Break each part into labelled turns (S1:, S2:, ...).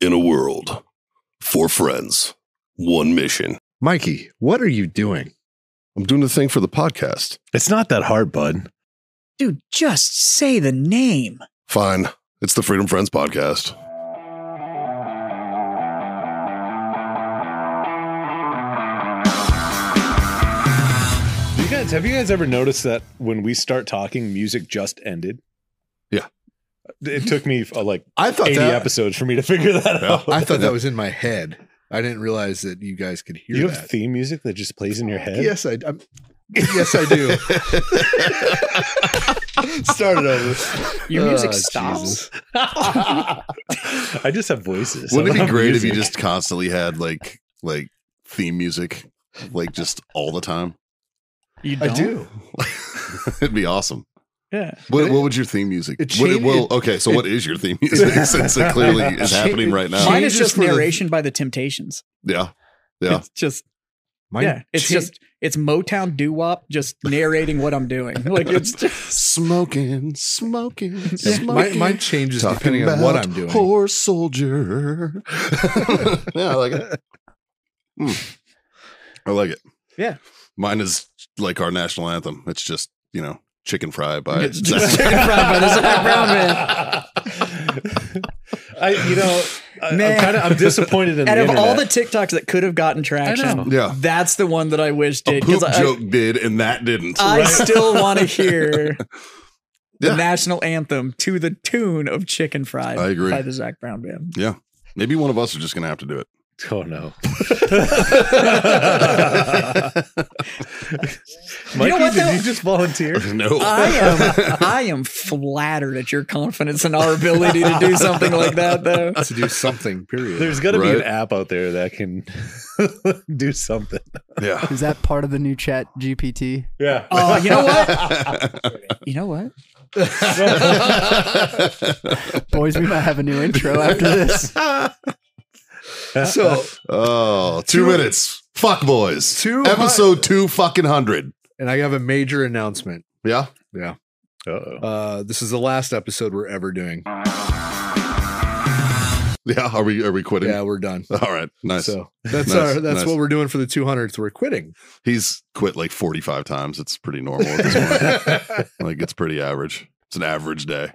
S1: in a world. Four friends, one mission.
S2: Mikey, what are you doing?
S1: I'm doing the thing for the podcast.
S3: It's not that hard, bud.
S4: Dude, just say the name.
S1: Fine. It's the Freedom Friends podcast.
S3: You guys, have you guys ever noticed that when we start talking, music just ended?
S1: Yeah.
S3: It took me uh, like
S2: I thought
S3: 80
S2: that
S3: episodes for me to figure that
S1: Yeah.
S3: out.
S2: I thought that was in my head. I didn't realize that you guys could hear
S3: you have
S2: that.
S3: theme music that just plays in your head?
S2: Yes, I. I'm, yes, I do. Started over.
S5: Uh,
S4: Your music
S2: Oh, Jesus.
S4: stops?
S3: I just have voices.
S5: Wouldn't it
S3: I don't
S5: be
S3: have
S5: great if you
S3: music.
S5: just constantly had like like theme music, like just all the time?
S4: You
S2: I do.
S5: It'd be awesome.
S4: Yeah.
S5: What, what would your theme music?
S2: It
S5: what,
S2: changed-
S5: well, okay, so what is your theme music? Since it clearly
S3: It
S5: is happening right now.
S2: changed-
S4: Mine is
S2: Changes
S4: just
S2: for the-
S4: narration by the Temptations.
S5: Yeah, yeah.
S4: It's just
S2: My
S4: yeah. It's
S2: chin-
S4: just it's Motown doo wop, just narrating what I'm doing. Like it's just
S5: Smoking, smoking,
S2: yeah,
S5: smoking.
S2: my, mine changes depending on what I'm doing.
S5: Horse soldier. yeah, I like it. Hmm. I like it.
S4: Yeah.
S5: Mine is like our national anthem. It's just, you know, chicken fry by
S4: It's just Chicken Fry by the Zac Brown
S3: I, you know, I,
S4: Man.
S3: am kind of I'm disappointed in
S4: out
S3: the
S4: of all the
S3: internet.
S4: TikToks that could have gotten traction,
S5: Yeah.
S4: that's the one that I wish
S5: A
S4: did
S5: poop
S4: I,
S5: joke did, and that didn't.
S4: I still want to hear the
S5: Yeah.
S4: national anthem to the tune of Chicken Fried
S5: I agree.
S4: by the Zach Brown Band.
S5: Maybe one of us are just going to have to do it.
S3: oh no. Mikey,
S4: what,
S3: did
S4: though?
S3: you just volunteer?
S5: no.
S4: I am I am flattered at your confidence in our ability to do something like that though.
S2: to do something. Period.
S3: There's got to be an
S5: Right.
S3: app out there that can do something.
S5: yeah.
S6: Is that part of the new chat GPT?
S3: Yeah.
S4: Oh, you know what? You know what?
S6: Boys, we might have a new intro after this.
S2: so,
S5: oh, two minutes. Fuck boys.
S2: Two hun-
S5: Episode two fucking hundred.
S2: and I have a major announcement.
S5: Yeah.
S2: Yeah.
S3: Uh-oh.
S2: Uh, this is the last episode we're ever doing.
S5: Yeah. Are we? Are we quitting?
S2: Yeah, we're done.
S5: All right. Nice.
S2: So that's
S5: Nice,
S2: our that's
S5: nice.
S2: what we're doing for the 200th. We're quitting.
S5: He's quit like forty-five times. It's pretty normal at this point.
S2: That's
S5: like it's pretty average. It's an average day.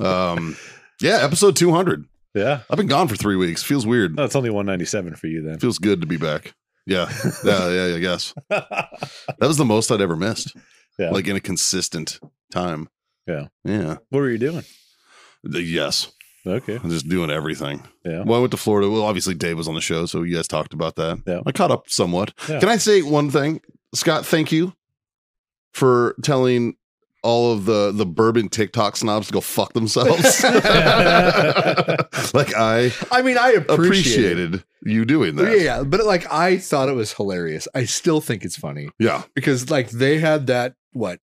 S5: Um. Yeah. Episode two hundred.
S3: Yeah.
S5: I've been gone for three weeks. Feels weird.
S3: No, it's only 197 for you then.
S5: Feels good to be back. Yeah. Yeah. Yeah. I guess that was the most I'd ever missed.
S3: Yeah.
S5: Like in a consistent time.
S3: Yeah.
S5: Yeah.
S3: what were you doing?
S5: The- Yes.
S3: Okay.
S5: I'm just doing everything.
S3: Yeah.
S5: Well, I went to Florida. Well, obviously Dave was on the show, so you guys talked about that.
S3: Yeah.
S5: I caught up somewhat.
S3: Yeah.
S5: Can I say one thing? Scott, thank you for telling all of the the bourbon TikTok snobs to go fuck themselves. like I
S2: I mean, I appreciate it.
S5: appreciated you doing that.
S2: Oh, Yeah, yeah, but like I thought it was hilarious. I still think it's funny
S5: Yeah.
S2: because like they had that what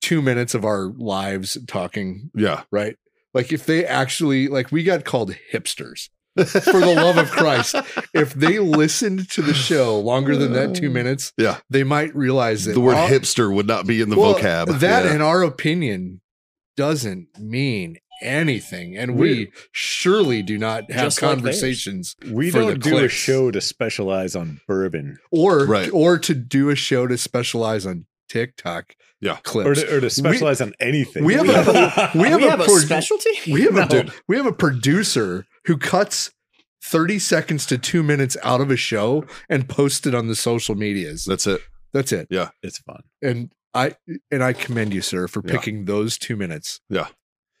S2: two minutes of our lives talking,
S5: Yeah.
S2: right? Like if they actually like we got called hipsters for the love of Christ. If they listened to the show longer than that two minutes,
S5: Uh, Yeah.
S2: they might realize that
S5: The word
S2: our-
S5: hipster would not be in the
S2: well,
S5: vocab.
S2: That
S5: Yeah.
S2: in our opinion doesn't mean anything. And we surely do not have
S4: Just like theirs.
S2: conversations
S3: We
S2: For the
S3: don't do a
S2: clicks.
S3: show to specialize on bourbon
S2: or
S5: Right.
S2: or to do a show to specialize on TikTok
S5: Yeah.
S2: clips.
S3: or to, or to specialize on anything.
S2: we have a- we have
S4: We
S2: a
S4: have a
S2: pro-
S4: specialty?
S2: we have a
S4: No.
S2: dude, we have a producer who cuts 30 seconds to 2 minutes out of a show and posts it on the social medias.
S5: That's it.
S2: That's it.
S3: It's fun.
S2: And I and I commend you sir for
S5: Yeah.
S2: picking those 2 minutes.
S5: Yeah.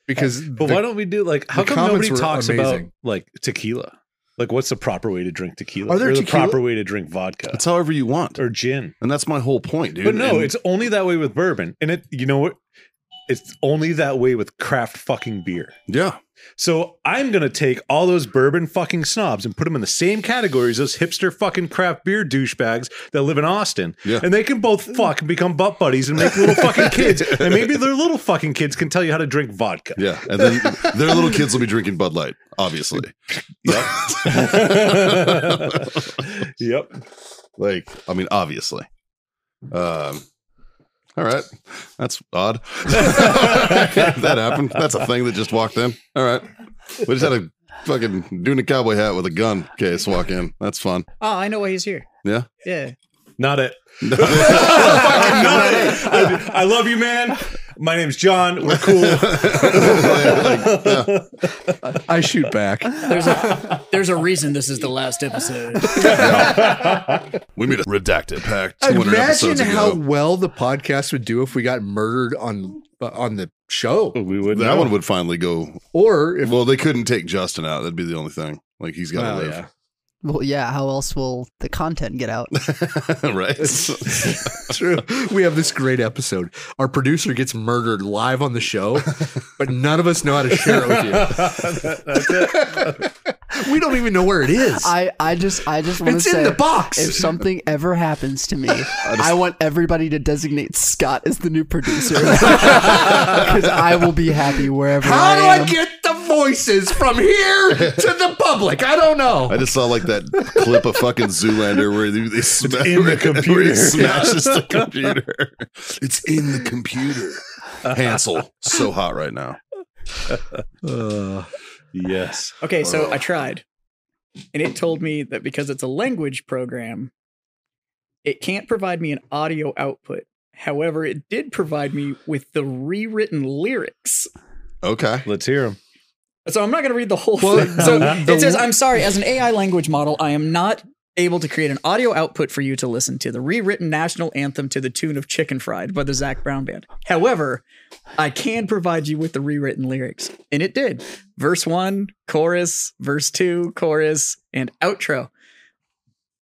S2: Because
S3: But
S2: the-
S3: why don't we do like, how
S2: the
S3: come nobody
S2: comments were
S3: talks about
S2: amazing.
S3: like tequila? Like, what's the proper way to drink tequila?
S2: Are there
S3: or the
S2: tequila-
S3: proper way to drink vodka
S5: It's however you want.
S3: or gin?
S5: And that's my whole point, dude.
S3: But no,
S5: And-
S3: it's only that way with bourbon. And it, you know what? It's only that way with craft fucking beer.
S5: yeah.
S3: So I'm going to take all those bourbon fucking snobs and put them in the same category as those hipster fucking craft beer douchebags that live in Austin.
S5: Yeah.
S3: And they can both fuck and become butt buddies and make little fucking kids. And maybe their little fucking kids can tell you how to drink vodka.
S5: Yeah, and then their little kids will be drinking Bud Light, obviously.
S3: yep.
S5: Like, I mean, obviously. Um, all right, that's odd. that happened. That's a thing that just walked in. All right, we just had a fucking doing a cowboy hat with a gun case walk in. That's fun.
S4: Oh, I know why he's here.
S5: Yeah.
S4: Yeah.
S3: Not it. Not it. I, I love you, man. My name's John. We're cool.
S2: I shoot back.
S4: There's a there's a reason this is the last episode.
S1: We made a redacted pact 200
S2: Imagine
S1: episodes
S2: how
S1: ago.
S2: well the podcast would do if we got murdered on uh, on the show,
S3: we would.
S5: that one would finally go.
S2: or if
S5: Well, they couldn't take Justin out. That'd be the only thing. Like he's got to
S2: Well,
S5: live,
S2: yeah.
S6: Well, yeah. How else will the content get out?
S5: right?
S2: True. We have this great episode. Our producer gets murdered live on the show, but none of us know how to share it with you. we don't even know where it is.
S6: I, I just I just want to
S2: it's
S6: say
S2: in the box.
S6: if something ever happens to me, I, want everybody to designate Scott as the new producer because I will be happy wherever
S2: How do
S6: I
S2: I
S6: am.
S2: get the voices from here to the public? I don't know.
S5: I just saw like that clip of fucking Zoolander where they, they sma-
S3: in the
S5: where he
S3: computer.
S5: smashes the computer. It's in the computer. Hansel, so hot right now.
S3: Uh, Yes.
S4: Okay, so I tried. And it told me that because it's a language program, it can't provide me an audio output. However, it did provide me with the rewritten lyrics.
S5: Okay,
S3: Let's hear him.
S4: So I'm not going to read the whole
S2: Well,
S4: thing. So
S2: the-
S4: it says,
S2: the-
S4: I'm sorry, as an AI language model, I am not able to create an audio output for you to listen to the rewritten national anthem to the tune of Chicken Fried by the Zach Brown Band. However, I can provide you with the rewritten lyrics. And it did. Verse one, chorus, verse two, chorus, and outro.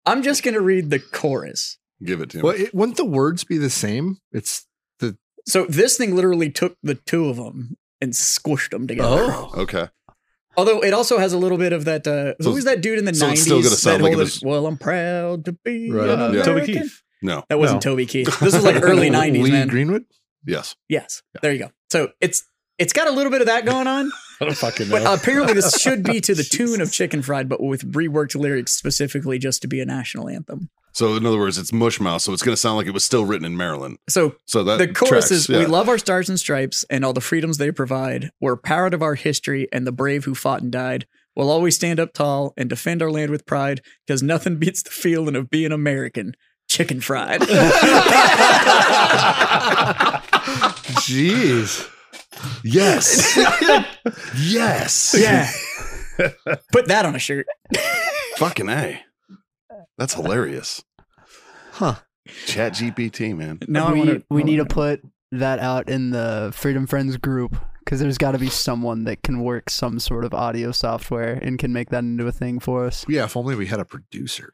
S4: I'm just going to read the chorus.
S5: give it to him.
S2: Well, it, wouldn't the words be the same? It's
S4: So this thing literally took the two of them and squished them together.
S2: Oh.
S6: Oh.
S5: Okay,
S4: Although it also has a little bit of that. Uh,
S5: So-
S4: who was that dude in the
S5: so it's
S4: nineties?
S5: still gonna sound like it was-
S4: well, I'm proud to be.
S2: Right.
S4: an
S5: Yeah.
S3: Toby
S4: American."
S3: Keith.
S5: no,
S4: That wasn't
S3: No.
S4: Toby Keith. This was like early nineties,
S2: Lee
S4: man.
S2: Greenwood.
S5: yes,
S4: Yes, there you go. So it's it's got a little bit of that going on,
S3: I don't fucking
S4: but
S3: know.
S4: apparently this should be to the tune of Chicken Fried, but with reworked lyrics specifically just to be a national anthem.
S5: So in other words, it's mush mouth. So it's going to sound like it was still written in Maryland.
S4: So
S5: So that
S4: the chorus
S5: Uh, tracks,
S4: is
S5: yeah.
S4: we love our stars and stripes and all the freedoms they provide we're proud of our history and the brave who fought and died we'll always stand up tall and defend our land with pride because nothing beats the feeling of being american chicken fried
S2: Jeez.
S5: yes, yes,
S4: yeah put that on a shirt
S5: fucking a. That's hilarious.
S2: Huh.
S5: Chat GPT, man.
S4: now
S6: we
S4: I wanna, oh,
S6: we need to put that out in the Freedom Friends group because there's got to be someone that can work some sort of audio software and can make that into a thing for us.
S2: Yeah. If only we had a producer.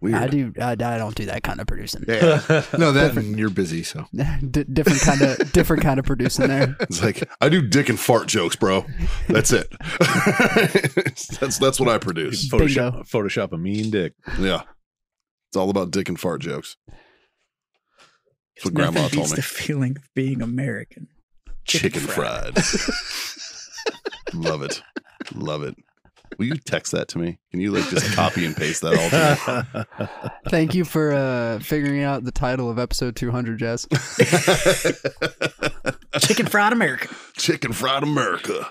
S6: I
S5: Weird.
S6: do. I, I don't do that kind of producing.
S2: Yeah. no, that and you're busy. So
S6: D- different kind of different kind of producing there.
S5: It's like I do dick and fart jokes, bro. That's it. that's that's what I produce.
S6: Bingo.
S3: Photoshop, Photoshop a mean dick.
S5: Yeah, it's all about dick and fart jokes. That's what
S4: nothing
S5: Grandma
S4: beats
S5: told me.
S4: the feeling of being american
S5: Chicken fried. Love it. Love it. Will you text that to me? Can you like just copy and paste that all? To me?
S6: Thank you for uh, figuring out the title of episode 200, Jazz.
S4: chicken fried america
S5: Chicken fried America.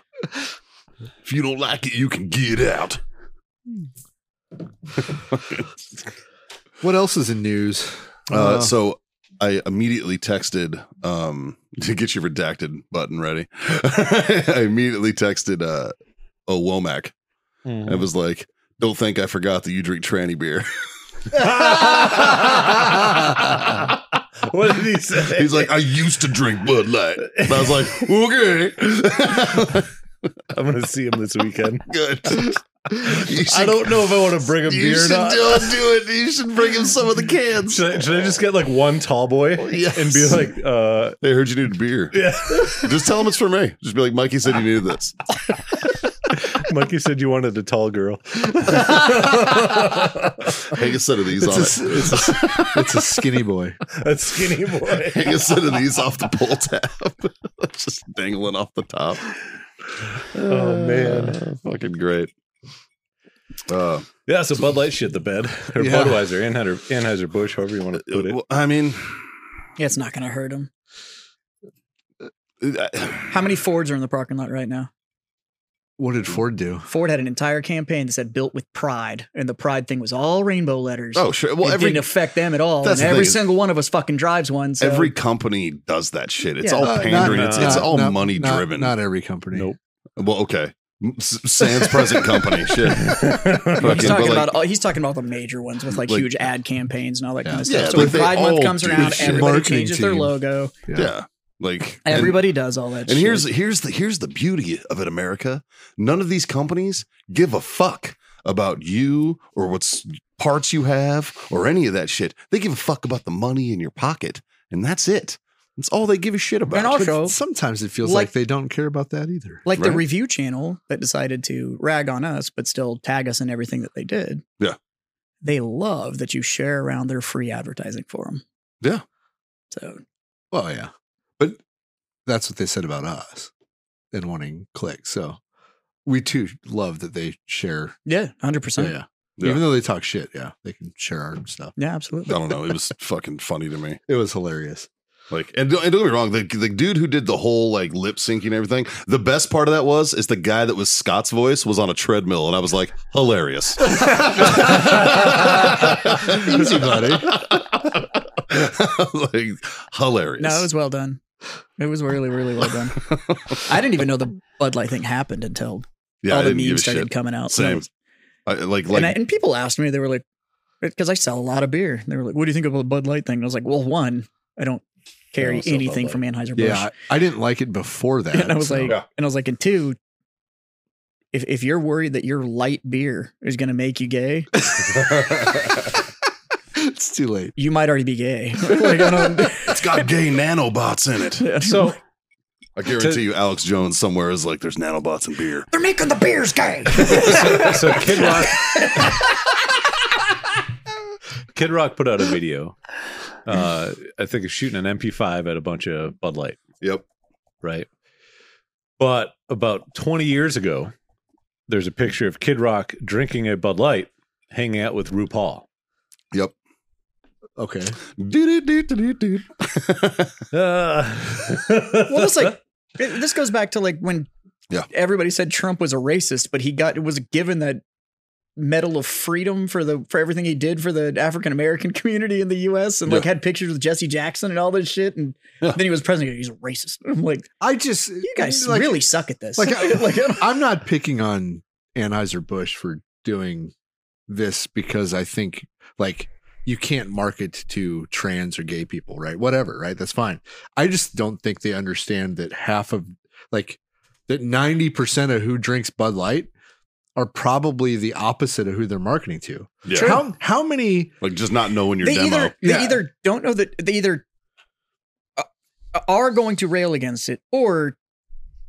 S5: If you don't like it, you can get out.
S2: what else is in news? Uh-huh.
S5: Uh, so I immediately texted um, to get your redacted button ready. I immediately texted uh, oh Womack.
S2: Mm-hmm.
S5: I was like, "Don't think I forgot that you drink tranny beer."
S3: what did he say?
S5: He's like, "I used to drink Bud Light." And I was like, "Okay,
S3: I'm gonna see him this weekend.
S5: good." You should,
S3: I don't know if I want to bring a
S5: You
S3: beer or
S5: should
S3: not.
S5: do, do it. You should bring him some of the cans.
S3: Should I, should I just get like one tall boy
S5: Yes.
S3: and be like, uh,
S5: They heard you needed beer.
S3: yeah.
S5: Just tell him it's for me. Just be like, Mikey said you needed this.
S3: Mikey said you wanted a tall girl.
S5: Hang a set of these on
S2: It's
S5: it.
S2: a, it's, a, it's a skinny boy.
S3: A skinny boy.
S5: Hang a set of these off the pull tab. Just dangling off the top.
S3: Oh man.
S5: Uh, fucking great. Uh,
S3: Yeah, so Bud Light shit the bed. Or
S2: Yeah.
S3: Budweiser, Anheuser, Anheuser Busch, however you want to put it.
S5: well, I mean,
S4: yeah, it's not gonna hurt them
S5: I- uh,
S4: how many fords are in the parking lot right now
S2: What did Ford do?
S4: Ford had an entire campaign that said "built with pride," and the pride thing was all rainbow letters.
S5: Oh, sure. Well,
S4: it
S5: every
S4: didn't affect them at all.
S5: That's
S4: And
S5: the
S4: every
S5: thing.
S4: single one of us fucking drives one. So
S5: every company does that shit. It's
S4: Yeah.
S5: all
S2: Uh, not-
S5: pandering. it's it's
S2: not-
S5: all
S2: not-
S5: money
S2: not-
S5: driven.
S2: Not every company.
S3: Nope.
S5: well, okay. S- Sans present company. Shit.
S4: he's
S5: Fucking,
S4: talking
S5: but, like,
S4: about all, he's talking about the major ones with like,
S5: Like-
S4: huge ad campaigns and all that kind
S2: Yeah.
S4: of stuff.
S5: Yeah,
S4: so when
S5: but they
S4: Pride Month
S5: all
S4: comes
S5: do
S4: around,
S5: shit.
S4: everybody
S2: Marketing
S4: changes their
S2: team.
S4: logo.
S5: yeah. Like and-
S4: Everybody does all that.
S5: And
S4: shit.
S5: here's here's the here's the beauty of it, America. None of these companies give a fuck about you or what's parts you have or any of that shit. They give a fuck about the money in your pocket, and that's it. That's all they give a shit about.
S4: And
S2: But
S4: Also,
S2: sometimes it feels
S4: like-
S2: like, they don't care about that either.
S4: like the
S5: Right.
S4: review channel that decided to rag on us but still tag us in everything that they did.
S5: Yeah.
S4: They love that you share around their free advertising for them.
S5: Yeah.
S4: So
S2: Well, yeah, but that's what they said about us and wanting clicks. So we too love that they share.
S4: Oh, yeah, hundred
S2: So
S4: percent.
S2: yeah,
S5: Yeah.
S2: even though they talk shit, yeah, they can share our stuff.
S4: Yeah,
S5: I
S4: absolutely.
S5: don't know. It was fucking funny to me.
S2: It was hilarious.
S5: Like, and don't, and don't get me wrong, the, the dude who did the whole like lip syncing and everything. The best part of that was is the guy that was Scott's voice was on a treadmill, and I was like, hilarious.
S2: Easy, buddy.
S5: like hilarious.
S4: No, it was well done. It was really, really well done. I didn't even know the Bud Light thing happened until
S5: yeah,
S4: all
S5: I
S4: the
S5: didn't give a
S4: memes started
S5: shit.
S4: coming out.
S5: Same.
S4: And, I was-
S5: I, like
S4: and
S5: like
S4: I- and people asked me, they were like, because I sell a lot of beer. They were like, what do you think about the Bud Light thing? And I was like, well, one, I don't carry
S3: don't sell Bud
S4: anything
S3: Light.
S4: from Anheuser-Busch.
S2: Yeah, I, I didn't like it before that.
S4: and I was
S2: so-
S4: like,
S3: Yeah.
S4: and I was like, and two, if if you're worried that your light beer is gonna make you gay,
S2: it's too late.
S4: you might already be gay. like, I don't,
S5: it's got gay nanobots in it.
S3: So
S5: I guarantee you, Alex Jones somewhere is like, there's nanobots in beer.
S4: they're making the beers gay.
S3: so Kid Rock Kid Rock put out a video. Uh, I think of shooting an MP5 at a bunch of Bud Light,
S5: Yep.
S3: right? But about 20 years ago, there's a picture of Kid Rock drinking a Bud Light, hanging out with RuPaul.
S5: Yep.
S2: Okay,
S5: Do-do-do-do-do-do.
S3: Uh,
S4: well, it's like it- this goes back to like when
S5: Yeah.
S4: everybody said Trump was a racist, but he got was given that medal of freedom for the for everything he did for the African American community in the U.S. and like had pictures with Jesse Jackson and all this shit, and
S5: Yeah.
S4: then he was president. He's a racist. I'm like,
S2: I just
S4: you guys
S2: like-
S4: really suck at this.
S2: like, I,
S4: Like, I don't-
S2: am not picking on Anheuser Busch for doing this because I think like you can't market to trans or gay people, right? Whatever, right? That's fine. I just don't think they understand that half of like that 90% of who drinks Bud Light are probably the opposite of who they're marketing to.
S5: Yeah.
S2: How how many
S5: Like just not knowing your
S4: they
S5: demo.
S4: either
S2: Yeah.
S4: they either don't know that they either uh, are going to rail against it or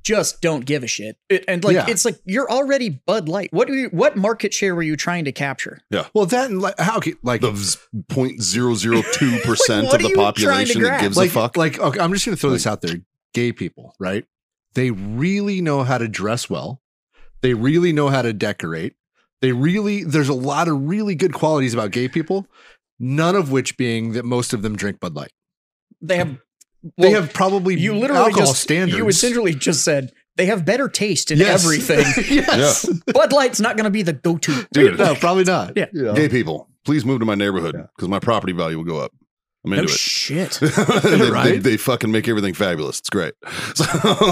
S4: just don't give a shit. It- and like
S2: Yeah.
S4: it's like you're already Bud Light. What do you, what market share were you trying to capture?
S2: well that and like how okay, like
S5: the point zero zero two percent
S4: Like, what
S5: of the
S4: are you trying to
S5: population that
S4: grab?
S5: gives
S2: like,
S5: a fuck.
S2: Like, okay, I'm just gonna throw this out there. Gay people, right? They really know how to dress well. They really know how to decorate. They really there's a lot of really good qualities about gay people, none of which being that most of them drink Bud Light.
S4: They have
S2: they
S4: well,
S2: have probably
S4: you literally
S2: alcohol
S4: just
S2: standards.
S4: you essentially just said they have better taste in
S2: Yes.
S4: everything.
S2: yes.
S4: Bud Light's not going to be the go-to.
S5: Dude,
S2: No, probably not.
S4: Yeah.
S2: You know?
S5: gay people, please move to my neighborhood because my property value will go up. I'm into it.
S4: No shit.
S5: they, they,
S2: Right?
S5: they fucking make everything fabulous. It's great. So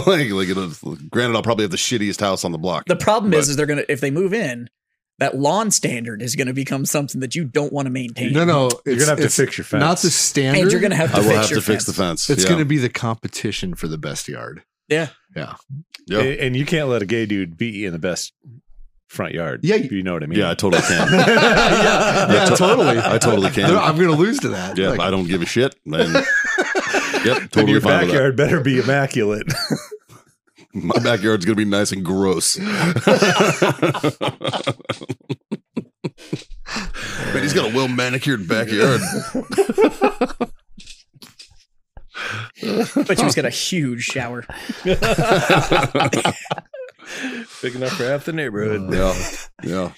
S5: like, like it'll, granted, I'll probably have the shittiest house on the block.
S4: The problem is,
S5: But-
S4: is they're gonna if they move in, that lawn standard is gonna become something that you don't want to maintain.
S2: No, no. It's,
S3: you're gonna have to
S2: it's
S3: fix your fence.
S2: Not the standard.
S4: and you're gonna have to
S5: I will
S4: fix
S5: have to
S4: your
S5: fix the
S4: fence.
S5: fence.
S2: it's
S5: Yeah.
S2: gonna be the competition for the best yard.
S4: Yeah.
S2: Yeah.
S5: Yeah.
S3: And and you can't let a gay dude beat you in the best front yard.
S2: Yeah.
S3: you know what I mean.
S5: yeah, I totally can.
S2: yeah,
S5: I
S2: yeah,
S5: to-
S2: totally.
S5: I totally can.
S2: No, I'm gonna lose to that.
S5: Yeah,
S2: Like,
S5: I don't give a shit. And yep,
S3: Then
S5: totally
S3: your
S5: fine with that.
S3: backyard better be immaculate.
S5: My backyard's gonna be nice and gross. but he's got a well manicured backyard.
S4: But you've got a huge shower.
S3: Big enough for half the neighborhood.
S5: yeah, yeah.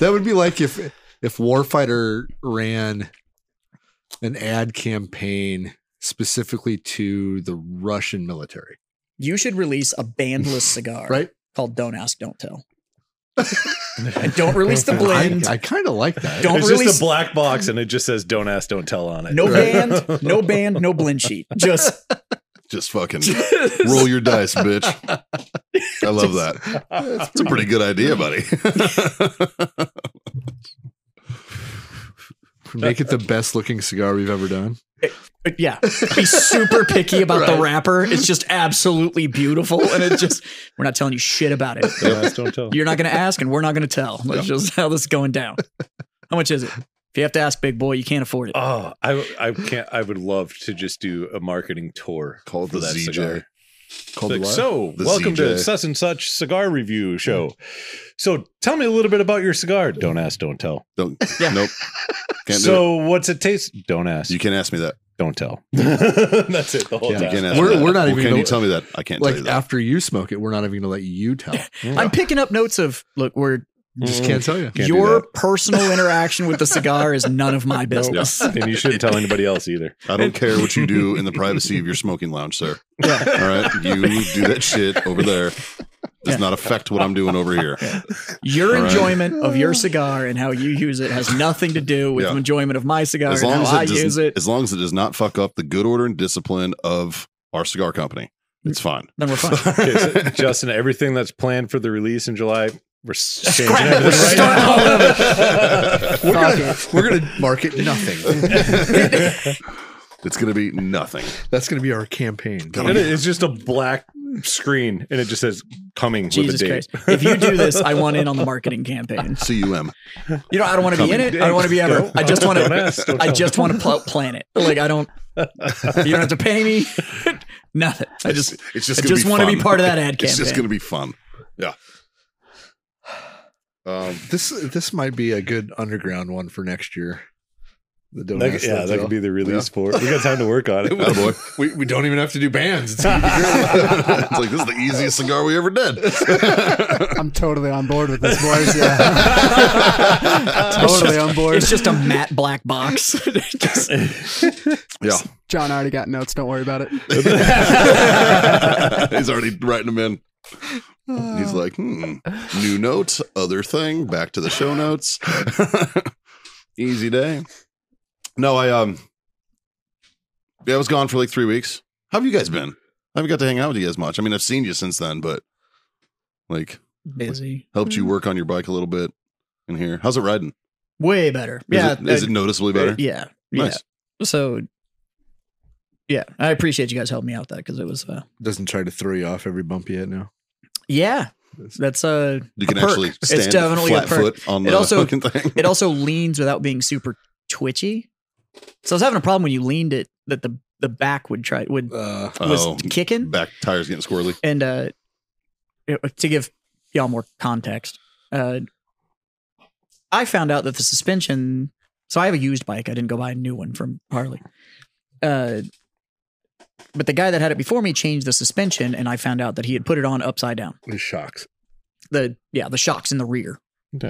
S2: That would be like if if Warfighter ran an ad campaign specifically to the Russian military,
S4: You should release a bandless cigar.
S2: right?
S4: called Don't Ask, Don't Tell. and don't release the blend.
S7: I, I kind of like that.
S4: Don't
S3: it's
S4: release
S3: just a black box and it just says don't ask, don't tell on it.
S4: no
S3: Right.
S4: band, no band, no blend sheet. Just
S5: Just fucking roll your dice, bitch. I love that. It's a pretty good idea, buddy.
S7: Make it the best looking cigar we've ever done.
S4: yeah, be super picky about the wrapper. It's just absolutely beautiful, and it just we're not telling you shit about it.
S3: Don't ask, don't tell.
S4: You're not going to ask, and we're not going to tell. That's just how this is going down. How much is it? If you have to ask, big boy, you can't afford it.
S3: Oh, I I can't. I would love to just do a marketing tour
S5: Called
S3: for
S5: the
S3: that
S5: ZJ.
S3: cigar.
S5: Called
S3: Like, so,
S5: The Hmm.
S3: welcome to
S5: ZJ.
S3: such and such cigar review show. So, tell me a little bit about your cigar. Don't ask, don't tell.
S5: Don't,
S4: Yeah.
S5: Nope. Can't do
S3: so, what's it taste? Don't
S5: it.
S3: ask,
S5: You can't ask me that.
S3: don't tell. That's it. The whole
S7: Yeah.
S5: You can't
S3: time.
S5: ask
S7: We're-
S5: me that.
S7: we're not
S5: Well,
S7: even
S5: Can
S7: gonna-
S5: you tell me that? I can't tell you
S7: Like
S5: that.
S7: after you smoke it, we're not even going to let you tell.
S4: I'm picking up notes of look, we're
S3: Mm-hmm.
S2: Mm.
S7: Just can't tell you.
S3: Can't do
S4: your personal interaction with the cigar is none of my business.
S3: that. and you shouldn't tell anybody else either.
S5: I don't care what you do in the privacy of your smoking lounge, sir. All right, you do that shit over there. Does not affect what I'm doing over here.
S4: Your
S5: All right.
S4: enjoyment of your cigar and how you use it has nothing to do with
S5: Yeah.
S4: the enjoyment of my cigar
S5: As
S4: and
S5: long
S4: how
S5: as
S4: I
S5: it does,
S4: use it.
S5: as long as it does not fuck up the good order and discipline of our cigar company, it's fine.
S4: Then we're fine.
S3: Okay, so, Justin, everything that's planned for the release in July, we're s- changing everything
S4: We're
S3: right
S4: starting all over.
S2: We're
S6: Fuck
S2: gonna, we're gonna market nothing.
S5: It's gonna be nothing.
S2: That's gonna be our campaign.
S3: And it- it's just a black screen, and it just says "coming"
S4: Jesus
S3: with a date.
S4: Christ. If you do this, I want in on the marketing campaign.
S5: cum.
S4: You know, I don't want to be in it. I don't want to be ever. I just want
S3: Don't
S4: to.
S3: ask, don't
S4: I
S3: tell.
S4: just want to pl- plan it. Like I don't. You don't have to pay me. Nothing. I just.
S5: It's just.
S4: I
S5: gonna
S4: just
S5: be
S4: want to
S5: fun.
S4: be part of that ad
S5: It's just
S4: campaign.
S5: gonna be fun. Yeah. Um,
S2: This this might be a good underground one for next year. The Don't
S3: That-
S2: Ask,
S3: yeah,
S2: Don't
S3: that
S2: Tell.
S3: could be the release for it. We got time to work on it.
S5: oh boy.
S2: We, we don't even have to do bands. It's gonna
S5: it's like this is the easiest cigar we ever did.
S6: I'm totally on board with this, boys. Yeah,
S4: Oh,
S6: totally on board.
S4: It's just a matte black box. Just-
S5: yeah.
S6: John already got notes. Don't worry about it.
S5: He's already writing them in. He's like, hmm, new note, other thing, back to the show notes. Easy day. No, I um, yeah, I was gone for like three weeks. How have you guys been? I haven't got to hang out with you guys much. I mean, I've seen you since then, but like
S4: busy.
S5: helped you work on your bike a little bit in here. How's it riding? Is
S4: Way better. yeah.
S5: it, is
S4: uh,
S5: it noticeably better?
S4: Yeah. Yeah.
S5: Nice.
S4: So. Yeah, I appreciate you guys helping me out that because it was. Uh,
S2: Doesn't try to throw you off every bump yet. Now
S4: yeah, that's uh
S5: You
S4: A
S5: can
S4: perk.
S5: actually
S4: It's
S5: stand
S4: definitely a
S5: flat
S4: perk.
S5: foot on
S4: It
S5: the
S4: also-
S5: fucking thing.
S4: it also leans without being super twitchy. So I was having a problem when you leaned it that the the back would try would
S2: uh,
S4: was
S5: Oh,
S4: kicking
S5: back tires getting squirrely.
S4: and uh it- uh, to give y'all more context uh I found out that the suspension so I have a used bike I didn't go buy a new one from Harley uh but the guy that had it before me changed the suspension and I found out that he had put it on upside down
S2: the shocks.
S4: the yeah the shocks in the rear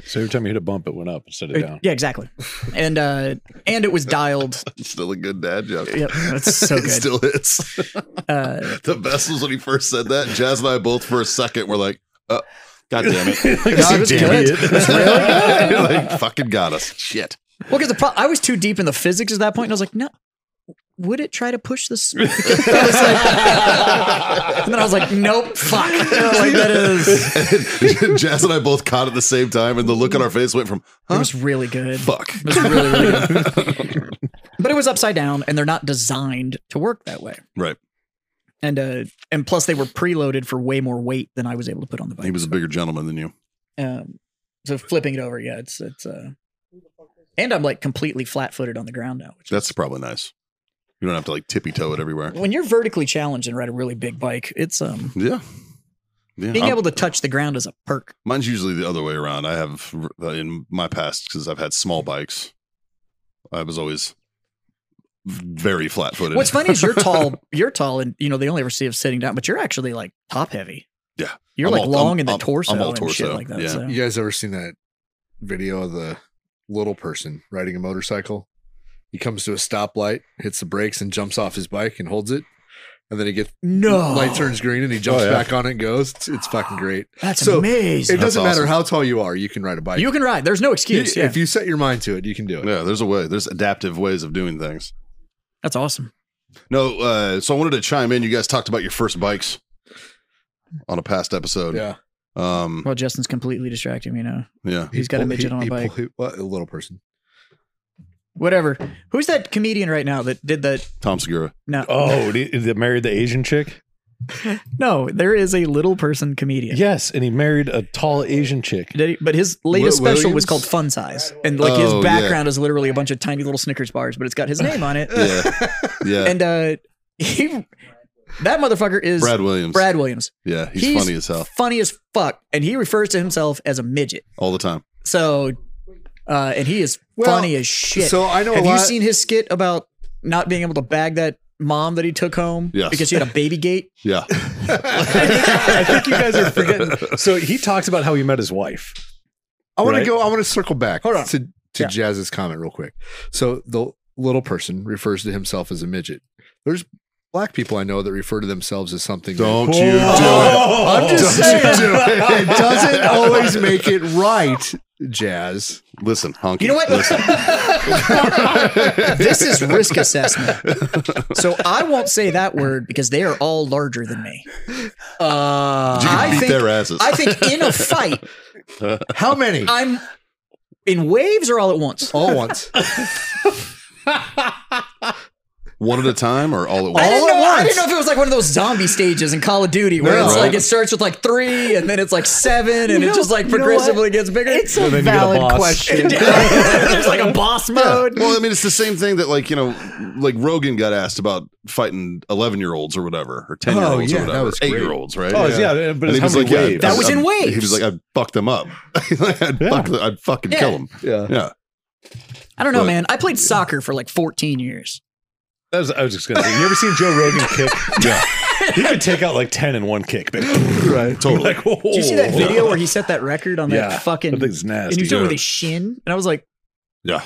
S3: So every time you hit a bump, it went up instead of down.
S4: yeah exactly and uh and it was dialed
S5: Still a good dad joke.
S4: Yep, that's so
S5: it
S4: good.
S5: still hits.
S4: uh,
S5: the best was when he first said that. Jazz and I both for a second were like, uh, God damn it.
S4: it was good.
S5: like fucking got us. Shit.
S4: well, because pro- I was too deep in the physics at that point, and I was like, no. Would it try to push this? I was like- and then I was like, nope, fuck. And I was like, that is.
S5: And Jazz and I both caught at the same time, and the look on our face went from
S4: It was really good.
S5: fuck.
S4: It was really, really good. but it was upside down, and they're not designed to work that way.
S5: Right.
S4: And uh, and plus, they were preloaded for way more weight than I was able to put on the bike.
S5: He was a bigger gentleman than you.
S4: Um, so flipping it over, yeah, it's it's. Uh, and I'm like completely flat-footed on the ground now, which
S5: That's probably nice. You don't have to like tippy toe it everywhere.
S4: when you're vertically challenged and ride a really big bike, it's um
S5: Yeah. Yeah.
S4: being
S5: I'm-
S4: able to touch the ground is a perk.
S5: Mine's usually the other way around. I have uh, in my past because I've had small bikes. I was always very flat footed.
S4: What's funny is you're tall, you're tall, and you know they only ever see us sitting down, but you're actually like top heavy.
S5: Yeah.
S4: you're
S5: I'm
S4: like
S5: all-
S4: long
S5: I'm-
S4: in the
S5: I'm-
S4: torso
S5: I'm all
S4: and shit
S5: torso,
S4: like that.
S5: yeah.
S4: So.
S2: You guys ever seen that video of the little person riding a motorcycle? He comes to a stoplight, hits the brakes, and jumps off his bike and holds it. and then he gets
S4: No,
S2: light turns green and he jumps
S3: yeah.
S2: back on it and goes. It's, it's fucking great.
S4: That's
S2: So,
S4: amazing.
S2: It doesn't matter
S5: awesome.
S2: how tall you are, you can ride a bike.
S4: you can ride. There's no
S2: You-
S4: excuse. yeah.
S2: If you set your mind to it, you can do it.
S5: Yeah, there's a way. There's adaptive ways of doing things.
S4: That's awesome.
S5: No, uh, so I wanted to chime in. You guys talked about your first bikes on a past episode.
S2: Yeah.
S5: Um,
S4: Well, Justin's completely distracting me now.
S5: yeah.
S4: He's got a midget on a bike.
S2: what, a little person.
S4: Whatever. Who's that comedian right now that did that?
S5: Tom Segura.
S4: No,
S3: Oh, the- that married the Asian chick.
S4: no. There is a little person comedian.
S3: Yes, and he married a tall Asian chick.
S4: Did he- but his latest
S2: Wi-
S4: special
S2: Williams?
S4: was called Fun Size, and like his
S5: Oh, yeah.
S4: background is literally a bunch of tiny little Snickers bars, but it's got his name on it.
S5: Yeah. yeah.
S4: And uh, he, that motherfucker is
S5: Brad Williams.
S4: Brad Williams.
S5: Yeah. He's, funny as hell
S4: Funny as fuck, and he refers to himself as a midget.
S5: all the time.
S4: So, uh, and he is
S2: Well,
S4: funny as shit.
S2: So I know
S4: Have
S2: a lot.
S4: you seen his skit about not being able to bag that mom that he took home
S5: Yes.
S4: because she had a baby gate?
S5: Yeah.
S3: I think you guys are forgetting. So he talks about how he met his wife.
S2: I want
S3: right?
S2: to go. I want to circle back
S4: Hold on.
S2: to to
S4: Yeah.
S2: Jazz's comment real quick. So the little person refers to himself as a midget. There's black people I know that refer to themselves as something. that-
S5: Don't you do it.
S3: I'm
S5: Don't you do it.
S2: it doesn't always make it right, Jazz.
S5: Listen, honky.
S4: You know what? this is risk assessment. So I won't say that word because they are all larger than me.
S2: Uh,
S5: You can
S4: I
S5: beat
S4: think-
S5: their asses.
S4: I think in a fight,
S2: how many?
S4: I'm in waves or all at once.
S2: All once.
S5: One at a time or all at
S4: I
S5: once?
S4: didn't,
S2: at
S4: know, I
S2: once.
S4: didn't know if it was like one of those zombie stages in Call of Duty where
S2: No.
S4: it's like
S5: Right.
S4: it starts with like three and then it's like seven and
S6: know-
S4: it just like
S6: you know what?
S4: progressively gets bigger.
S6: It's
S3: And
S6: a
S3: then you get a
S6: valid
S3: boss.
S6: question.
S4: There's like a boss mode.
S5: Well, I mean, it's the same thing that, like, you know, like Rogan got asked about fighting 11 year olds or whatever, or 10 year
S2: Oh,
S5: olds
S2: yeah,
S5: or
S2: that
S5: whatever,
S2: was great.
S5: 8 year olds, right?
S3: Oh, yeah, but
S5: And
S3: it's
S5: he
S3: how
S5: was
S3: many
S5: like, yeah,
S3: waves?
S4: That was
S5: I'm-
S4: in waves.
S5: He was like, I'd fuck them up. I'd,
S3: Yeah.
S5: fuck them, I'd fucking
S4: Yeah.
S5: kill them.
S2: Yeah.
S5: Yeah.
S4: I don't know,
S5: But-
S4: man. I played soccer for like 14 years.
S3: That was, I was just gonna say. You ever seen Joe Rogan kick?
S5: Yeah.
S3: He could take out like ten in one kick. But
S2: Right.
S5: Totally.
S3: like, whoa.
S4: Did you see that video where he set that record on
S3: Oh. Yeah,
S4: that fucking?
S3: That thing's
S4: and
S3: nasty.
S4: he was doing it with
S3: Yeah.
S4: his shin, and I was like,
S5: yeah.
S4: "Are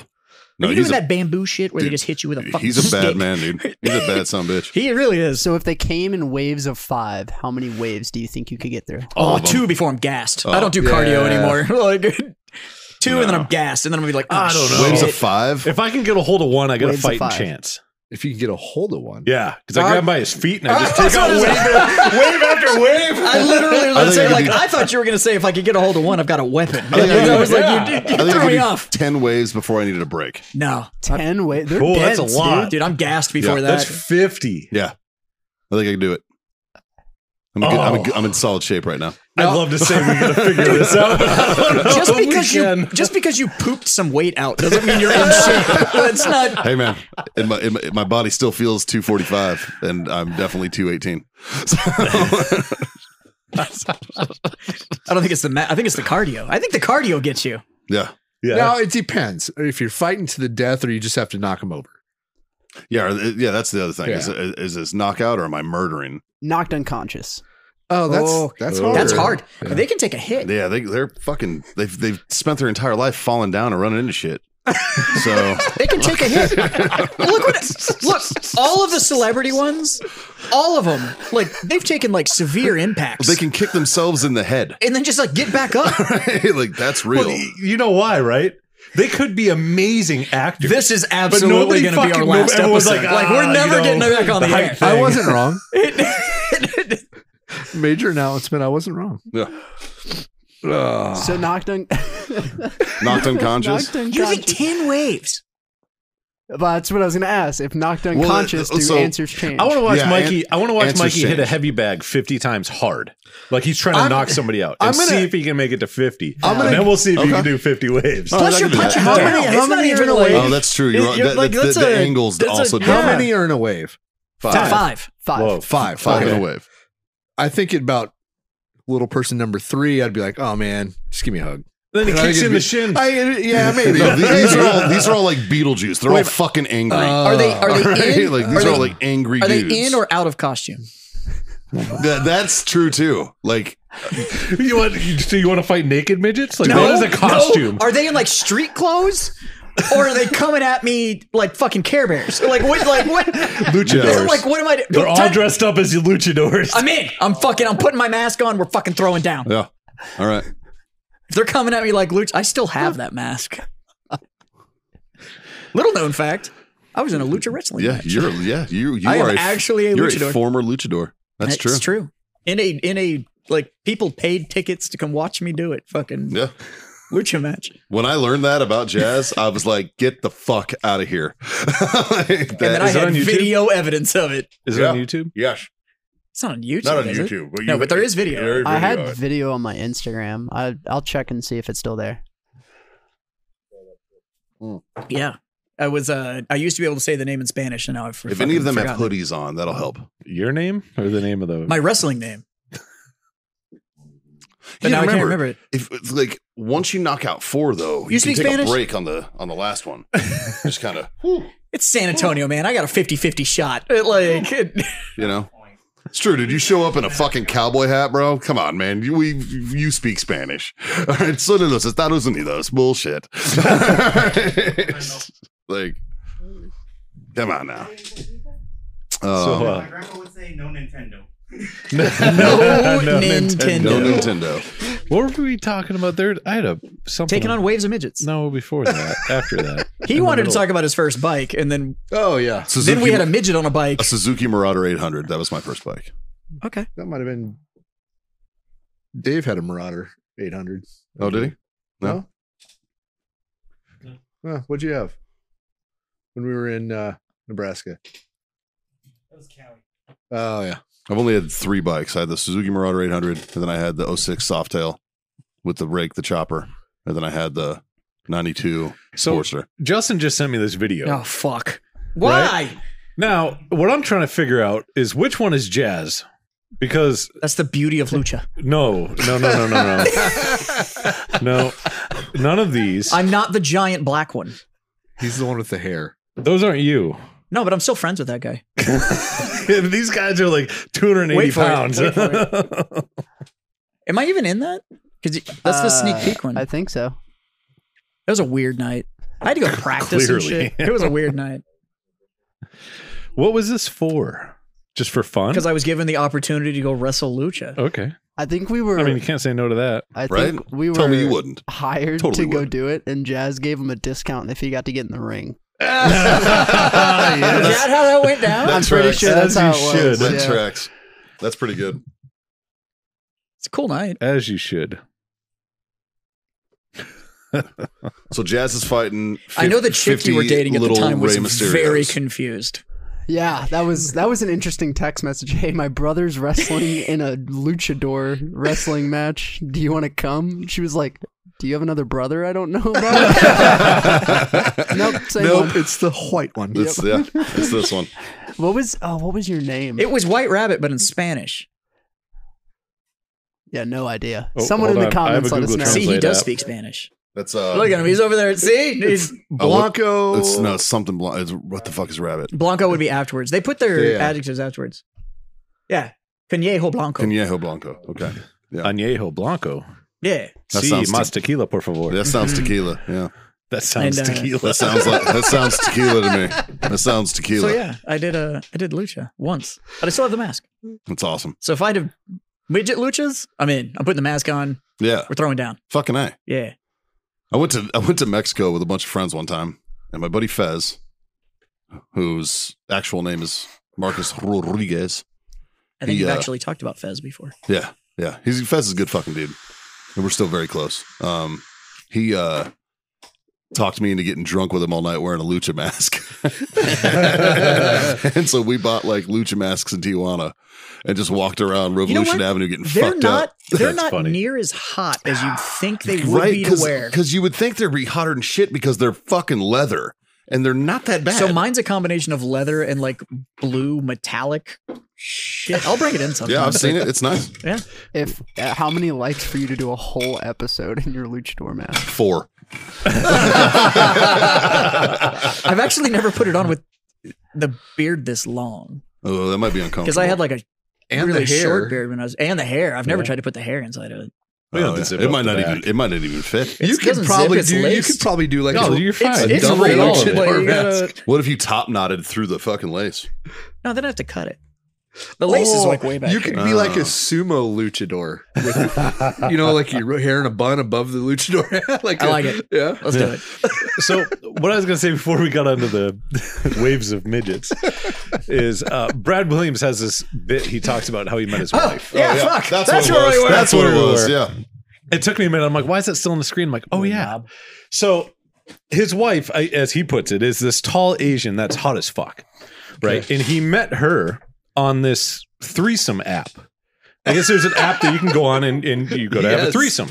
S5: No,
S4: you
S5: he's
S4: doing
S5: a,
S4: that bamboo shit where they
S5: dude,
S4: just hit you with a fucking?"
S5: he's a bad
S4: stick?
S5: man, dude. He's a bad son of a bitch.
S4: He really is.
S6: So if they came in waves of five, how many waves do you think you could get through?
S3: Uh,
S5: All
S4: Oh,
S5: of 'em.
S4: two before I'm gassed.
S5: Oh,
S4: I don't do cardio
S2: yeah.
S4: anymore. like two, and then
S5: No.
S4: I'm gassed, and then I'm gonna be like, oh,
S3: I don't know.
S5: Waves
S4: shit."
S5: of five.
S3: If I can get a hold of one, I got
S6: Waves of
S3: a fighting
S6: five.
S3: chance.
S2: If you can get a hold of one.
S3: Yeah, because I
S2: Uh,
S3: grab by his feet and I just take
S4: that's
S3: out
S4: what
S3: wave,
S4: it
S3: after- wave after wave.
S4: I literally was
S5: think
S4: saying,
S5: I
S4: like,
S5: could do-
S4: I thought you were gonna say if I could get a hold of one, I've got a weapon. I,
S5: think I could-
S4: was like,
S3: yeah.
S4: you,
S5: I
S4: you
S5: think I
S4: threw
S5: could
S4: me
S5: do
S4: off.
S5: Ten waves before I needed a break.
S4: No,
S6: Ten waves. They're
S3: Cool, that's
S6: dense,
S3: a lot.
S4: dude, I'm gassed before
S5: Yeah,
S4: that.
S3: That's fifty.
S5: Yeah, I think I can do it. I'm, a good, I'm, a
S3: Oh.
S5: good- I'm in solid shape right now.
S3: I'd love to say we gotta figure this out. but I don't know
S4: just
S3: if we
S4: because you
S3: can.
S4: just because you pooped some weight out doesn't mean you're in shape. That's not.
S5: Hey man, and my, and my my body still feels 245, and I'm definitely 218.
S4: I don't think it's the. Ma- I think it's the cardio. I think the cardio gets you.
S5: Yeah,
S3: Yeah.
S2: Now it depends if you're fighting to the death or you just have to knock him over.
S5: yeah, or- yeah. That's the other thing. Is, uh, is this knockout or am I murdering?
S6: Knocked unconscious.
S2: Oh, that's
S4: Oh,
S2: that's
S3: oh.
S2: hard.
S4: That's hard.
S2: Yeah.
S4: They can take a hit.
S5: Yeah, they they're fucking. They've they've spent their entire life falling down and running into shit. So
S4: They can take a hit. look what. Look, all of the celebrity ones, all of them, like they've taken like severe impacts.
S5: they can kick themselves in the head.
S4: and then just like get back up.
S5: like that's real.
S3: Well, y- you know why, right? They could be amazing actors.
S4: This is
S3: nobody
S4: absolutely going to be our
S3: fucking-
S4: last
S3: everyone's
S4: episode. Like,
S3: like, ah,
S4: we're never
S3: you
S4: getting
S3: know,
S4: back on the,
S3: the
S4: air.
S3: hype
S2: I
S3: thing.
S2: wasn't wrong. Major announcement. I wasn't wrong.
S5: Yeah.
S3: Ah.
S2: Ugh.
S6: So knocked un-
S5: Knocked unconscious.
S6: Knocked
S4: you think
S6: unconscious.
S4: ten waves?
S6: Well, that's what I was gonna ask. If knocked
S5: uh,
S6: unconscious, do
S5: so-
S6: answers change?
S3: I want to watch
S5: Yeah,
S3: Mikey. I want to watch
S5: answers
S3: Mikey hit a
S5: change.
S3: heavy bag fifty times hard, like he's trying to
S2: I'm-
S3: knock somebody out,
S2: I'm
S3: and
S2: gonna-
S3: see if he can make it to fifty.
S2: I'm
S3: and
S2: gonna-
S3: then we'll see if you
S5: Okay.
S3: can do fifty waves.
S5: Oh,
S4: Plus
S5: that
S4: you're
S5: could be
S4: punching
S5: bad.
S4: down.
S2: How many-
S4: It's
S2: how
S4: not
S2: many
S4: even
S2: are in a
S4: like-
S2: wave?
S5: Oh, that's true. You're,
S4: You're-
S5: right.
S4: you're-
S5: That-
S4: like,
S5: that-
S4: that's
S5: the, the
S4: a-
S5: angles
S4: that's a-
S5: also
S2: How
S4: Yeah.
S2: many are in a wave?
S4: Top
S5: Five.
S4: five.
S6: five.
S3: Whoa.
S5: Five. Five
S2: Okay.
S5: in a wave.
S2: I think at about little person number three, I'd be like, oh man, just give me a hug.
S3: Then he
S2: I
S3: kicks
S2: could
S3: in
S2: be-
S3: the shin.
S2: I, yeah, maybe.
S5: No, these, these are all these are all like Beetlejuice. They're all
S2: Wait.
S5: fucking angry.
S2: Uh,
S4: Are they? Are
S5: All right?
S4: they in?
S5: like
S4: are
S5: these are,
S4: they-
S5: all like angry
S4: Are
S5: dudes.
S4: they in or out of costume?
S5: That- that's true too. Like
S3: you want? you- So you want to fight naked midgets? Like
S4: No,
S3: what is a
S4: no.
S3: costume?
S4: Are they in like street clothes? or are they coming at me like fucking Care Bears? Like what? Like what?
S5: Luchadors.
S4: Like what am I?
S3: They're all
S4: Time-
S3: dressed up as luchadors.
S4: I'm in. I'm fucking. I'm putting my mask on. We're fucking throwing down.
S5: Yeah. All right.
S4: If they're coming at me like Luch, I still have that mask. Little known fact, I was in a lucha wrestling.
S5: Yeah,
S4: match.
S5: you're yeah, you you
S4: I am
S5: are a,
S4: actually a
S5: you're
S4: luchador.
S5: a former luchador. That's true.
S4: It's true. In a in a like people paid tickets to come watch me do it. Fucking
S5: Yeah.
S4: lucha match.
S5: When I learned that about jazz, I was like, "Get the fuck out of here!" Like,
S4: and
S5: that-
S4: then I
S3: is it
S4: had
S3: on YouTube?
S4: video evidence of it.
S3: Is
S5: Yeah.
S3: it on YouTube?
S5: yes,
S4: It's not on YouTube.
S5: not on
S4: is it?
S5: YouTube.
S4: No,
S5: you-
S4: but there is video.
S5: there is
S6: I
S5: video
S6: had
S5: of it.
S6: video on my Instagram. I I'll check and see if it's still there.
S4: Yeah. I was uh I used to be able to say the name in Spanish and now I've for-
S5: If any of
S4: fucking
S5: them have
S4: forgotten it.
S5: hoodies on, that'll help.
S3: Your name or the name of the?
S4: my wrestling name. But now I can't remember it.
S5: If it's like once you knock out four, though, you, can
S4: speak
S5: take
S4: Spanish?
S5: a break on the on the last one. Just kind of, you
S4: It's San Antonio, man. I got a 50-50 shot. It, like it-
S5: know. It's true, dude. You show up in a fucking cowboy hat, bro. Come on, man. You we you speak Spanish. All right, son de los Estados Unidos. Bullshit. like, come on now.
S3: so,
S5: Um,
S3: uh,
S8: grandpa would say, no Nintendo.
S4: no,
S3: no
S4: Nintendo.
S5: no Nintendo.
S3: What were we talking about there? I had a something.
S4: Taking on waves of midgets.
S3: No, before that, after that,
S4: He wanted to talk about his first bike and then
S2: Oh yeah,
S5: Suzuki,
S4: then we had a midget on a bike.
S5: a Suzuki Marauder 800. That was my first bike.
S4: Okay.
S2: that might have been. Dave had a Marauder 800.
S5: Oh, did he?
S2: No. Huh, what'd you have when we were in uh, Nebraska?
S8: That was Cali.
S2: Oh yeah,
S5: I've only had three bikes. I had the Suzuki Marauder 800, and then I had the 06 Softail with the rake, the chopper, and then I had the 92
S3: So-
S5: Sportster.
S3: Justin just sent me this video.
S4: Oh fuck. Why?
S3: Now, what I'm trying to figure out is which one is jazz, because
S4: That's the beauty of lucha.
S3: no, no, no, no, no, no, no, none of these.
S4: I'm not the giant black one.
S2: he's the one with the hair.
S3: Those aren't you.
S4: No, but I'm still friends with that guy.
S3: these guys are like 280
S4: Wait for it,
S3: pounds.
S4: wait for Am I even in that? Because that's the sneak
S6: Uh,
S4: peek one.
S6: I think so.
S4: That was a weird night. I had to go practice and
S3: Clearly.
S4: shit. It was a weird night
S3: what was this for? Just for fun?
S4: because I was given the opportunity to go wrestle Lucha.
S3: okay.
S6: I think we were.
S3: I
S6: I,
S3: mean, you can't say no to that.
S6: think
S5: right?
S6: we were.
S5: Tell me you wouldn't.
S6: Hired
S5: Totally
S6: to go
S5: would.
S6: do it, and Jazz gave him a discount if he got to get in the ring.
S4: Is that how that went down?
S5: That
S6: I'm pretty
S5: tracks.
S6: sure
S3: As
S6: that's how
S3: you
S6: it was.
S3: should.
S5: That
S6: yeah.
S5: tracks. That's pretty good.
S4: It's a cool night.
S3: As you should.
S5: So Jazz is fighting.
S4: I know the chick you were
S5: 50
S4: dating at the
S5: little
S4: time was
S5: Rey Mysterios.
S4: very confused.
S6: Yeah, that was that was an interesting text message. Hey, my brother's wrestling in a luchador wrestling match. Do you want to come? She was like, "Do you have another brother I don't know about?" nope, same
S2: Nope,
S6: one.
S2: it's the white one.
S5: It's, yeah, it's this one.
S6: What was oh, what was your name?
S4: It was White Rabbit, but in Spanish.
S6: yeah, no idea.
S3: Oh,
S6: Someone in
S3: hold
S6: the
S3: on. I have
S6: comments
S3: a
S6: let us
S3: Google
S6: know.
S4: See, he
S3: Translate
S4: does
S3: app.
S4: speak Spanish.
S5: That's uh.
S4: Look at him. He's over there. See, he's
S2: Blanco.
S5: It's no something. Bl- it's, what the fuck is rabbit?
S4: Blanco would be afterwards. They put their
S2: Yeah.
S4: adjectives afterwards. Yeah. Conejo Blanco.
S5: Conejo Blanco. Okay,
S3: Añejo Blanco.
S4: yeah.
S5: That
S3: See,
S5: sounds
S3: más tequila, por favor.
S5: that sounds tequila. Yeah,
S3: That sounds
S4: And, uh,
S3: tequila.
S5: that sounds like that sounds tequila to me. That sounds
S4: So
S5: tequila.
S4: yeah, I did uh, I did lucha once, but I still have the mask.
S5: That's awesome.
S4: So if I had midget luchas, I'm in. I'm putting the mask on.
S5: Yeah,
S4: We're throwing down.
S5: fucking a.
S4: Yeah.
S5: I went to I went to Mexico with a bunch of friends one time, and my buddy Fez, whose actual name is Marcus Rodriguez.
S4: I think
S5: He,
S4: you've
S5: uh,
S4: actually talked about Fez before.
S5: Yeah, yeah, he's Fez is a good fucking dude, and we're still very close. Um, he uh talked me into getting drunk with him all night wearing a lucha mask, and so we bought like lucha masks in Tijuana, and just walked around Revolution
S4: what?
S5: Avenue getting
S4: They're
S5: fucked
S4: not
S5: up.
S4: they're
S3: That's
S4: not
S3: funny.
S4: near as hot as you'd think they would
S5: Right,
S4: be to wear.
S5: because you would think they'd be hotter than shit because they're fucking leather and they're not that bad.
S4: So mine's a combination of leather and like blue metallic shit. I'll bring it in sometime.
S5: yeah, I've seen it. It's nice.
S6: If uh, how many likes for you to do a whole episode in your luchador mask?
S5: Four.
S4: I've actually never put it on with the beard this long
S5: Oh, that might be uncomfortable.
S4: because I had like a
S2: and
S4: really
S2: the hair.
S4: short beard when I was and the hair. I've never tried to put the hair inside of it.
S3: We don't
S5: Oh,
S3: have to
S5: yeah.
S3: zip
S5: It
S3: up
S5: might
S3: the
S5: not
S3: back.
S5: even. It might not even fit.
S2: you
S4: It
S2: could
S4: doesn't zip,
S2: probably
S4: it's
S2: do. You
S4: laced.
S2: could probably do like
S3: No,
S2: a,
S3: you're
S4: It's,
S3: fine.
S2: a
S4: it's
S2: double
S4: real,
S2: luchador
S4: but you gotta,
S5: What if you top knotted through the fucking lace?
S4: no, then I have to cut it. The lace is
S2: Oh,
S4: like way back.
S2: You
S4: here.
S2: could be like a
S5: Oh.
S2: sumo luchador, with, you know, like your hair in a bun above the luchador. hat, like
S4: I
S2: a-
S4: like it.
S5: Oh,
S2: Yeah.
S4: Let's do
S3: Yeah.
S4: it.
S3: so what I was going to say before we got onto the waves of midgets is uh, Brad Williams has this bit he talks about how he met his wife.
S4: Yeah, fuck. That's where we were.
S5: That's what it
S3: That's where we
S5: was.
S3: were.
S5: Yeah.
S3: It took me a minute. I'm like, why is that still on the screen? I'm like, oh yeah. So his wife, I, as he puts it, is this tall Asian that's hot as fuck, right? And he met her on this threesome app. I guess there's an app that you can go on and, and you go to have a
S2: Yes.
S3: threesome.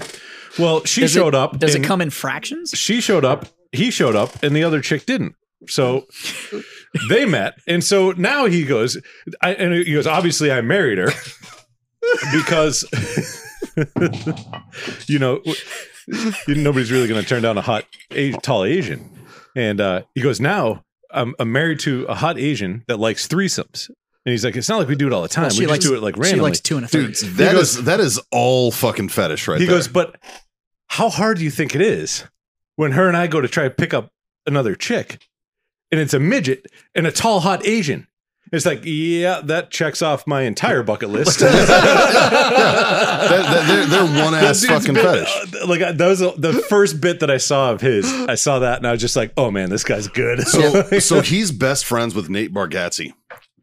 S3: Well, she
S4: Does it-
S3: showed up.
S4: Does it
S3: and-
S4: come in fractions?
S3: she showed up, he showed up, and the other chick didn't. So they met, and so now he goes, I, and he goes, obviously I married her because you know you- nobody's really going to turn down a hot, a, tall Asian. And uh, he goes, now I'm, I'm married to a hot Asian that likes threesomes. And he's like, it's not like we do it all the time.
S4: Well,
S3: we just do it like randomly.
S4: She likes two and a
S5: Dude,
S4: third.
S5: that is that is all fucking fetish right
S3: he
S5: there.
S3: goes, but how hard do you think it is when her and I go to try to pick up another chick, and it's a midget and a tall hot Asian? It's like, yeah, that checks off my entire bucket list.
S5: That- that- they're, one ass
S3: That dude's
S5: fucking
S3: been-
S5: fetish.
S3: uh, like I- that was uh, the first bit that I saw of his. I saw that and I was just like, oh man, this guy's good.
S5: So, so he's best friends with Nate Bargatze,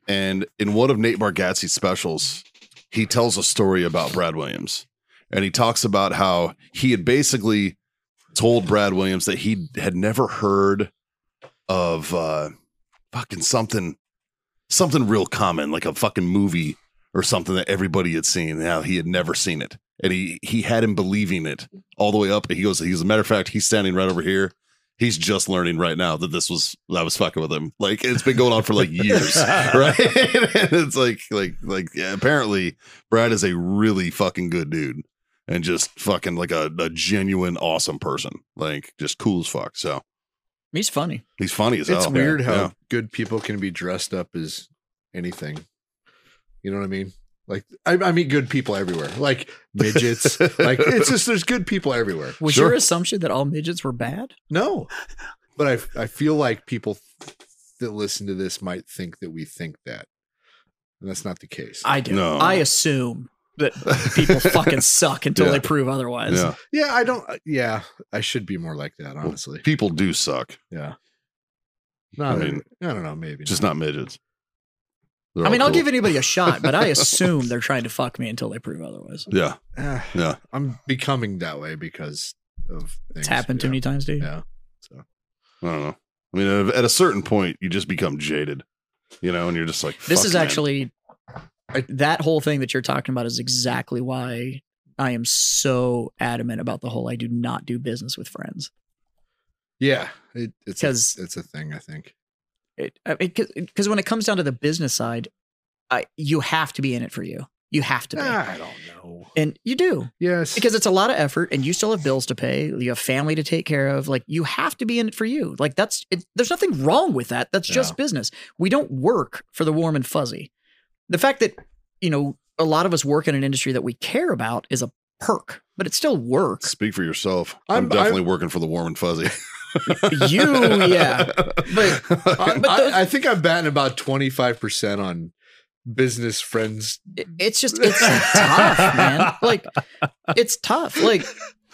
S5: and in one of Nate Bargatze's specials, he tells a story about Brad Williams, and he talks about how he had basically told Brad Williams that he had never heard of uh, fucking something, something real common like a fucking movie or something that everybody had seen. Now he had never seen it, and he he had him believing it all the way up. And he goes, he's a matter of fact, he's standing right over here he's just learning right now that this was that I was fucking with him. Like it's been going on for like years, right? and it's like like like yeah, apparently Brad is a really fucking good dude and just fucking like a, a genuine awesome person, like just cool as fuck. So
S4: He's funny.
S5: he's funny as
S7: It's
S5: hell.
S7: weird how
S5: Yeah.
S7: good people can be dressed up as anything. You know what I mean? Like, I, I meet good people everywhere, like midgets. like, it's just there's good people everywhere.
S4: Was
S5: Sure.
S4: your assumption that all midgets were bad?
S7: No, but I I feel like people that listen to this might think that we think that, and that's not the case.
S4: I do.
S5: No.
S4: I assume that people fucking suck until
S5: Yeah.
S4: they prove otherwise.
S5: Yeah.
S7: yeah, I don't. uh, Yeah, I should be more like that, honestly.
S5: People do suck,
S7: Yeah. Not.
S5: I
S7: I,
S5: mean,
S7: I don't know. Maybe
S5: just
S7: not.
S5: not midgets.
S4: I mean, I'll give anybody a shot, but I assume they're trying to fuck me until they prove otherwise.
S5: Yeah,
S7: Ah,
S5: Yeah.
S7: I'm becoming that way because of
S4: It's
S7: things.
S4: happened too
S7: yeah.
S4: many times, dude.
S7: Yeah.
S5: I don't know. I mean, at a certain point, you just become jaded, you know, and you're just like,
S4: This
S5: "Fuck,
S4: is
S5: man."
S4: actually uh, that whole thing that you're talking about is exactly why I am so adamant about the whole I do not do business with friends.
S7: Yeah. It, it's a,
S4: 'Cause-
S7: it's a thing. I think.
S4: It because when it comes down to the business side, I, you have to be in it for you. You have to be,
S5: Ah.
S7: Ah, I don't know.
S4: and you do
S7: Yes.
S4: because it's a lot of effort, and you still have bills to pay. You have family to take care of. Like you have to be in it for you. Like that's it, there's nothing wrong with that. That's just business. We don't work for the warm and fuzzy. The fact that you know a lot of us work in an industry that we care about is a perk, but it's still work.
S5: Speak for yourself.
S7: I'm-
S5: I'm, definitely working for the warm and fuzzy.
S4: you, yeah, but
S7: I,
S4: uh, but those-
S7: I, I think I'm batting about 25 percent on business friends.
S4: it- it's just it's tough, man. Like it's tough. Like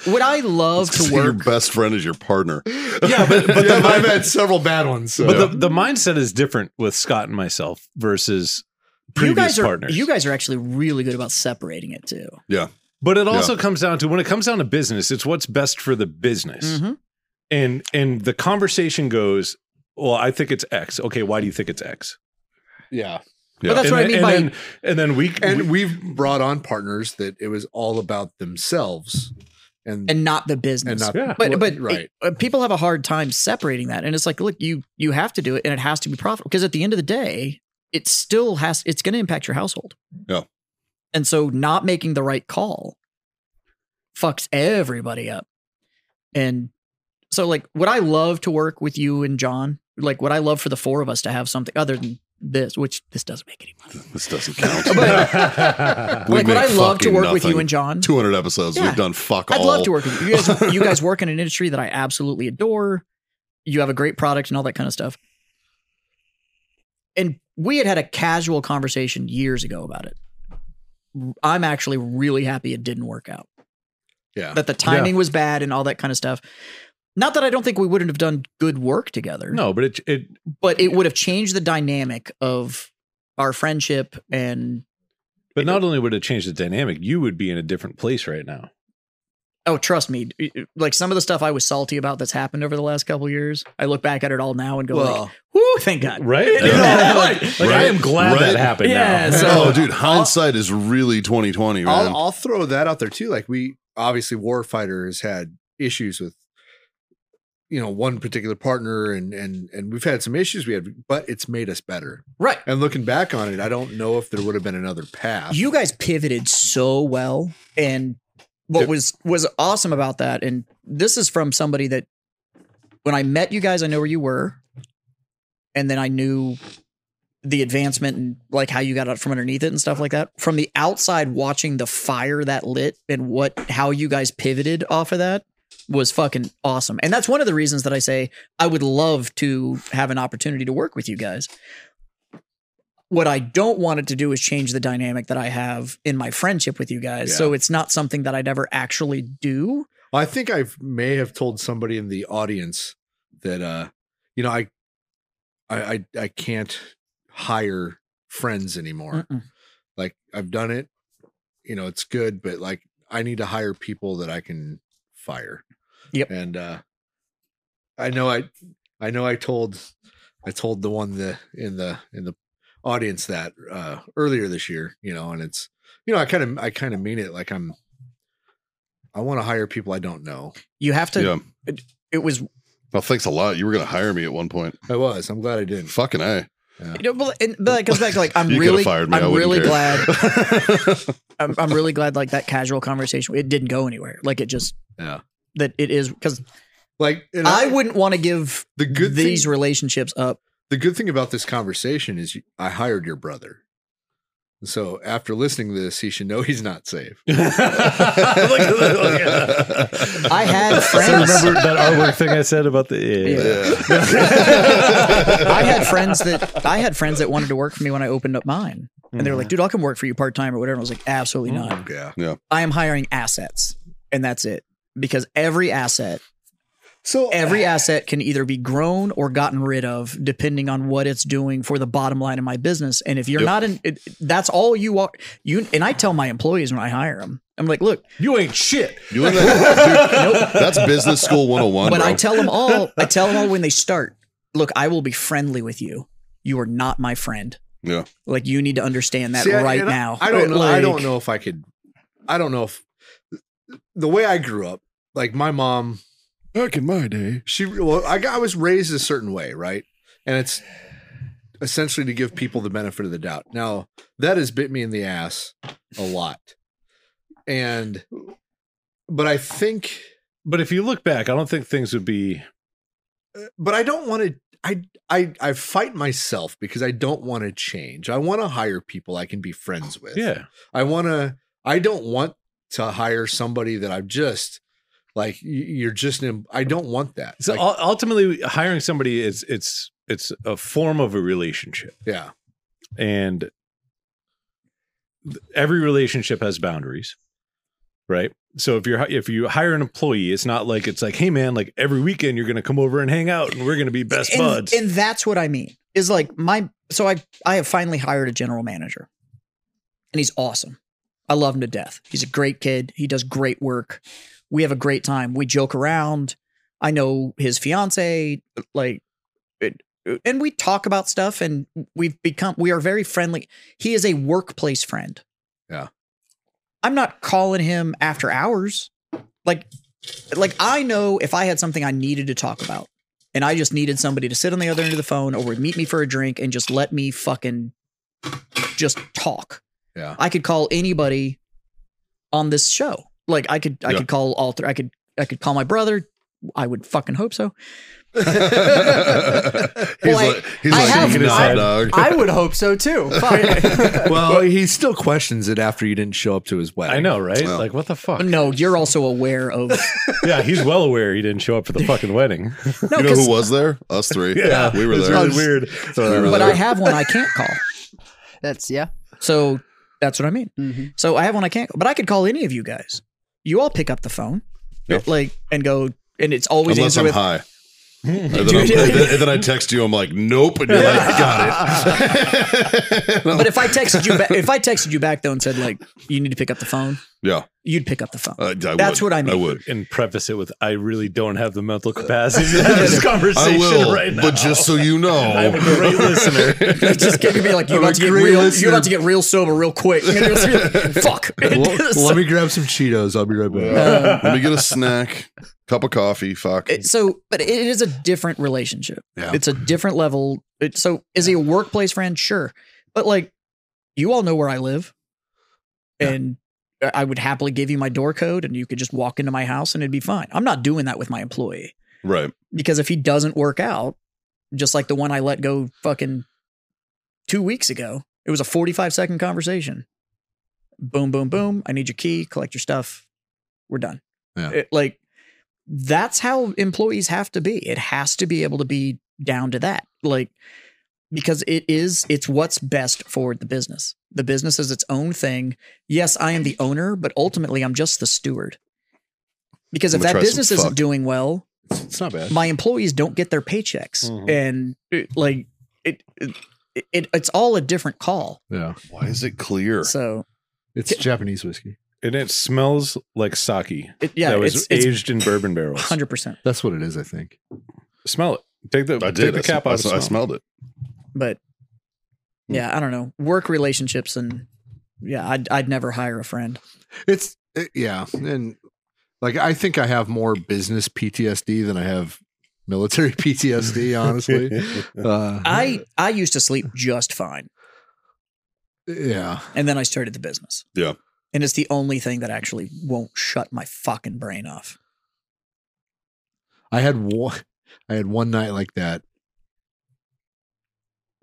S4: would I love to
S5: So Your
S4: work?
S5: best friend is your partner.
S3: yeah, but but
S7: Yeah,
S3: the,
S7: I've
S3: mind-
S7: had several bad ones. So.
S3: but the, the mindset is different with Scott and myself versus
S4: You
S3: previous
S4: guys are
S3: partners.
S4: you guys are actually really good about separating it too.
S3: But it also comes down to when it comes down to business, it's what's best for the business.
S4: Mhm.
S3: And and the conversation goes, well, I think it's X. Okay, why do you think it's X?
S7: yeah.
S5: Yeah.
S4: But that's
S3: and
S4: what I
S3: then,
S4: mean
S3: and
S4: by
S3: then, and then we
S7: And
S3: we-
S7: we've brought on partners that it was all about themselves and
S4: and not the business.
S7: and not
S3: yeah.
S4: but but
S7: right.
S4: it- uh, people have a hard time separating that and it's like look you you have to do it and it has to be profitable because at the end of the day it still has it's going to impact your household
S5: Yeah.
S4: and so not making the right call fucks everybody up and so like would i love to work with you and john like would i love for the four of us to have something other than this, which this doesn't make any money.
S5: This doesn't count.
S3: But-
S5: We
S4: like, would I
S5: make
S4: love to
S5: fucking
S4: work with you
S5: nothing.
S4: and John?
S5: 200 episodes.
S4: Yeah.
S5: We've done fuck
S4: I'd
S5: all.
S4: love to work with you. You guys, you guys work in an industry that I absolutely adore. You have a great product and all that kind of stuff. And we had had a casual conversation years ago about it. I'm actually really happy it didn't work out.
S7: Yeah.
S4: That the timing was bad and all that kind of stuff. Not that I don't think we wouldn't have done good work together.
S3: no, but it it
S4: But it would have changed the dynamic of our friendship and
S3: but not only would it change the dynamic, you would be in a different place right now.
S4: Oh, trust me. Like some of the stuff I was salty about that's happened over the last couple of years, I look back at it all now and go, like,
S2: Well,
S4: "Whoo, thank God!"
S3: Right?
S4: You know,
S3: Yeah.
S4: like,
S3: Like I am glad
S5: Right?
S3: that happened
S4: Yeah,
S3: now.
S4: so-
S5: oh, dude, hindsight is really 2020, man.
S2: I'll, I'll throw that out there too. Like we obviously Warfighter has had issues with you know one particular partner and and and we've had some issues we had but it's made us better
S4: right.
S2: and looking back on it i don't know if there would have been another path
S4: You guys pivoted so well, and what was was awesome about that, and this is from somebody that when I met you guys, I know where you were, and then I knew the advancement and like how you got out from underneath it and stuff like that. From the outside, watching the fire that lit and what how you guys pivoted off of that was fucking awesome. And that's one of the reasons that I say I would love to have an opportunity to work with you guys. What I don't want it to do is change the dynamic that I have in my friendship with you guys. So it's not something that I'd ever actually do.
S2: I think I may have told somebody in the audience that uh you know I I I, I can't hire friends anymore.
S4: Mm-mm.
S2: Like I've done it, you know, it's good, but like I need to hire people that I can fire.
S4: Yep.
S2: And uh I know I I know I told I told the one the in the in the audience that uh earlier this year, you know, and it's you know, I kind of I kind of mean it like I'm I want to hire people I don't know.
S4: You have to.
S5: yeah.
S4: It was
S5: Well, thanks a lot. You were going to hire me at one point.
S2: I was. I'm glad I didn't.
S5: Fucking A.
S4: You know, but, and, but that goes back to like I'm
S5: You coulda
S4: really,
S5: fired me, I
S4: I'm
S5: wouldn't
S4: really
S5: care.
S4: glad. I'm, I'm really glad like that casual conversation. It didn't go anywhere. Like it just
S2: Yeah.
S4: that it is because
S2: Like and
S4: I wouldn't want to give
S2: the good
S4: these
S2: thing,
S4: relationships up.
S2: the good thing about this conversation is you, I hired your brother. So after listening to this, he should know he's not safe.
S3: Look at that, look at that.
S4: I had
S3: So
S4: friends.
S3: remember that artwork thing I said about the yeah.
S4: I had friends that I had friends that wanted to work for me when I opened up mine, and they were like, "Dude, I'll come work for you part time or whatever." And I was like, "Absolutely
S5: Mm.
S4: not."
S2: Yeah.
S4: I am hiring assets, and that's it. Because every asset,
S2: So
S4: every asset can either be grown or gotten rid of, depending on what it's doing for the bottom line of my business. And if you're not in, it, that's all you are. You and I tell my employees when I hire them, I'm like, look,
S3: You ain't shit.
S5: You in that, dude,
S3: Mm-hmm.
S5: That's business school 101.
S4: but
S5: bro.
S4: I tell them all, I tell them all when they start, look, I will be friendly with you. You are not my friend.
S5: Yeah.
S4: Like you need to understand that
S2: See, I-
S4: right
S2: and I-
S4: now.
S2: I don't know. I
S4: Like-
S2: don't know if I could. I don't know if the way I grew up, like my mom,
S5: Back in my day.
S2: she well, I, got- I was raised a certain way, right? And it's essentially to give people the benefit of the doubt. Now that has bit me in the ass a lot, and but I think
S3: But if you look back, I don't think things would be
S2: but I don't want to. I I I fight myself because I don't want to change. I want to hire people I can be friends with.
S3: Oh, yeah.
S2: I want to. I don't want to hire somebody that I'm just like y- you're just. An, I don't want that.
S3: So
S2: Like,
S3: ul- ultimately, hiring somebody is it's it's a form of a relationship,
S2: yeah,
S3: and th- every relationship has boundaries, right? So if you're hi- if you hire an employee, it's not like it's like, hey man, like every weekend you're gonna come over and hang out, and we're gonna be best
S4: and,
S3: buds.
S4: and that's what I mean. Is like my so I I have finally hired a general manager. And he's awesome. I love him to death. He's a great kid. He does great work. We have a great time. We joke around. I know his fiance like it, and we talk about stuff and we've become we are very friendly. He is a workplace friend.
S2: Yeah.
S4: I'm not calling him after hours. Like like I know if I had something I needed to talk about and I just needed somebody to sit on the other end of the phone or would meet me for a drink and just let me fucking just talk.
S2: Yeah.
S4: I could call anybody on this show. Like I could I
S5: Yeah.
S4: could call all three I could I could call my brother, I would fucking hope so.
S5: he's like, he's
S6: I
S5: like
S6: have
S5: shaking his
S6: not-
S5: head, dog.
S6: I would hope so too. Fuck.
S2: well, he still questions it after you didn't show up to his wedding.
S3: I know, right?
S5: Well.
S3: Like, what the fuck?
S4: No, you're also aware of
S3: Yeah, he's well aware he didn't show up for the fucking
S4: no,
S3: wedding.
S5: you know
S4: 'cause-
S5: who was there? Us three. we were
S3: It's
S5: there.
S3: really weird.
S5: So we were
S4: but
S5: there.
S4: I have one I can't call.
S6: That's yeah.
S4: So that's what I mean.
S6: hmm
S4: So I have one I can't, but I could call any of you guys. You all pick up the phone,
S5: Yeah.
S4: like, and go, and it's always
S5: Unless
S4: answer
S5: I'm
S4: with Hmm.
S5: high. And then, I'm- and then- and then I text you. I'm like, nope, and you're like, got it.
S4: But if I texted you, ba- if I texted you back though and said like you need to pick up the phone,
S5: yeah,
S4: you'd pick up the phone.
S5: Uh, I, I
S4: That's
S5: would.
S4: what I mean.
S5: I would.
S3: And preface it with, I really don't have the mental capacity to have this
S5: I
S3: conversation
S5: will.
S3: right now.
S5: But just so you know,
S3: I'm a great listener.
S4: just gonna be like you're about to get
S2: great
S4: real,
S2: listener.
S4: you're about to get real sober real quick. And you're just gonna be like, Fuck.
S2: Well, let me grab some Cheetos. I'll be right back.
S4: Um,
S5: let me get a snack, cup of coffee. Fuck.
S4: it- so, but it is a different relationship.
S5: Yeah.
S4: It's a different level. It, so, is he a workplace friend? Sure, but like you all know where I live, and I I would happily give you my door code, and you could just walk into my house, and it'd be fine. I'm not doing that with my employee.
S5: right.
S4: because if he doesn't work out, just like the one I let go fucking two weeks ago, it was a 45 second conversation. Boom, boom, boom. I need your key, collect your stuff. We're done.
S2: Yeah.
S4: It- like, that's how employees have to be. It has to be able to be down to that. Like, because it is, it's what's best for the business. The business is its own thing. Yes, I am the owner, but ultimately I'm just the steward. Because
S5: I'm
S4: if
S5: gonna try
S4: that
S5: some
S4: business isn't
S5: fuck.
S4: doing well,
S2: It's not bad.
S4: my employees don't get their paychecks
S3: Mhm.
S4: and it, like it, it, it it's all a different call
S2: Yeah,
S5: Why is it clear?
S4: so
S2: it's Japanese whiskey.
S3: And it smells like sake
S4: it, yeah
S3: that was
S4: it's, it's
S3: aged in bourbon barrels.
S4: 100%
S2: That's what it is, I think.
S3: Smell it. Take the,
S5: I did.
S3: Take the cap
S5: I,
S3: off.
S5: I, I smelled it.
S4: but yeah i don't know work relationships and yeah i'd, I'd never hire a friend
S2: It's it- yeah, and like I think I have more business PTSD than I have military PTSD. Honestly, uh,
S4: i i used to sleep just fine
S2: yeah,
S4: and then i started the business
S5: Yeah.
S4: and it's the only thing that actually won't shut my fucking brain off
S2: I had one. I had one night like that.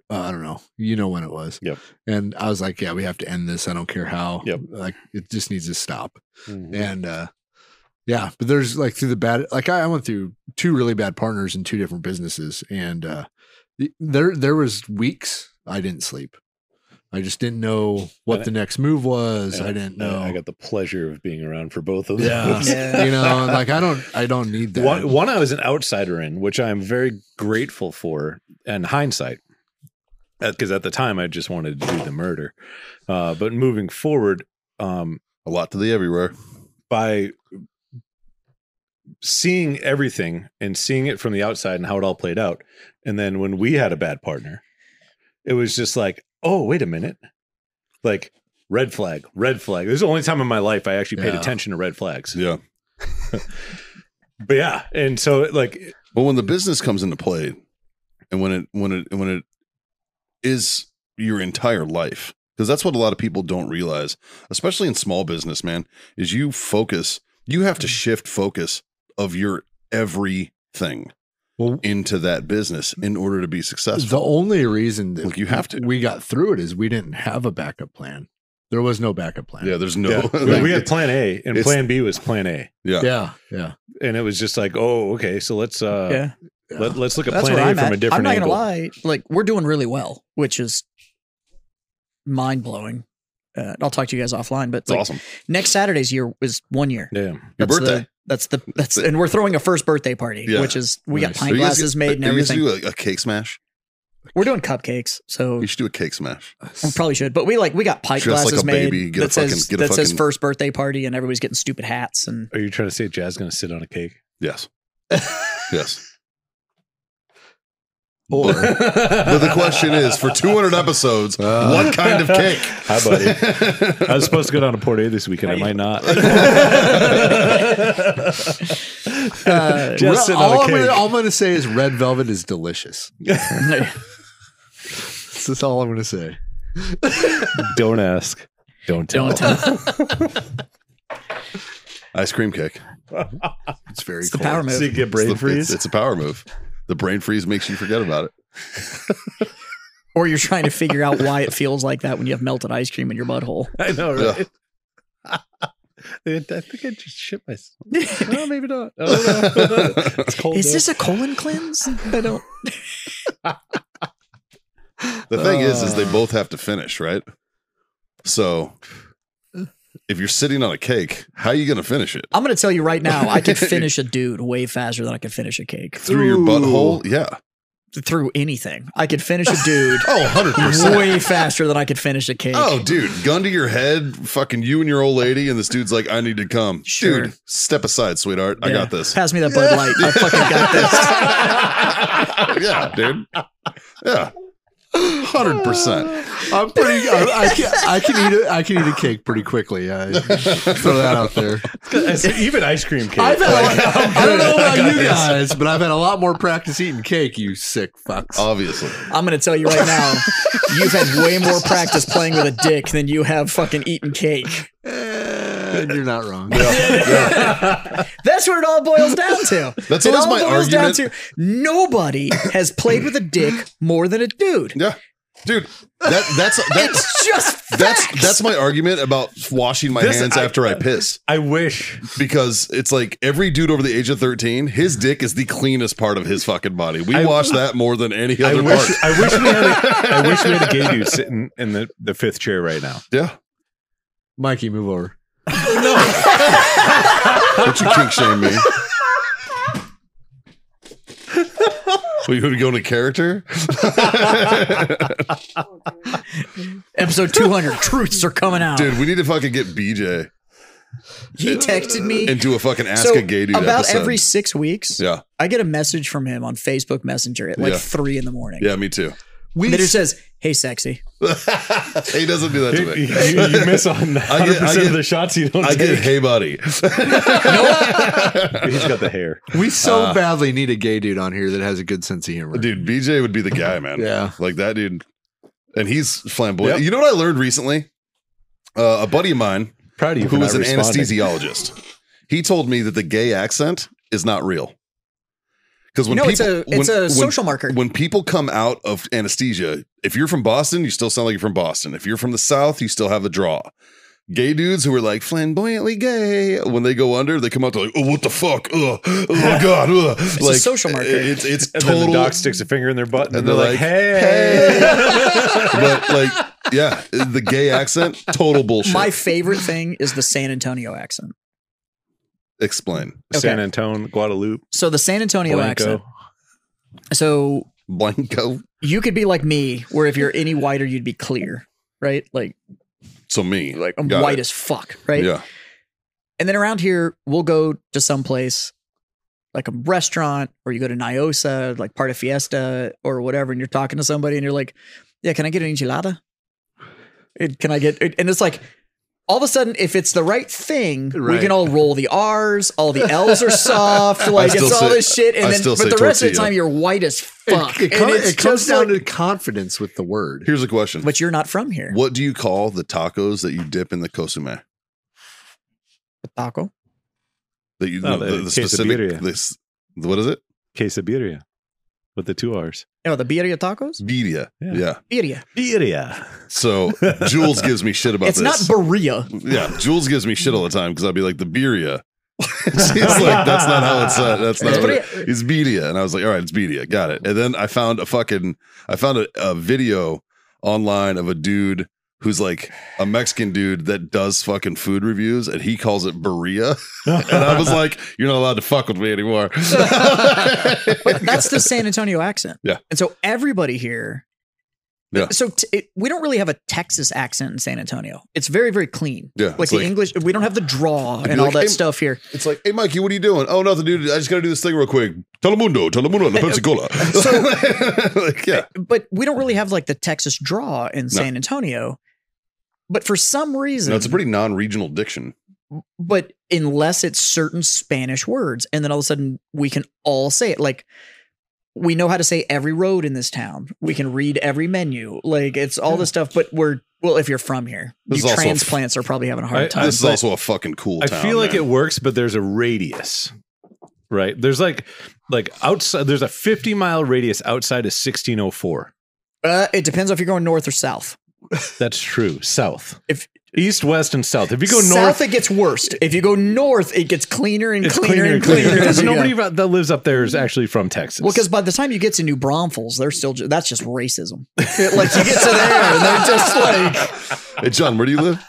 S2: Uh, I don't know. You know when it was.
S3: Yep.
S2: And I was like, yeah, we have to end this. I don't care how.
S3: Yep.
S2: Like it just needs to stop.
S3: Mhm.
S2: and uh yeah but there's like through the bad like i I went through two really bad partners in two different businesses and uh th- there there was weeks i didn't sleep i just didn't know what the next move was i didn't know
S3: I got the pleasure of being around for both of
S2: Yeah.
S3: those.
S4: Yeah.
S2: you know and, like i don't i don't need that
S3: One, one I was an outsider in, which I am very grateful for in hindsight, because at the time I just wanted to do the murder. Uh, but moving forward, um,
S5: A lot to the everywhere.
S3: by seeing everything and seeing it from the outside and how it all played out, and then when we had a bad partner, it was just like, oh, wait a minute, like red flag, red flag. This is the only time in my life I actually paid
S2: Yeah.
S3: attention to red flags.
S5: Yeah.
S3: But yeah, and so like
S5: But when the business comes into play, and when it when it when it is your entire life, because that's what a lot of people don't realize, especially in small business, man, is you focus. You have
S4: Mm.
S5: to shift focus of your everything
S2: Well-
S5: into that business in order to be
S2: the
S5: successful.
S2: only reason that
S5: Like, you have to.
S2: we got through it is we didn't have a backup plan there was no backup plan
S5: yeah, there's no.
S3: Yeah.
S5: like,
S3: we, we had plan A and
S5: it's-
S3: plan B was plan A.
S5: yeah.
S2: yeah yeah
S3: And it was just like, oh, okay, so let's uh
S4: yeah
S3: let, let's look at
S4: that's
S3: plan
S4: where
S3: A
S4: i'm
S3: from
S4: at
S3: a different
S4: i'm not
S3: angle.
S4: gonna lie like we're doing really well which is mind-blowing uh, i'll talk to you guys offline but
S5: It's
S4: like,
S5: awesome.
S4: next Saturday's year was one year.
S3: Yeah.
S5: Your
S4: That's uh,
S5: birthday.
S4: The, that's the that's and we're throwing a first birthday party,
S5: Yeah.
S4: which is we
S2: Nice.
S4: got pint
S5: Are you guys-
S4: glasses made and
S5: are you guys
S4: everything.
S5: do a, a cake smash.
S4: we're doing cupcakes, so
S5: You should do a cake smash.
S4: we probably should. But we like we got pint
S5: Dress like
S4: glasses
S5: a
S4: made
S5: baby, get a
S4: that says
S5: fucking- get a
S4: that says
S5: fucking-
S4: first birthday party, and everybody's getting stupid hats and
S3: Are you trying to say Jazz gonna sit on a cake?
S5: Yes. yes.
S3: Or
S5: But- but the question is for 200 episodes, what kind of cake?
S3: Hi buddy. I was supposed to go down to Port A this weekend. I
S8: Hi.
S3: might not.
S4: Uh,
S2: Well,
S3: Just sitting
S2: all,
S3: on a
S2: I'm gonna,
S3: cake.
S2: all I'm gonna say is red velvet is delicious. That's just all I'm gonna say.
S3: Don't ask. Don't tell.
S4: don't tell.
S5: Ice cream kick.
S2: It's very
S4: It's the
S2: cold.
S4: power move.
S3: See, get
S5: It's
S3: brain
S5: the-
S3: freeze.
S5: It's, it's a power move. The brain freeze makes you forget about it.
S4: Or you're trying to figure out why it feels like that when you have melted ice cream in your butthole.
S3: I know,
S5: Yeah.
S3: right? Dude, I think I just shit myself. No, maybe not. I don't know. it's cold.
S4: Is
S3: though.
S4: this a colon cleanse? I don't.
S5: The thing is, is
S4: Uh.
S5: they both have to finish, right? So if you're sitting on a cake, how are you going to finish it?
S4: I'm going to tell you right now, I could finish a dude way faster than I could finish a cake
S5: Through your butthole? Yeah.
S4: through anything. I could finish a dude
S5: Oh, 100%.
S4: way faster than I could finish a cake.
S5: Oh, dude, gun to your head, fucking you and your old lady, and this dude's like, I need to come.
S4: Sure.
S5: Dude, step aside, sweetheart. I
S4: Yeah.
S5: got this.
S4: Pass me that Bud Light. I fucking got this.
S5: yeah, dude. Yeah. 100%.
S7: I'm pretty. I, I can. I can eat. A, I can eat a cake pretty quickly. I throw that out there.
S3: I said, even ice cream cake?
S7: I've had. A lot, I don't know about you
S5: this.
S7: guys, but I've had a lot more practice eating cake. You sick fucks.
S3: Oh.
S5: Obviously.
S4: I'm going to tell you right now, you've had way more practice playing with a dick than you have fucking eating cake.
S7: Eh, you're not wrong.
S4: That's what it all boils down to.
S5: That's
S4: it
S5: always
S4: all
S5: my
S4: boils down to
S5: argument.
S4: nobody has played with a dick more than a dude.
S5: Yeah. Dude, that that's that's
S4: It's just
S5: that's
S4: facts.
S5: that's my argument about washing my
S3: This-
S5: hands
S3: I-
S5: after I piss
S3: I wish.
S5: because it's like every dude over the age of 13 his dick is the cleanest part of his fucking body we wash that more than any
S3: I
S5: other part
S3: wish. I wish we had. A, I wish we had a gay dude sitting in the, the fifth chair right now.
S5: yeah
S7: Mikey, move over.
S5: Don't you kink shame me. We would go into character.
S4: Episode 200 truths are coming out.
S5: Dude, we need to fucking get BJ
S4: he texted me.
S5: and do a fucking ask
S4: so
S5: a gay dude
S4: about
S5: episode.
S4: every six weeks,
S5: yeah.
S4: I get a message from him on Facebook Messenger at like
S5: Yeah.
S4: three in the morning.
S5: Yeah, me too.
S7: We
S4: That just says, "Hey, sexy."
S5: he doesn't do that
S3: You,
S5: to me.
S3: you miss on
S5: I
S3: hundred
S5: get- I
S3: percent
S5: get-
S3: of the shots you don't
S5: I get
S3: take.
S5: hey buddy.
S3: He's got the hair.
S7: we so
S3: uh,
S7: badly need a gay dude on here that has a good sense of humor.
S5: Dude, BJ would be the guy, man.
S7: Yeah.
S5: Like that dude. And he's flamboyant.
S3: Yep.
S5: You know what I learned recently? Uh, a buddy of mine
S3: Proud of you.
S5: who
S3: for
S5: was an
S3: not responding.
S5: anesthesiologist. He told me that the gay accent is not real. Because when
S4: no, it's
S5: people,
S4: a it's
S5: when-
S4: a
S5: when-
S4: social marker.
S5: When people come out of anesthesia, if you're from Boston, you still sound like you're from Boston. If you're from the South, you still have the draw. Gay dudes who are like flamboyantly gay, when they go under, they come out to like, oh, what the fuck? Ugh. Oh, God. Ugh. It's
S4: a social marker.
S5: It's, it's
S3: And
S5: total.
S3: then the doc sticks a finger in their butt, and,
S5: and
S3: they're,
S5: they're
S3: like,
S5: like,
S3: "Hey,
S5: but like, yeah, the gay accent, total bullshit.
S4: My favorite thing is the San Antonio accent.
S5: Explain.
S3: San Antonio, Guadalupe,
S4: So the San Antonio accent.
S3: Blanco."
S4: So
S5: Blanco.
S4: you could be like me, where if you're any whiter, you'd be clear, right? Like
S5: So me.
S4: like I'm
S5: Got
S4: white
S5: it.
S4: as fuck, right?
S5: Yeah.
S4: And then around here, we'll go to some place like a restaurant or you go to Niosa, like part of Fiesta or whatever, and you're talking to somebody and you're like, yeah, can I get an enchilada? And can I get, and it's like, all of a sudden, if it's the right thing, we
S7: Right.
S4: can all roll the R's, all the L's are soft, like
S5: still
S4: it's all
S5: say-
S4: this shit. And
S5: I
S4: then,
S5: still
S4: but the
S5: say
S4: rest of the
S5: tortilla.
S4: time, you're white as fuck.
S7: It, it,
S4: and
S7: co-
S4: it's
S7: it comes
S4: just
S7: down to
S4: like,
S7: confidence with the word.
S5: Here's a question.
S4: but you're not from here.
S5: What do you call the tacos that you dip in the consomme?
S4: Taco?
S5: That you
S3: Oh,
S5: know, the,
S3: the
S5: the specific
S3: quesadilla.
S5: this what is it?
S3: Quesabiria, with the two R's.
S4: You know, the birria tacos?
S5: Birria.
S3: Yeah.
S5: Yeah.
S4: Birria.
S3: Birria.
S5: So Jules gives me shit about
S4: It's not
S5: this.
S4: birria.
S5: yeah, Jules gives me shit all the time because I'd be like the birria. She's like, that's not how it's said. That's not.
S4: It's
S5: what it- it's media, and I was like, all right, it's media. Got it. And then I found a fucking, I found a, a video online of a dude who's like a Mexican dude that does fucking food reviews, and he calls it birria. and I was like, you're not allowed to fuck with me anymore.
S4: but that's the San Antonio accent.
S5: Yeah.
S4: And so everybody here.
S5: Yeah.
S4: So t- it, we don't really have a Texas accent in San Antonio. It's very, very clean.
S5: Yeah,
S4: Like
S5: it's
S4: the
S5: like-
S4: English, we don't have the draw
S5: be
S4: and all
S5: like,
S4: that
S5: "Hey,
S4: stuff here.
S5: It's like, hey, Mikey, what are you doing? Oh, nothing, dude. I just got to do this thing real quick. Telemundo, Telemundo, La Pensacola. like, yeah.
S4: But we don't really have like the Texas draw in San Antonio. But for some reason,
S5: No, it's a pretty non-regional diction.
S4: but unless it's certain Spanish words, and then all of a sudden we can all say it. Like we know how to say every road in this town. We can read every menu. Like it's all this stuff, but we're well, if you're from here,
S5: This
S4: you
S5: is also-
S4: transplants are probably having a hard
S3: I-
S4: time.
S5: this is also a fucking cool.
S3: I
S5: town,
S3: feel like
S5: man.
S3: it works, but there's a radius, right? There's like like outside. There's a 50 mile radius outside of 1604.
S4: uh, it depends if you're going north or south.
S3: That's true. South,
S4: If-
S3: east, west, and south. If you go
S4: south,
S3: north,
S4: it gets worse. If you go north, it gets cleaner and
S3: it's
S4: cleaner, and cleaner. as
S3: because
S4: you go.
S3: nobody ra- that lives up there is actually from Texas.
S4: Well, because by the time you get to New Braunfels, they're still ju- that's just racism. It- like you get to there, and they're just like
S5: Hey, John, where do you live?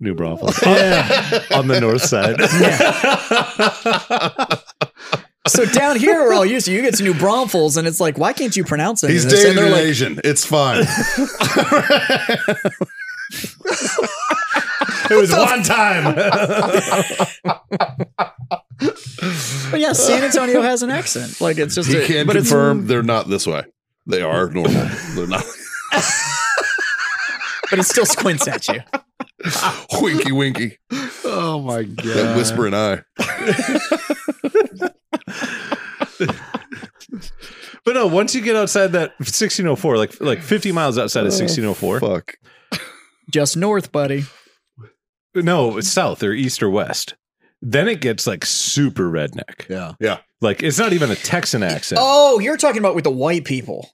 S3: New Braunfels, on the north side.
S4: so down here we're all used to. You get to New Braunfels, and it's like, why can't you pronounce it?
S5: He's
S4: And
S5: dating
S4: they're
S5: an
S4: like,
S5: Asian. It's fine.
S3: It was one time.
S4: But yeah, San Antonio has an accent. Like it's just,
S5: he
S4: a-
S5: can
S4: but it's
S5: confirm they're not this way. They are normal. They're not
S4: but it still squints at you.
S5: winky winky.
S7: Oh my god.
S5: That whispering eye.
S3: But no, once you get outside that 1604, like like 50 miles outside of 1604,
S5: Fuck.
S4: Just north, buddy.
S3: no, it's south or east or west. Then it gets like super redneck.
S7: Yeah.
S3: Like it's not even a Texan accent.
S4: Oh, you're talking about with the white people.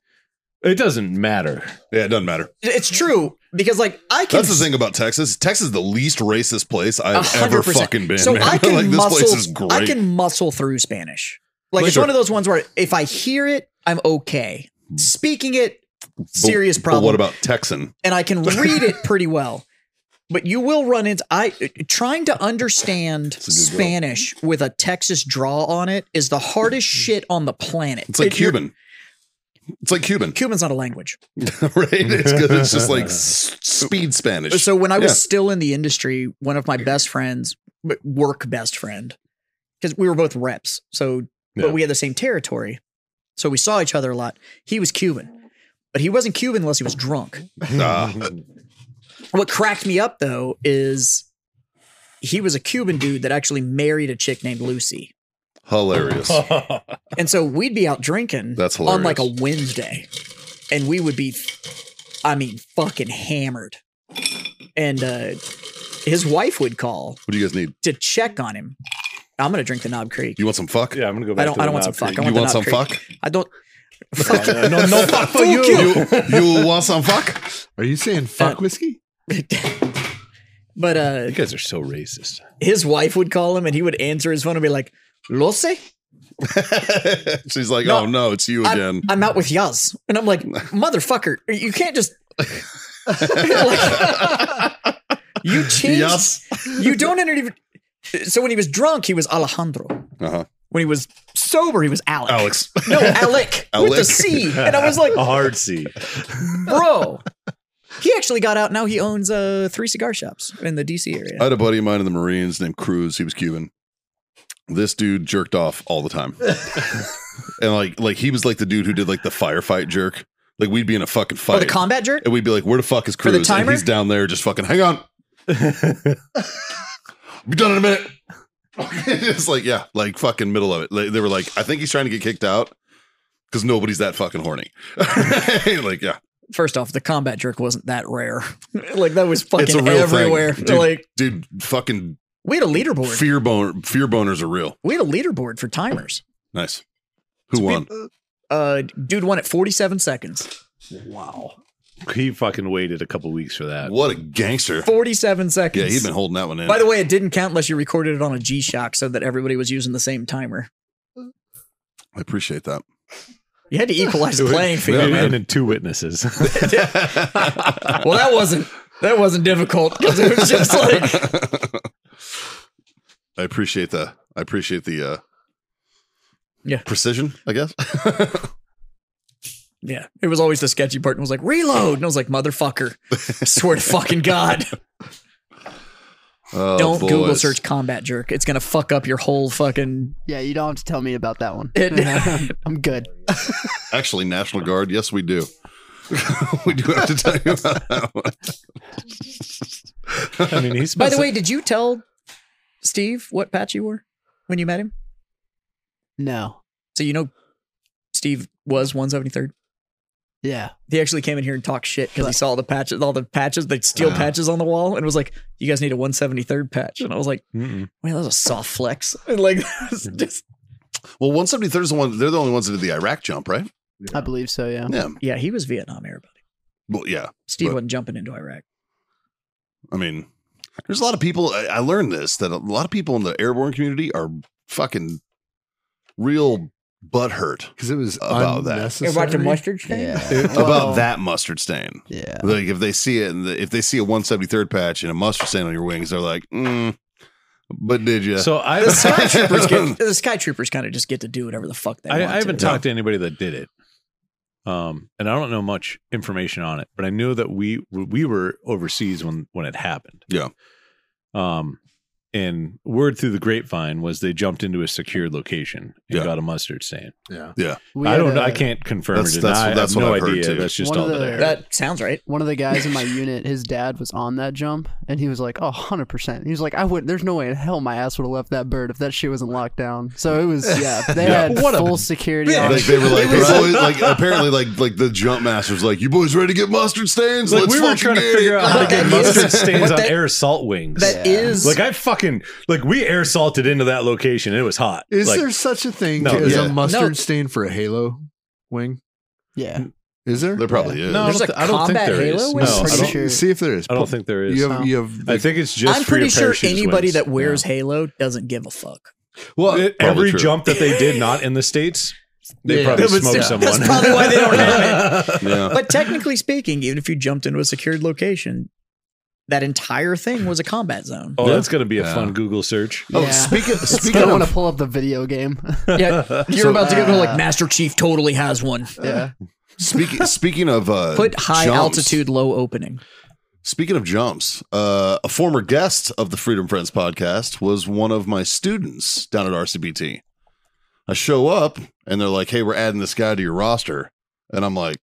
S3: It doesn't matter.
S5: Yeah, it doesn't matter.
S4: It's true because like I can.
S5: That's the thing about Texas. Texas is the least racist place I've ever
S4: 100%.
S5: fucking been.
S4: So
S5: man.
S4: I can
S5: like this
S4: muscle.
S5: place is great.
S4: I can muscle through Spanish. Like
S5: Like,
S4: it's
S5: sure.
S4: one of those ones where if I hear it, I'm okay. Speaking it, serious
S5: Mm. But
S4: problem.
S5: what about Texan?
S4: and I can read it pretty well. But you will run into I trying to understand
S5: a good rope.
S4: Spanish with a Texas draw on it is the hardest shit on the planet.
S5: It's like
S4: It- you're-
S5: Cuban. It's like Cuban,
S4: Cuban's not a language.
S5: right? It's, 'cause it's just like s- speed Spanish.
S4: So when I was
S5: Yeah.
S4: still in the industry, one of my best friends, w- work best friend, because we were both reps, so
S3: Yeah.
S4: but we had the same territory, so we saw each other a lot. He was Cuban, but he wasn't Cuban unless he was drunk.
S5: Ah,
S4: What cracked me up though is he was a Cuban dude that actually married a chick named Lucy.
S5: hilarious.
S4: And so we'd be out drinking
S5: That's
S4: on like a
S5: hilarious.
S4: Wednesday and we would be, I mean, fucking hammered. And uh, his wife would call
S5: What do you guys need?
S4: to check on him. I'm going to drink the Knob Creek.
S5: You want some fuck?
S3: yeah, I'm gonna go back.
S4: I don't,
S3: To
S4: I don't
S3: the
S4: want some
S3: knob
S4: fuck.
S3: creek.
S4: I
S5: You
S4: want,
S5: want
S4: the
S5: some
S4: Knob Creek.
S5: fuck?
S4: I don't. Fuck.
S3: no, no fuck for you.
S5: You, you want some fuck?
S7: Are you saying fuck
S4: Uh,
S7: whiskey?
S4: But uh,
S3: You guys are so racist.
S4: his wife would call him and he would answer his phone and be like, "Lo sé,
S5: She's like,
S4: No,
S5: oh no, it's you again.
S4: I'm, I'm out with Yaz. And I'm like, motherfucker, you can't just. Like, you changed.
S5: Yas.
S4: You don't enter even. So when he was drunk, he was Alejandro.
S5: Uh-huh.
S4: When he was sober, he was Alec.
S5: Alex.
S4: No, Alec, with a
S5: Alec.
S4: C. And I was like,
S3: a hard C.
S4: bro. He actually got out. Now he owns uh, three cigar shops in the DC area.
S5: I had a buddy of mine in the Marines named Cruz. He was Cuban. This dude jerked off all the time. and like like he was like the dude who did like the firefight jerk. Like we'd be in a fucking
S4: oh,
S5: fight.
S4: the combat jerk?
S5: and we'd be like, where the fuck is
S4: For
S5: Cruz?
S4: the
S5: And
S4: timer?
S5: he's down there just fucking hang on. be done in a minute. it's like, yeah, like fucking middle of it. Like, they were like, I think he's trying to get kicked out because nobody's that fucking horny. like, yeah.
S4: First off, the combat jerk wasn't that rare. like, that was fucking
S5: a real thing,
S4: everywhere.
S5: dude.
S4: They're Like,
S5: Dude, fucking
S4: we had a leaderboard.
S5: fear boner fear boners are real.
S4: We had a leaderboard for timers.
S5: Nice. Who won?
S4: Uh, dude won at 47 seconds.
S3: He fucking waited a couple weeks for that.
S5: What a gangster.
S4: 47 seconds.
S5: Yeah, he'd been holding that one in.
S4: By the way, it didn't count unless you recorded it on a G Shock so that everybody was using the same timer.
S5: I appreciate that.
S4: You had to equalize the playing field,
S3: and,
S4: man.
S3: and then two witnesses.
S4: Well, that wasn't that wasn't difficult because it was just like
S5: I appreciate the I appreciate the uh
S4: Yeah.
S5: precision, I guess.
S4: Yeah. It was always the sketchy part and it was like, reload. And I was like, motherfucker. I swear to fucking God.
S5: Oh,
S4: Don't Google
S5: boys.
S4: search combat jerk. It's gonna fuck up your whole fucking
S6: Yeah, you don't have to tell me about that one.
S4: It-
S6: I'm good.
S5: Actually, National Guard. Yes, we do. we do have to tell you about that one.
S3: I mean, he's
S4: By the way, did you tell Steve what patch you wore when you met him?
S6: No.
S4: So you know Steve was 173rd.
S6: Yeah.
S4: He actually came in here and talked shit because he saw all the patches, all the patches, the steel patches on the wall, and was like, "You guys need a 173rd patch." And I was like,
S3: Mm-mm. Mm.
S4: "Man, that was a soft flex." And like, that's just
S5: Well, 173rd is the one, they're the only ones that did the Iraq jump, right?
S6: I believe so. Yeah.
S5: Yeah.
S4: yeah, he was Vietnam era, buddy.
S5: Well, yeah.
S4: Steve
S5: But-
S4: wasn't jumping into Iraq.
S5: I mean, there's a lot of people. I, I learned this that a lot of people in the airborne community are fucking real butthurt
S7: because it was
S5: About
S7: about
S5: that.
S7: that.
S9: You're about the mustard stain?
S6: Yeah. Well,
S5: about that mustard stain.
S6: Yeah.
S5: Like if they see it, and the, if they see a 173rd patch and a mustard stain on your wings, they're like, mm, "But did you?"
S3: So I,
S4: The sky troopers get the sky troopers kind of just get to do whatever the fuck they
S3: I,
S4: want.
S3: I haven't
S4: to.
S3: talked to anybody that did it. Um, and I don't know much information on it, but I know that we we were overseas when when it happened.
S5: Yeah.
S3: Um, and word through the grapevine was they jumped into a secured location and
S5: Yeah.
S3: got a mustard stain.
S6: We
S3: I
S6: had
S3: don't. know.
S6: a-
S3: I can't confirm
S5: That's-
S3: or
S5: that's-
S3: deny.
S5: that's
S3: I
S5: what
S3: have no
S5: I've heard,
S3: idea.
S5: too.
S3: That's just
S6: One
S3: all
S6: of
S3: that I
S6: the-
S3: heard.
S4: That sounds right.
S6: One of the guys in my unit, his dad was on that jump, and he was like, "Oh, 100 percent." He was like, "I would. There's no way in hell my ass would have left that bird if that shit wasn't locked down." So it was, yeah. They
S5: Yeah.
S6: had
S3: What a
S6: full security. on
S5: like
S6: it.
S5: they were like, they boys, like apparently, like like the jump master's like, "You boys ready to get mustard stains?"
S3: like
S5: Let's
S3: we were
S5: fucking
S3: trying to
S5: get
S3: figure
S5: it."
S3: out how to get
S4: That
S3: mustard
S4: is-
S3: stains
S4: but
S3: on
S4: that-
S3: air salt wings.
S4: That
S6: Yeah.
S4: is
S3: like I fucking like we air salted into that location. and It was hot.
S7: Is
S3: Like,
S7: there such a thing
S3: No,
S7: as
S5: yeah.
S7: a mustard
S4: No.
S7: stain for a Halo wing?
S6: Yeah.
S7: Is there?
S5: There probably is.
S3: No, I
S4: There's
S3: don't,
S4: a
S3: thi- I don't think
S4: combat
S3: there is.
S4: Halo
S3: No,
S4: wing?
S3: I
S6: Pretty
S3: don't,
S6: sure.
S7: See if there is.
S3: I don't think there is.
S7: You
S5: Oh.
S7: have, you have
S3: I think it's just.
S4: I'm
S3: for your
S4: pretty sure
S3: parachute
S4: anybody
S3: wings.
S4: that wears Halo doesn't give a fuck.
S7: well,
S3: It-
S5: Probably
S3: every
S5: true.
S3: jump that they did not in the states, they
S7: Yeah.
S3: probably
S4: That was-
S3: smoked
S4: yeah.
S3: someone.
S4: That's probably why they don't have
S3: it.
S5: Yeah.
S4: But technically speaking, even if you jumped into a secured location, that entire thing was a combat zone.
S3: Oh, that's gonna be a
S7: Yeah.
S3: fun Google search.
S5: Oh,
S6: Yeah.
S5: speaking
S6: Speaking I
S5: speaking
S6: want
S5: of
S6: to pull up the video game.
S4: Yeah, you're
S5: So-
S4: about to go like
S6: Ah.
S4: Master Chief totally has one.
S6: yeah.
S5: speaking speaking of uh,
S4: Put high
S5: jumps.
S4: altitude, low opening.
S5: Speaking of jumps, uh, a former guest of the Freedom Friends podcast was one of my students down at RCBT. I show up and they're like, "Hey, we're adding this guy to your roster," and I'm like,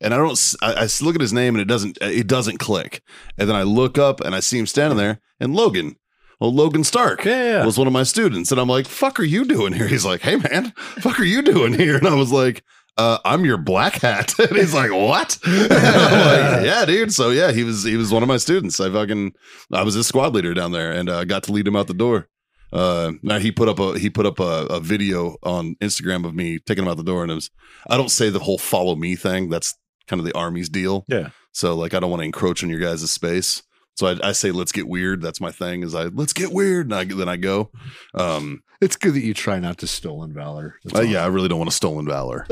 S5: and I don't, s- I, I s- look at his name and it doesn't, it doesn't click, and then I look up and I see him standing there, and Logan, well, Logan Stark,
S3: Yeah, yeah.
S5: was one of my students, and I'm like, "Fuck, are you doing here?" He's like, "Hey, man, fuck, are you doing here?" And I was like, uh, "I'm your black hat," and he's like, "What?" And I'm like, yeah, dude. So yeah, he was he was one of my students. I fucking I was his squad leader down there, and uh, I got to lead him out the door. Uh, now he put up a he put up a, a video on Instagram of me taking him out the door, and it was I don't say the whole follow me thing. That's kind of the army's deal.
S3: Yeah.
S5: So like I don't want to encroach on your guys' space. So I, I say let's get weird. That's my thing. Is I let's get weird, and I, then I go. Um,
S7: it's good that you try not to stolen valor. That's
S5: uh,
S7: all.
S5: yeah, I really don't want a stolen valor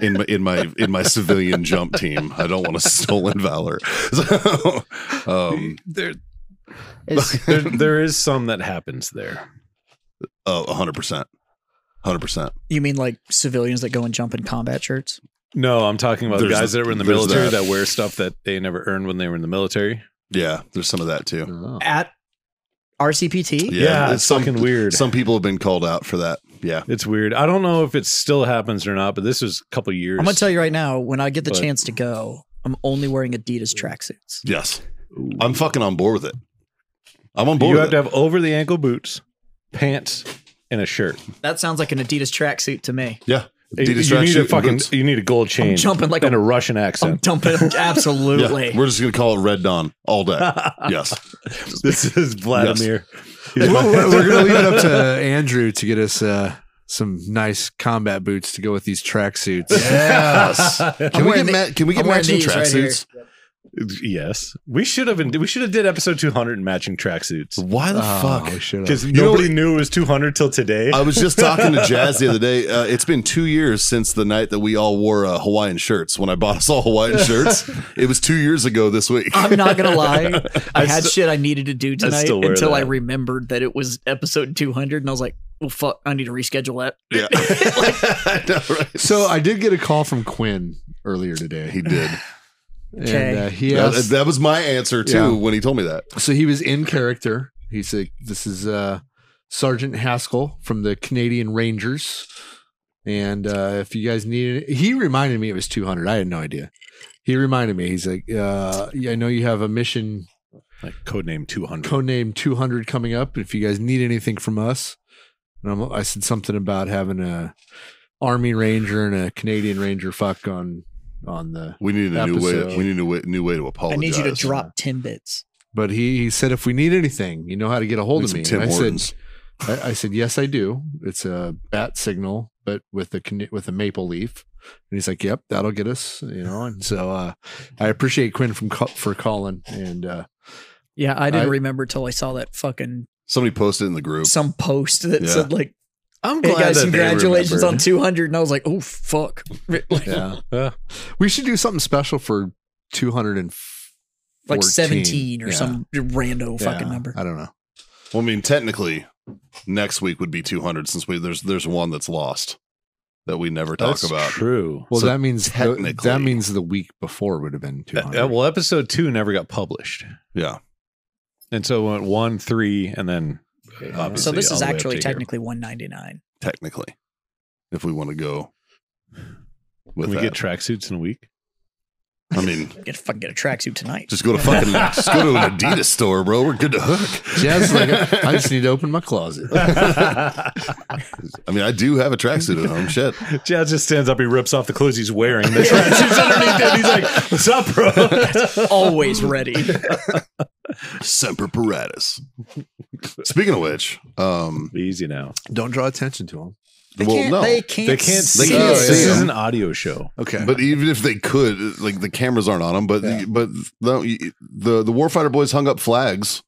S5: in my in my in my civilian jump team. I don't want a stolen valor. So, um,
S3: There,
S6: It's,
S3: there, there is some that happens there.
S5: oh, hundred percent, hundred percent.
S4: You mean like civilians that go and jump in combat shirts?
S3: No, I'm talking about
S5: There's-
S3: guys that were in the
S5: there's
S3: military
S5: that.
S3: that. wear stuff that they never earned when they were in the military.
S5: Yeah, there's some of that too.
S7: Oh.
S4: At RCPT?
S5: Yeah,
S3: it's
S5: some-
S3: fucking weird.
S5: Some people have been called out for that. Yeah,
S3: it's weird. I don't know if it still happens or not, but this was a couple years.
S4: I'm gonna tell you right now, when I get the
S3: But-
S4: chance to go, I'm only wearing Adidas tracksuits.
S5: yes, I'm fucking on board with it. I'm on board.
S3: You
S5: with
S3: have
S5: it.
S3: to have over the ankle boots, pants, and a shirt.
S4: That sounds like an Adidas tracksuit to me.
S5: Yeah.
S3: You-
S5: Adidas
S3: you need a
S5: tracksuit
S3: fucking
S5: boots.
S3: you need a gold chain.
S4: jumping like
S3: and
S4: a-
S3: a, Russian
S4: I'm
S3: accent.
S4: dumping
S5: Yeah,
S4: absolutely.
S5: we're just gonna call it Red Dawn all day. yes.
S3: this is Vladimir. He's my-
S7: Well, we're, we're gonna leave it up to Andrew to get us uh, some nice combat boots to go with these tracksuits.
S5: Yes. Can we
S4: wearing
S5: get
S4: the-
S5: ma- can we
S4: I'm
S5: get
S4: wearing
S5: matching
S4: these right here.
S5: tracksuits?
S3: yes. We should have been we should have did episode 200 in matching tracksuits.
S5: Why the
S7: Oh,
S3: Oh,
S5: fuck?
S3: Because
S7: fuck?
S5: know
S3: nobody knew it was 200 till today.
S5: I was just talking to Jazz the other day. Uh, it's been two years since the night that we all wore uh, Hawaiian shirts. When I bought us all Hawaiian shirts, it was two years ago this week.
S4: I'm not gonna lie. I, had shit I needed to do
S3: I
S4: tonight
S3: still wear
S4: until I
S3: that.
S4: remembered that it was episode 200, and I was like, "Well, fuck, I need to reschedule that."
S5: Yeah. I know, right?
S7: So I did get a call from Quinn earlier today.
S5: He did.
S7: And uh, he
S5: That-
S7: asked,
S5: That, was my answer too
S7: Yeah.
S5: when he told me that.
S7: so he was in character. He said, "This is uh, Sergeant Haskell from the Canadian Rangers." And uh, if you guys need it, he reminded me it was 200. I had no idea. He reminded me. He's like, uh, yeah, "I know you have a mission
S3: like codename 200.
S7: codename 200 coming up if you guys need anything from us and I'm, i said something about having a
S2: Army Ranger and a Canadian Ranger fuck on on the.
S5: We need a new way.
S2: Episode.
S5: We need a way, new way to
S4: I
S5: apologize.
S4: need you to drop timbits.
S2: But he he said if we need anything, you know how to get a hold
S5: Need
S2: of
S5: some
S2: me.
S5: Tim
S2: And I said
S5: Hortons.
S2: I, I said yes, I do. It's a bat signal, but with a cana- with a maple leaf. And he's like, "Yep, that'll get us." You know. And so uh, I appreciate Quinn from ca- for calling and. uh
S4: Yeah, I didn't
S2: I-
S4: remember till I saw that fucking
S5: Somebody posted in the group.
S4: some post that
S5: Yeah.
S4: said like,
S3: I'm
S4: "Hey
S3: glad
S4: guys,
S3: that
S4: congratulations
S3: they
S4: on 200," and I was like, "Oh fuck." Like,
S2: Yeah.
S3: Yeah.
S2: We should do something special for 200 and
S4: like
S2: 14.
S4: 17 or
S2: Yeah.
S4: some rando fucking
S2: Yeah,
S4: number.
S2: I don't know.
S5: Well, I mean, technically, next week would be 200 since we there's there's one that's lost that we never talk
S3: That's
S5: about.
S3: true.
S2: Well,
S5: So
S2: that means the,
S5: technically-
S2: that means the week before would have been 200.
S3: Uh, well, episode two never got published,
S5: Yeah,
S3: and so it went one, three, and then obviously
S4: so this
S3: all
S4: is
S3: the way up
S4: actually
S3: to
S4: technically 199.
S5: technically, if we want to go
S3: Here.
S5: with
S3: Can we
S5: that,
S3: get tracksuits in a week?
S5: I mean,
S4: Get fucking get a tracksuit tonight.
S5: just go to fucking just go to an Adidas store, bro. We're good to hook.
S2: Jazz, like, I just need to open my closet.
S5: I mean, I do have a tracksuit at home. Shit.
S3: Jazz just stands up. He rips off the clothes he's wearing. The tracksuits underneath it. He's like, "What's up, bro?"
S4: Always ready.
S5: Semper Paratus. Speaking of which, um,
S3: Easy now.
S2: Don't draw attention to him.
S4: They
S5: well,
S4: can't,
S5: no,
S4: they can't.
S3: They can't
S5: They
S3: see.
S5: can't
S3: us.
S5: see
S3: this is
S5: them.
S3: an audio show.
S2: Okay.
S5: But even if they could, like the cameras aren't on them. But but no, you- the the Warfighter boys hung up flags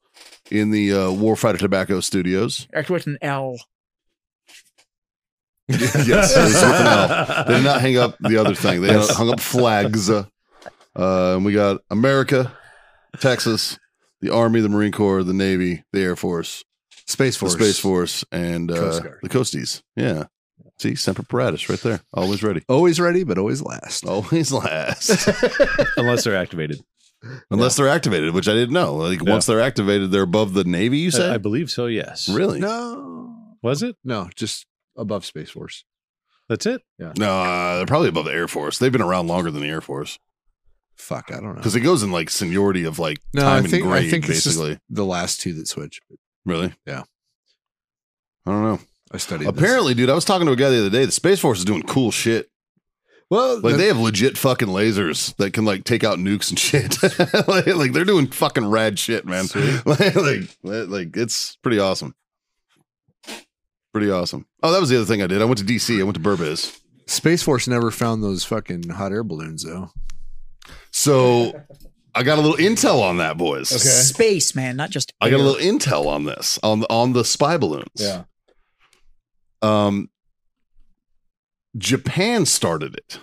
S5: in the uh, Warfighter Tobacco Studios.
S4: Act with an L.
S5: yes, it was with an L. they did not hang up the other thing. They hung up flags. Uh, and we got America, Texas, the Army, the Marine Corps, the Navy, the Air Force,
S2: Space Force.
S5: the Space Force, and uh,
S2: Coast Guard.
S5: the Coasties. Yeah, see Semper Paratus right there, always ready,
S2: Always ready, but always last.
S5: always last.
S3: unless they're activated.
S5: Unless they're activated, which I didn't know. Like
S3: Yeah.
S5: once they're activated, they're above the Navy. You
S3: I, I
S5: said
S3: believe so. Yes.
S5: really?
S2: No.
S3: Was it?
S2: No, just above Space Force.
S3: That's it.
S5: No, uh, they're probably above the Air Force. They've been around longer than the Air Force
S2: Fuck, I don't know.
S5: because it goes in like seniority of like
S2: No,
S5: time
S2: I think
S5: and grade,
S2: I think it's just
S5: basically.
S2: the last two that switch.
S5: Really?
S2: Yeah.
S5: I don't know.
S2: I studied. this.
S5: Apparently, dude, I was talking to a guy the other day. The Space Force is doing cool shit.
S2: well,
S5: Like
S2: that-
S5: they have legit fucking lasers that can like take out nukes and shit. like, like, they're doing fucking rad shit, man. like, like like it's pretty awesome. Pretty awesome. Oh, that was the other thing I did. I went to DC. I went to Burbiz.
S2: Space Force never found those fucking hot air balloons though.
S5: So I got a little intel on that, boys.
S4: Space, man, not just.
S5: I got a little intel on this on on the spy balloons.
S2: Yeah.
S5: Um, Japan started it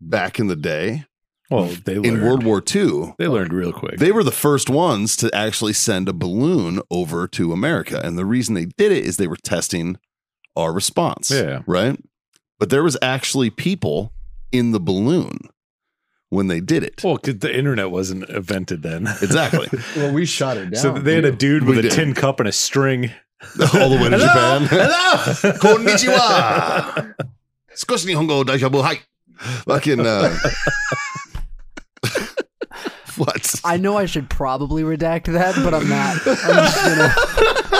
S5: back in the day
S3: Well, they learned.
S5: in World War II.
S3: They learned real quick.
S5: They were the first ones to actually send a balloon over to America, and the reason they did it is they were testing our response.
S3: Yeah.
S5: Right. But there was actually people in the balloon when they did it.
S3: well, 'cause the internet wasn't invented then.
S5: Exactly.
S2: Well, we shot it
S3: So they had a dude with
S5: We
S3: a
S5: did.
S3: tin cup and a string.
S5: All the way to
S3: Hello?
S5: Japan.
S3: Hello.
S5: Konnichiwa. 少し日本語大丈夫はい Fucking uh What?
S6: I know I should probably redact that, but I'm not. I'm just gonna.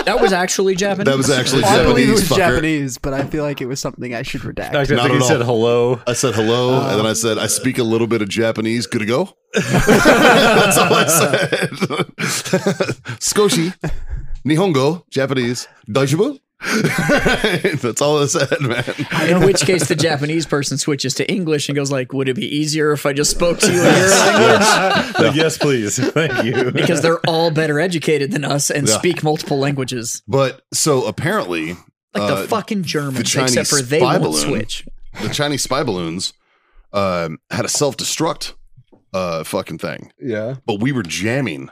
S4: That was actually Japanese.
S5: That was actually
S6: I believe it was
S5: Japanese fucker.
S6: Japanese, but I feel like it was something I should
S3: I
S6: redact.
S3: think
S5: Not
S3: he
S5: at
S3: said hello.
S5: I said hello and then I said I speak a little bit of Japanese. Good to go. That's all I said. Skoshi. Nihongo, Japanese. Daijoubu. That's all I said, man.
S4: In which case, the Japanese person switches to English and goes like, "Would it be easier if I just spoke to you in your language?"
S3: Like, yes, please. Thank you.
S4: Because they're all better educated than us and
S5: Yeah.
S4: speak multiple languages,
S5: But so apparently
S4: like
S5: Uh,
S4: the fucking Germans,
S5: Chinese
S4: except for they
S5: spy
S4: won't
S5: balloon.
S4: switch.
S5: the Chinese spy balloons um, had a self destruct uh, fucking thing,
S2: Yeah.
S5: but we were jamming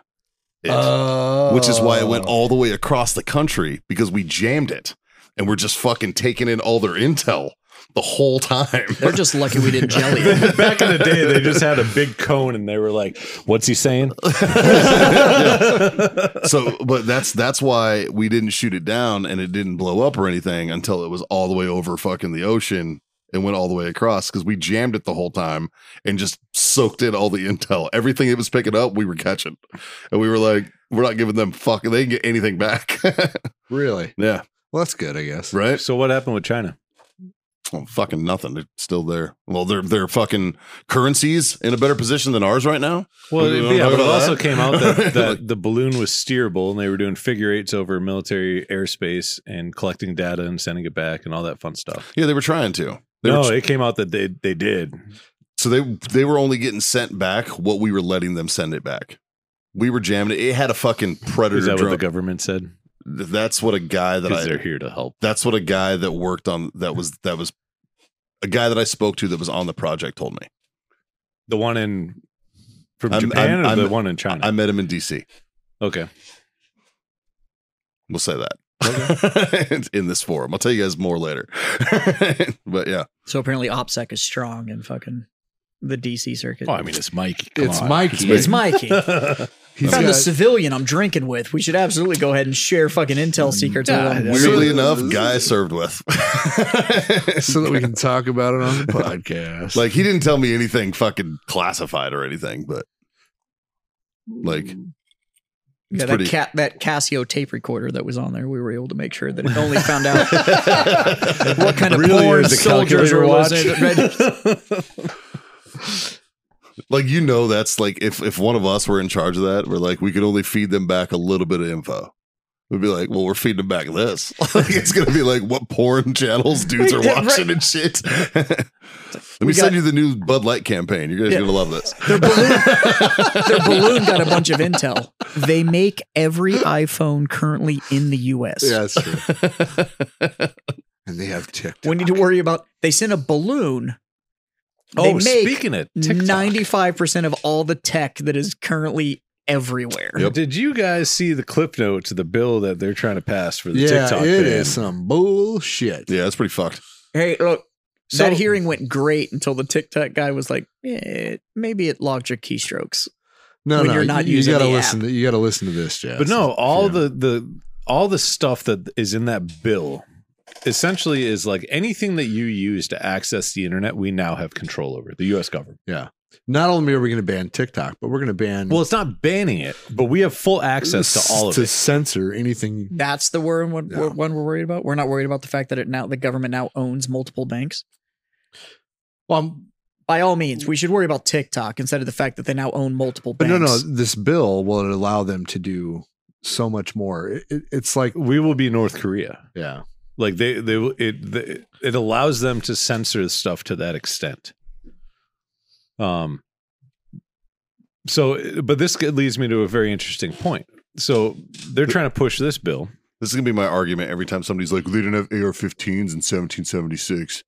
S5: it,
S2: Oh,
S5: which is why it
S4: Oh.
S5: went all the way across the country because we jammed it and we're just fucking taking in all their intel the whole time.
S4: They're just lucky we didn't jelly it.
S3: Back in the day, they just had a big cone and they were like, "What's he saying?"
S5: so, but that's that's why we didn't shoot it down and it didn't blow up or anything until it was all the way over fucking the ocean and went all the way across because we jammed it the whole time and just soaked in all the intel. Everything it was picking up, we were catching, and we were like, we're not giving them fuck. They didn't get anything back.
S2: Really?
S5: yeah,
S2: Well, that's good, I guess.
S5: right.
S3: So what happened with China?
S5: well, fucking nothing. They're still there. Well, they're they're fucking currencies in a better position than ours right now.
S3: Well,
S5: You wanna
S3: yeah,
S5: talk
S3: but it
S5: about
S3: also
S5: that?
S3: came out that, that the balloon was steerable and they were doing figure eights over military airspace and collecting data and sending it back and all that fun stuff.
S5: Yeah, they were trying to. They
S3: no,
S5: were,
S3: it came out that they they did.
S5: so they they were only getting sent back what we were letting them send it back. We were jamming it. It had a fucking predator
S3: Is that what
S5: drone.
S3: the government said?
S5: that's what a guy that
S3: Because
S5: I
S3: they're here to help.
S5: that's what a guy that worked on that was that was a guy that I spoke to that was on the project told me.
S3: The one in from
S5: I'm-
S3: Japan
S5: I'm-
S3: or the
S5: I'm-
S3: one in China?
S5: I met him in DC.
S3: okay.
S5: We'll say that. in this forum. I'll tell you guys more later. but yeah.
S4: So apparently, OPSEC is strong in fucking the DC circuit.
S3: Oh, I mean, it's Mike.
S7: it's Mikey.
S4: it's Mikey.
S7: He's
S4: From
S7: got-
S4: the civilian I'm drinking with, we should absolutely go ahead and share fucking intel secrets. with them.
S5: Weirdly enough, guy I served with.
S7: so that we can talk about it on the podcast.
S5: like he didn't tell me anything fucking classified or anything, but like it's
S4: Mm. yeah, that
S5: pretty
S4: cat, that Casio tape recorder that was on there, we were able to make sure that it only found out what kind of porn soldiers were listening. to.
S5: like you know that's like if if one of us were in charge of that, we're like we could only feed them back a little bit of info. We'd be like, well, we're feeding them back this. like, it's gonna be like what porn channels dudes are
S4: Yeah, right.
S5: watching and shit. Let me
S4: got-
S5: send you the new Bud Light campaign. You guys
S4: Yeah.
S5: are gonna love this.
S4: Their balloon, their balloon got a bunch of intel. They make every iPhone currently in the U.S.
S7: yeah, that's true. and they have TikTok.
S4: We need to worry about. They sent a balloon. They
S3: oh,
S4: make
S3: speaking of TikTok,
S4: ninety-five percent of all the tech that is currently everywhere.
S3: Did you guys see the clip notes of the bill that they're trying to pass for the
S7: yeah,
S3: TikTok
S7: it
S3: ban?
S7: is some bullshit.
S5: Yeah, that's pretty fucked.
S4: Hey, look.
S3: So-
S4: that hearing went great until the TikTok guy was like, eh, maybe it logged your keystrokes.
S7: No,
S4: When
S7: no,
S4: you're not
S7: you,
S4: using
S7: gotta
S4: the
S7: listen. To, you gotta listen to this, Jess.
S3: But no, all
S7: Yeah.
S3: the the all the stuff that is in that bill essentially is like anything that you use to access the internet, we now have control over the U.S. government.
S7: Not only are we going to ban TikTok, but we're going to ban
S3: Well, it's not banning it, but we have full access to all of
S7: to
S3: it.
S7: censor anything.
S4: That's the word one,
S7: Yeah.
S4: one we're worried about. We're not worried about the fact that it now the government now owns multiple banks.
S7: Well,
S3: um,
S7: I'm-
S4: By all means, we should worry about TikTok instead of the fact that they now own multiple
S7: but
S4: banks.
S7: no, no, this bill will allow them to do so much more. It, it- it's like,
S3: We will be North Korea.
S7: yeah,
S3: Like they they will- it the, it allows them to censor stuff to that extent. Um. So, but this leads me to a very interesting point. So they're trying to push this bill.
S5: This is gonna be my argument every time somebody's like, they didn't have AR-15s in 1776.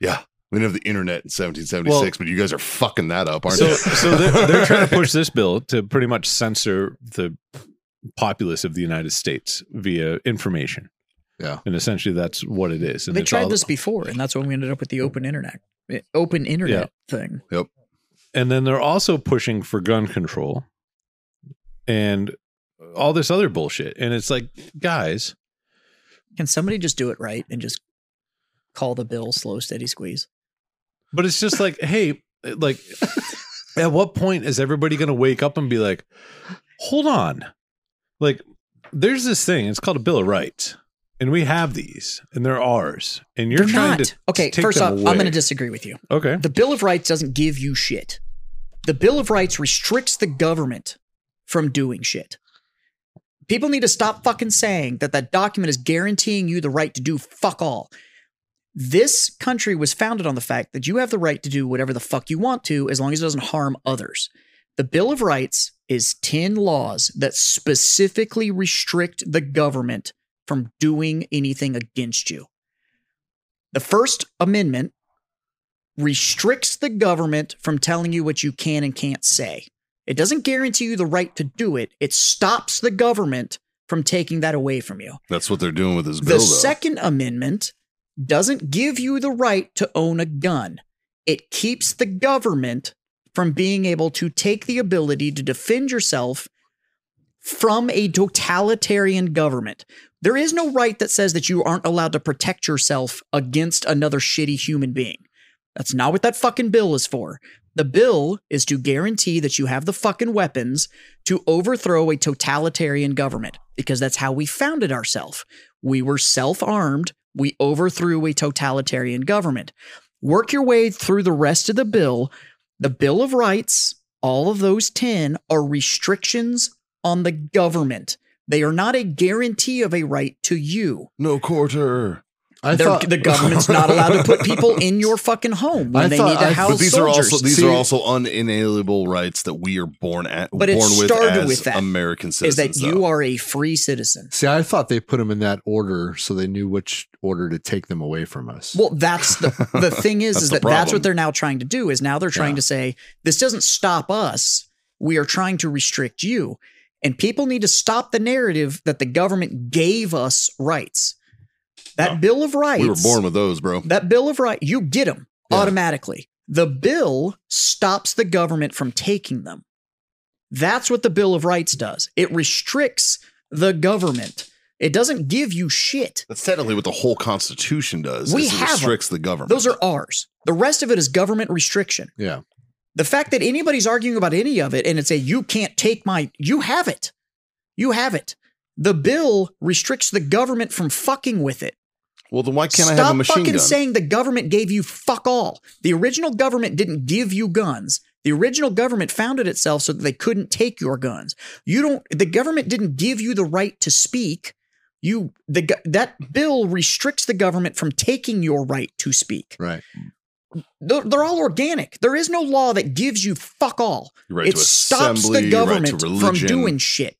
S5: Yeah, we didn't have the internet in 1776, but you guys are fucking that up, aren't
S3: So,
S5: you?
S3: so they're, they're trying to push this bill to pretty much censor the populace of the United States via information.
S7: Yeah.
S3: and essentially that's what it is. And
S4: they
S3: it's
S4: tried
S3: all-
S4: this before, and that's when we ended up with the open internet, eh, open internet thing.
S3: and then they're also pushing for gun control and all this other bullshit. And it's like, guys,
S4: Can somebody just do it right and just call the bill slow, steady squeeze?
S3: but it's just like, hey, eh, like, at what point is everybody going to wake up and be like, hold on, like, there's this thing. It's called a Bill of Rights. And we have these, and they're ours. And you're
S4: They're
S3: trying
S4: not.
S3: to
S4: okay,
S3: take
S4: first
S3: them
S4: off,
S3: away.
S4: I'm going to disagree with you.
S3: Okay.
S4: The Bill of Rights doesn't give you shit. The Bill of Rights restricts the government from doing shit. People need to stop fucking saying that that document is guaranteeing you the right to do fuck all. This country was founded on the fact that you have the right to do whatever the fuck you want to as long as it doesn't harm others. The Bill of Rights is 10 laws that specifically restrict the government from doing anything against you. The First Amendment restricts the government from telling you what you can and can't say. It doesn't guarantee you the right to do it. It stops the government from taking that away from you.
S5: That's what they're doing with this bill.
S4: The
S5: though.
S4: Second Amendment doesn't give you the right to own a gun. It keeps the government from being able to take the ability to defend yourself from a totalitarian government. There is no right that says that you aren't allowed to protect yourself against another shitty human being. That's not what that fucking bill is for. The bill is to guarantee that you have the fucking weapons to overthrow a totalitarian government because that's how we founded ourselves. We were self armed We overthrew a totalitarian government. Work your way through the rest of the bill. The Bill of Rights, all of those 10 are restrictions on the government. They are not a guarantee of a right to you.
S5: No quarter.
S7: I
S4: They're-
S7: thought
S4: the government's not allowed to put people in your fucking home when
S7: I
S4: they
S7: thought-
S4: need to
S7: I- but
S4: house
S5: But these
S4: soldiers.
S5: are also these
S7: See-
S5: are also unalienable rights that we are born at
S4: But it
S5: born with
S4: started
S5: as
S4: with that,
S5: American
S4: is
S5: citizens.
S4: that you are a free citizen.
S7: See, I thought they put them in that order so they knew which order to take them away from us.
S4: Well, that's the the thing is
S5: That's
S4: is
S5: the
S4: that that's
S5: problem.
S4: what they're now trying to do is now they're trying to say this doesn't stop us. We are trying to restrict you. And people need to stop the narrative that the government gave us rights. That
S5: No.
S4: Bill of Rights
S5: we were born with those, bro.
S4: that Bill of Rights, you get them
S5: Yeah.
S4: automatically. The bill stops the government from taking them. That's what the Bill of Rights does. It restricts the government. It doesn't give you shit.
S5: That's technically what the whole Constitution does.
S4: We
S5: is
S4: have
S5: it restricts the government.
S4: Those are ours. The rest of it is government restriction.
S7: Yeah.
S4: The fact that anybody's arguing about any of it and it's a you can't take my you have it. You have it. The bill restricts the government from fucking with it.
S5: well. Then why can't
S4: Stop
S5: I have a machine
S4: fucking
S5: gun?
S4: saying the government gave you fuck all. The original government didn't give you guns. The original government founded itself so that they couldn't take your guns. You don't. The government didn't give you the right to speak. You the go- that bill restricts the government from taking your right to speak.
S7: Right.
S4: They're, they're all organic. There is no law that gives you fuck all.
S5: Your right
S4: it
S5: to
S4: stops
S5: assembly,
S4: the
S5: your right
S4: government
S5: to
S4: from
S5: religion.
S4: doing shit.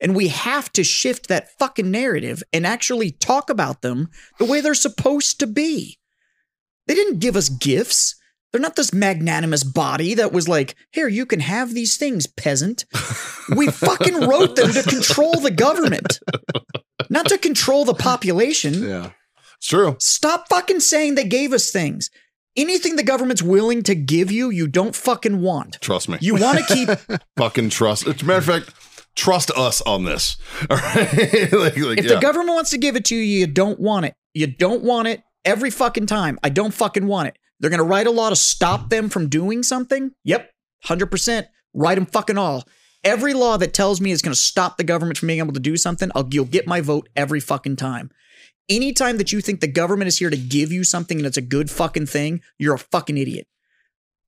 S4: And we have to shift that fucking narrative and actually talk about them the way they're supposed to be. They didn't give us gifts. They're not this magnanimous body that was like, here, you can have these things, peasant. We fucking wrote them to control the government, not to control the population.
S7: Yeah.
S5: It's true.
S4: Stop fucking saying they gave us things. Anything the government's willing to give you, you don't fucking want.
S5: Trust me.
S4: You want to keep
S5: fucking trust. As a matter of fact, trust us on this. All right. like, like,
S4: if
S5: yeah.
S4: the government wants to give it to you, you don't want it. You don't want it every fucking time. I don't fucking want it. They're gonna write a law to stop them from doing something. Yep, hundred percent. Write them fucking all. Every law that tells me it's gonna stop the government from being able to do something, I'll, you'll get my vote every fucking time. Anytime that you think the government is here to give you something and it's a good fucking thing, you're a fucking idiot.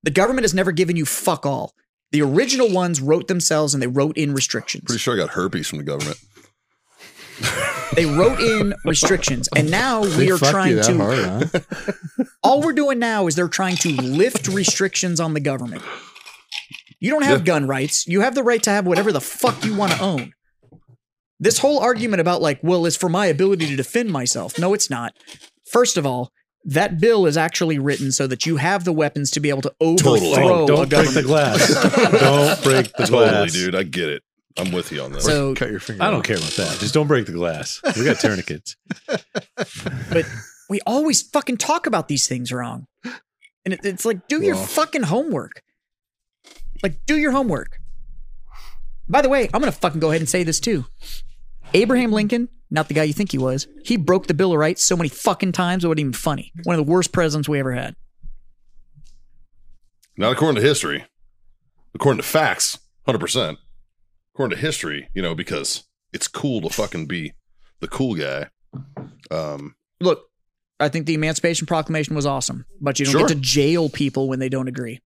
S4: The government has never given you fuck all. The original ones wrote themselves and they wrote in restrictions
S5: Pretty sure I got herpes from the government.
S4: they wrote in restrictions and now we are
S7: fuck
S4: trying to
S7: hard, huh?
S4: all we're doing now is they're trying to lift restrictions on the government you don't have gun rights you have the right to have whatever the fuck you want to own this whole argument about like well it's for my ability to defend myself no it's not first of all that bill is actually written so that you have the weapons to be able to overthrow
S3: Oh,
S4: a
S3: don't break the
S4: government.
S3: glass. don't break the
S5: Totally,
S3: glass.
S5: dude. I get it. I'm with you on this.
S4: so
S7: Cut your finger.
S3: I don't care about that. Just don't break the glass. We got tourniquets.
S4: but we always fucking talk about these things wrong. And it, it's like, do your
S7: Well.
S4: fucking homework. Like, do your homework. By the way, I'm gonna fucking go ahead and say this too. Abraham Lincoln, not the guy you think he was, he broke the Bill of Rights so many fucking times it wasn't even funny. One of the worst presidents we ever had.
S5: Not according to history. According to facts, 100%. According to history, you know, because it's cool to fucking be the cool guy. Um,
S4: Look, I think the Emancipation Proclamation was awesome, but you don't
S5: Sure.
S4: get to jail people when they don't agree.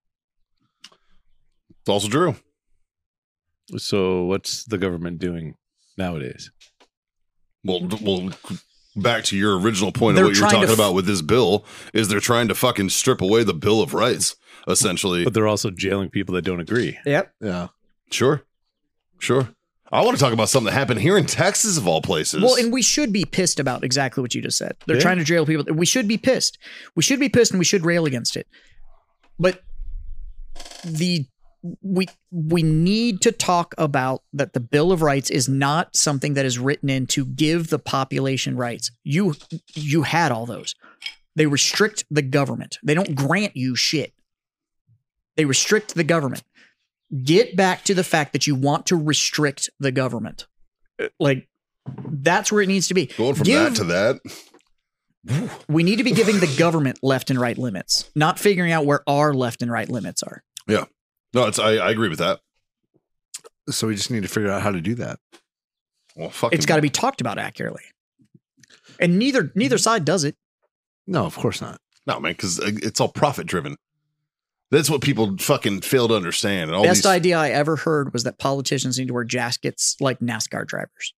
S5: it's also true.
S3: So what's the government doing nowadays?
S5: Well, d- well, back to your original point
S4: They're
S5: of what you were
S4: trying to
S5: talking
S4: f-
S5: about with this bill is they're trying to fucking strip away the Bill of Rights, essentially.
S3: But they're also jailing people that don't agree.
S4: Yep.
S7: Yeah.
S5: Sure. Sure. I want to talk about something that happened here in Texas, of all places.
S4: Well, and we should be pissed about exactly what you just said. They're
S3: Yeah.
S4: trying to jail people. We should be pissed. We should be pissed and we should rail against it. But the we we need to talk about that the Bill of Rights is not something that is written in to give the population rights. You you had all those. They restrict the government. They don't grant you shit. They restrict the government. Get back to the fact that you want to restrict the government. Uh, Like that's where it needs to be.
S5: going from
S4: Give-
S5: that to that.
S4: we need to be giving the government left and right limits, not figuring out where our left and right limits are.
S5: No, it's I, I agree with that.
S7: So we just need to figure out how to do that.
S5: Well, fucking
S4: It's got to be talked about accurately. and neither neither side does it.
S2: No, of course not.
S5: No, man, because it's all profit driven. That's what people fucking fail to understand. And all
S4: Best
S5: these,
S4: idea I ever heard was that politicians need to wear jackets like NASCAR drivers,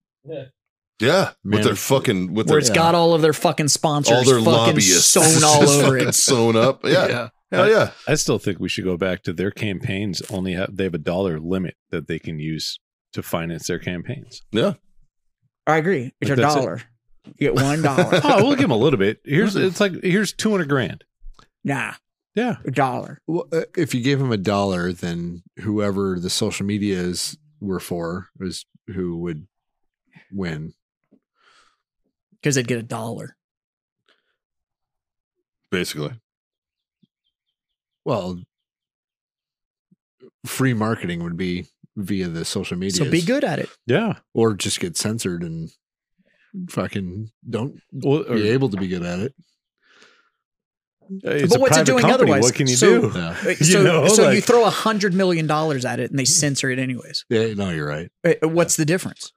S5: yeah,
S3: Man,
S5: with their
S3: it's-
S5: fucking with their
S4: where it's got all of their fucking sponsors,
S5: all their
S4: fucking
S5: lobbyists
S4: sewn all
S5: just
S4: over
S5: fucking
S4: it.
S5: sewn up. Yeah, yeah, hell yeah.
S3: I still think we should go back to their campaigns. Only have they have a dollar limit that they can use to finance their campaigns.
S4: I agree. It's a
S3: Like, that's it.
S4: dollar. You get one dollar.
S3: Oh, we'll give them a little bit. Here's it's like here's two hundred grand.
S4: nah,
S3: Mm-hmm. Yeah,
S4: a dollar.
S7: Well, uh, if you gave him a dollar, then whoever the social medias were for was who would win.
S4: because they'd get a dollar.
S5: Basically,
S7: Well, free marketing would be via the social medias.
S4: So be good at it.
S3: yeah.
S7: or just get censored and fucking don't
S3: Well, or- uh,
S7: be able to be good at it.
S3: it's
S4: But
S3: a
S4: what's it
S3: private
S4: doing
S3: company.
S4: otherwise?
S3: What can you
S4: So-
S3: do?
S7: Yeah.
S4: So,
S3: You know,
S4: so you
S3: like-
S4: throw a hundred million dollars at it and they censor it anyways.
S7: yeah, no, you're right.
S4: Uh, What's the difference?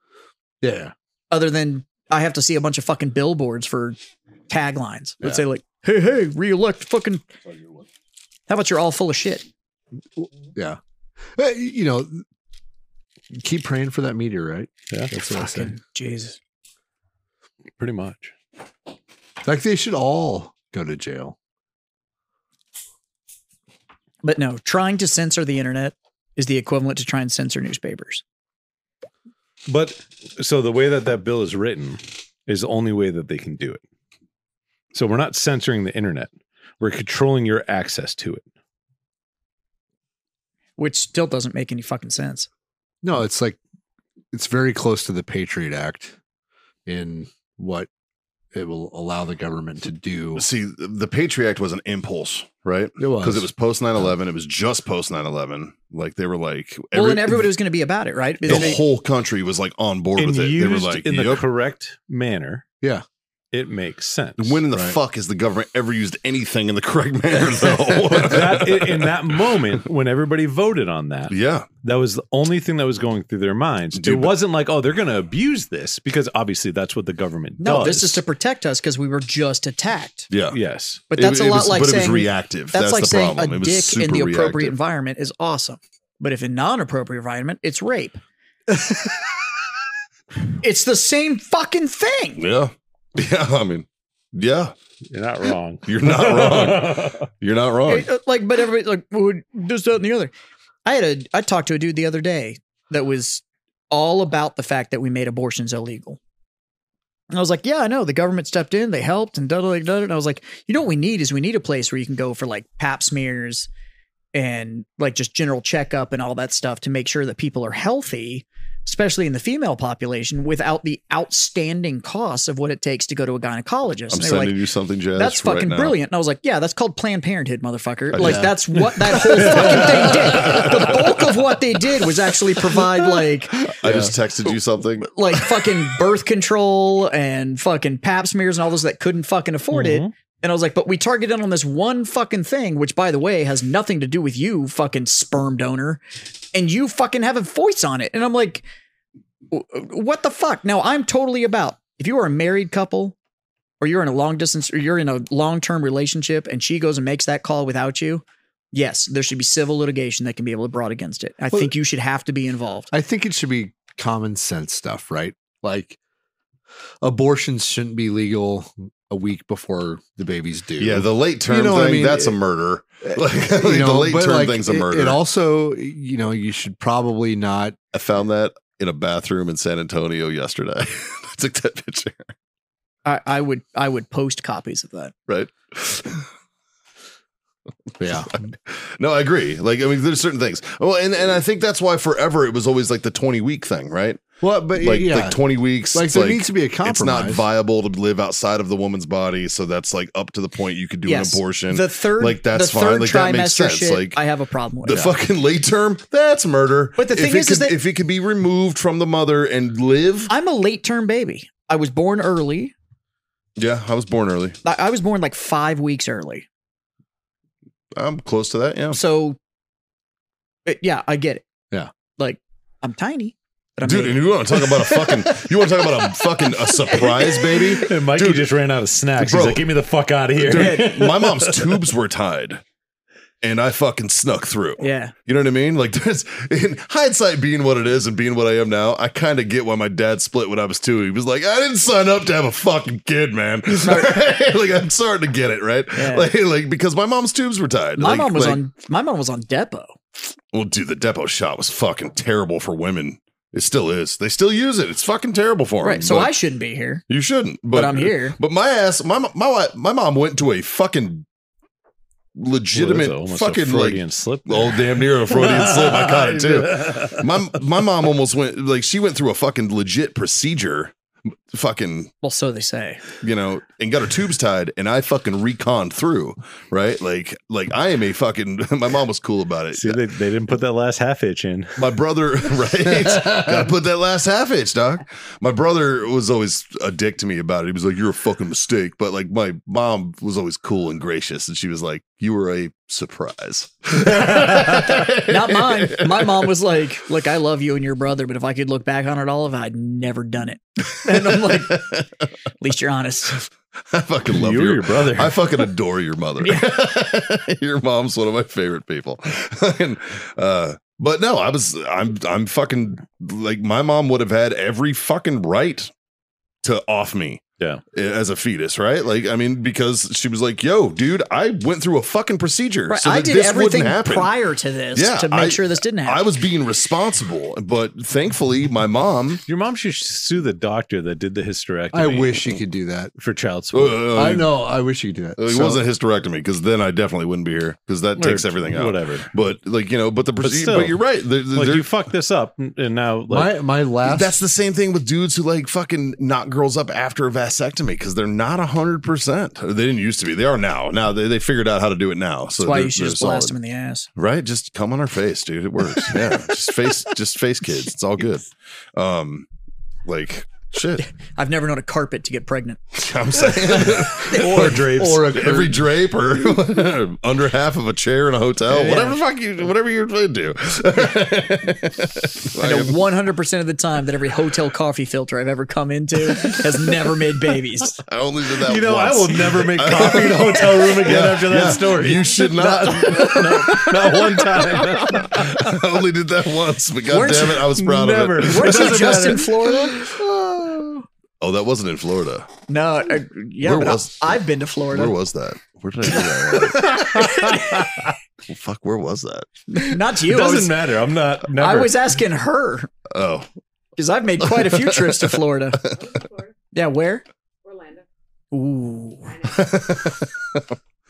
S7: Yeah,
S4: Other than I have to see a bunch of fucking billboards for taglines. Let's say like, hey, hey, reelect fucking. How about you're all full of shit?
S7: yeah. But, you know, keep praying for that meteorite.
S3: Yeah,
S7: That's what I say.
S4: Fucking Jesus.
S3: pretty much.
S7: Like they should all go to jail.
S4: But no, trying to censor the internet is the equivalent to trying to censor newspapers.
S3: But so the way that that bill is written is the only way that they can do it. So we're not censoring the internet. We're controlling your access to it.
S4: Which still doesn't make any fucking sense.
S7: No, it's like it's very close to the Patriot Act in what it will allow the government to do.
S5: see, the Patriot Act was an impulse, right?
S7: It was
S5: Because it was post 9-11. It was just post 9-11. Like they were like,
S4: well,
S5: every-
S4: and everybody was going to be about it, right?
S5: the
S4: And they-
S5: whole country was like on board
S3: And
S5: with it. They were
S3: used
S5: like,
S3: in the
S5: "Yup."
S3: correct manner.
S7: Yeah.
S3: It makes sense.
S5: When in the
S7: Right.
S5: fuck has the government ever used anything in the correct manner, though?
S3: that i- in that moment when everybody voted on that,
S5: yeah,
S3: that was the only thing that was going through their minds.
S5: Dude,
S3: it
S5: but-
S3: wasn't like, oh, they're going to abuse this because obviously that's what the government
S4: no,
S3: does.
S4: this is to protect us because we were just attacked.
S5: yeah.
S3: yes,
S4: But
S5: It-
S4: that's
S5: it
S4: a lot
S5: was-
S4: like
S5: but it
S4: saying
S5: was reactive.
S4: That's,
S5: That's,
S4: like
S5: the
S4: saying
S5: problem.
S4: a
S5: it was
S4: dick
S5: super
S4: in the appropriate
S5: reactive.
S4: environment is awesome, but if in non-appropriate environment, it's rape. it's the same fucking thing.
S5: Yeah, yeah. I mean, yeah.
S3: you're not wrong.
S5: You're not wrong. You're not wrong.
S4: It- uh, like, but everybody's like, "Would this, that, and the other." I had a I talked to a dude the other day that was all about the fact that we made abortions illegal. And I was like, yeah, I know. The government stepped in, they helped, and da da da, da. And I was like, you know what we need is we need a place where you can go for like pap smears and like just general checkup and all that stuff to make sure that people are healthy, especially in the female population, without the outstanding costs of what it takes to go to a gynecologist.
S5: I'm
S4: and they were
S5: sending
S4: like,
S5: you something, Jazz.
S4: that's
S5: right
S4: fucking
S5: now.
S4: brilliant. And I was like, yeah, that's called Planned Parenthood, motherfucker.
S5: I
S4: like
S5: know.
S4: that's what that whole fucking thing did. The bulk of what they did was actually provide like
S5: I just texted you something.
S4: like fucking birth control and fucking pap smears and all those that couldn't fucking afford it. And I was like, but we targeted on this one fucking thing, which by the way has nothing to do with you, fucking sperm donor, and you fucking have a voice on it. And I'm like, w- uh, what the fuck? Now I'm totally about if you are a married couple or you're in a long distance or you're in a long term relationship and she goes and makes that call without you. Yes, there should be civil litigation that can be able to brought against it. I
S7: Well-
S4: think you should have to be involved.
S7: I think it should be common sense stuff, right? Like abortions shouldn't be legal a week before the baby's due.
S5: Yeah, the late term
S7: You know what I
S5: thing.
S7: mean?
S5: That's a murder.
S4: Uh,
S5: Like,
S7: you
S5: the
S7: know,
S5: late
S7: but
S5: term
S7: like,
S5: thing's a
S7: it-
S5: murder.
S7: It, also, you know, you should probably not.
S5: I found that in a bathroom in San Antonio yesterday. I took that picture.
S4: I, I would I would post copies of that.
S5: Right.
S7: Yeah,
S5: No, I agree. Like, I mean, there's certain things. Well, and, and I think that's why forever it was always like the 20 week thing, right?
S4: Uh,
S7: well, but
S5: Like,
S7: yeah,
S5: like 20 weeks.
S7: like
S5: it's
S7: there needs to be a compromise.
S5: It's not viable to live outside of the woman's body. So that's like up to the point you could do
S4: Yes.
S5: an abortion.
S4: The third
S5: Like, that's
S4: the
S5: fine.
S4: third
S5: Like, that makes
S4: trimester
S5: sense.
S4: shit,
S5: Like,
S4: I have a problem with.
S5: the
S4: that.
S5: fucking late term, that's murder.
S4: But the
S5: If
S4: thing
S5: it
S4: is, is
S5: could-
S4: that-
S5: if it could be removed from the mother and live,
S4: I'm a late term baby. I was born early.
S5: yeah, I was born early.
S4: I, I was born like five weeks early.
S5: I'm close
S4: Oh.
S5: to that. Yeah,
S4: So, it- uh, yeah, I get it.
S7: Yeah.
S4: like I'm tiny. that I
S5: Dude,
S4: made.
S5: and you want to talk about a fucking, you want to talk about a fucking a surprise, baby?
S3: And Mikey
S5: Dude.
S3: just ran out of snacks.
S5: Bro.
S3: He's like, "Get me the fuck out of here!"
S5: Dude, my mom's tubes were tied, and I fucking snuck through.
S4: yeah.
S5: You know what I mean? Like, there's in hindsight, being what it is and being what I am now, I kind of get why my dad split when I was two. He was like, I didn't sign up to have a fucking kid, man. like, I'm starting to get it, right?
S4: Yeah.
S5: Like, like, because my mom's tubes were tied.
S4: My
S5: Like-
S4: mom was
S5: like-
S4: on my mom was on depot.
S5: Well, dude, the depot shot was fucking terrible for women. It still is. They still use it. It's fucking terrible for them.
S4: Right. So I shouldn't be here.
S5: You shouldn't. But,
S4: But I'm here.
S5: But my ass, my mo- my wi- my mom went to a fucking
S3: Well, that's
S5: legitimate
S3: almost a
S5: fucking like
S3: Freudian slip.
S5: oh damn near a Freudian slip. I caught it too. My my mom almost went like she went through a fucking legit procedure, fucking
S4: Well, so they say.
S5: you know, and got her tubes tied, and I fucking reconned through right. Like like I am a fucking. My mom was cool about it.
S3: See, they, they didn't put that last half itch in.
S5: My brother, right? Gotta put that last half inch, doc. My brother was always a dick to me about it. He was like, You're a fucking mistake. But like, my mom was always cool and gracious. And she was like, You were a surprise.
S4: Not
S5: Not
S4: mine. My mom was like, "Look, I love you and your brother, but if I could look back on it all, if I'd never done it." And I'm like, "At least you're honest."
S5: I fucking love
S3: you
S5: your,
S3: or your brother.
S5: I fucking adore your mother. your mom's one of my favorite people. And, uh, but no, I was I'm I'm fucking like my mom would have had every fucking right to off me.
S3: Yeah.
S5: As a fetus, right? Like I mean because she was like, "Yo, dude, I went through a fucking procedure
S4: Right.
S5: so
S4: I
S5: that
S4: did
S5: this wouldn't
S4: everything
S5: happen."
S4: prior to this
S5: Yeah,
S4: to make
S5: I-
S4: sure this didn't happen.
S5: I was being responsible, but thankfully my mom
S3: your mom should sue the doctor that did the hysterectomy.
S7: I wish you could do that.
S3: for child support.
S5: uh,
S7: I know. I wish you could do that.
S5: It
S7: So-
S5: wasn't hysterectomy because then I definitely wouldn't be here because that takes
S3: Or
S5: everything out.
S3: Whatever.
S5: But like you know, but the procedure. But,
S3: still.
S5: you're right. The, the,
S3: Like
S5: there-
S3: you fucked this up, and and now like
S7: my my last.
S5: that's the same thing with dudes who like fucking knock girls up after a vasectomy because they're not hundred percent. They didn't used to be. They are now. Now they, they figured out how to do it now. So
S4: That's why
S5: they're-
S4: you should
S5: they're
S4: just blast
S5: solid.
S4: him in the ass.
S5: Right? Just come on our face, dude. It works. Yeah. just face. Just face kids. It's all good. Um, like shit.
S4: I've never known a carpet to get pregnant.
S5: I'm saying. or drapes.
S7: or a
S5: every drape or under half of a chair in a hotel. Whatever the fuck you whatever you're into.
S4: I know 100% of the time that every hotel coffee filter I've ever come into has never made babies.
S5: I only did that
S3: you know,
S5: once.
S3: I will never make coffee in a hotel room again
S5: Yeah,
S3: after that
S5: yeah.
S3: story.
S5: You should not.
S3: Not one time.
S5: I only did that once, but god
S4: Weren't
S5: damn it, I was proud
S3: Never.
S5: of it.
S4: Weren't you
S3: Doesn't
S4: just
S3: matter.
S4: in Florida?
S5: Oh, that wasn't in Florida.
S4: No, uh, yeah,
S5: Where
S4: but I-
S5: was-
S4: I've been to
S5: Where
S4: Florida.
S5: was that? Where did I do that? Well, fuck, where was that?
S4: Not
S3: It
S4: you. I
S3: doesn't
S4: was,
S3: matter. I'm not. Never.
S4: I was asking her
S5: Oh,
S4: because I've made quite a few trips to Florida.
S9: Florida,
S4: Yeah, where?
S9: Orlando.
S4: Ooh.
S9: I didn't touch it.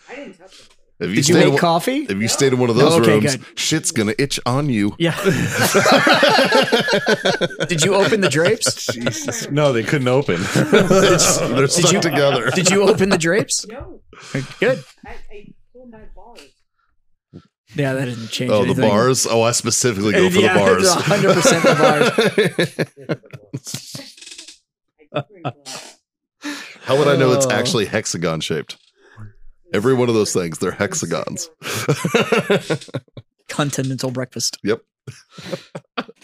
S5: if you
S4: Did you
S5: stay, in
S4: make
S5: one,
S4: coffee?
S5: if you stayed in one of those
S4: No, okay,
S5: rooms,
S4: good.
S5: shit's gonna itch on you.
S4: Yeah. Did you open the drapes?
S3: no, they couldn't open.
S5: They're stuck
S4: you-
S5: together.
S4: Did you open the drapes?
S9: No,
S4: Good.
S9: I, I pulled my bars.
S4: Yeah, that didn't change
S5: Oh, the
S4: anything.
S5: bars. Oh, I specifically go for
S4: yeah, it's
S5: the
S4: 100% the bars.
S5: bars.
S9: I did bring glass.
S5: How would I know it's
S4: Oh.
S5: actually hexagon shaped? Every one of those things, they're hexagons.
S4: Continental breakfast.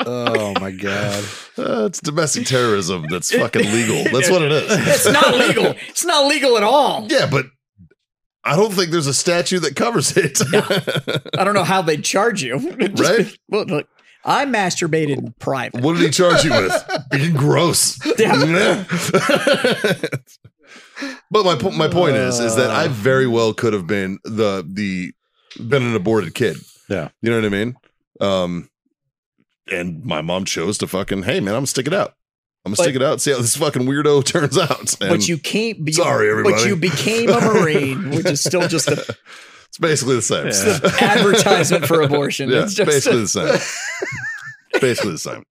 S2: Oh my god.
S5: Uh, it's domestic terrorism that's fucking legal. That's what it is.
S4: It's not legal. It's not legal at all.
S5: Yeah, but I don't think there's a statute that covers it.
S4: I don't know how they charge you. Just-
S5: Right?
S4: Look, look, I masturbated in private.
S5: what did he charge you with? Being gross.
S4: Yeah.
S5: but my po- my point is is that I very well could have been the the been an aborted kid.
S3: Yeah.
S5: You know what I mean? Um and my mom chose to fucking, hey man, I'm gonna stick it out. I'm gonna stick it out and see how this fucking weirdo turns out. And
S4: But you can't be.
S5: Sorry, everybody.
S4: But you became a Marine, which is still just an
S5: it's basically the same.
S3: Yeah.
S4: advertisement for abortion.
S5: Yeah,
S4: it's just
S5: basically the same. basically the same.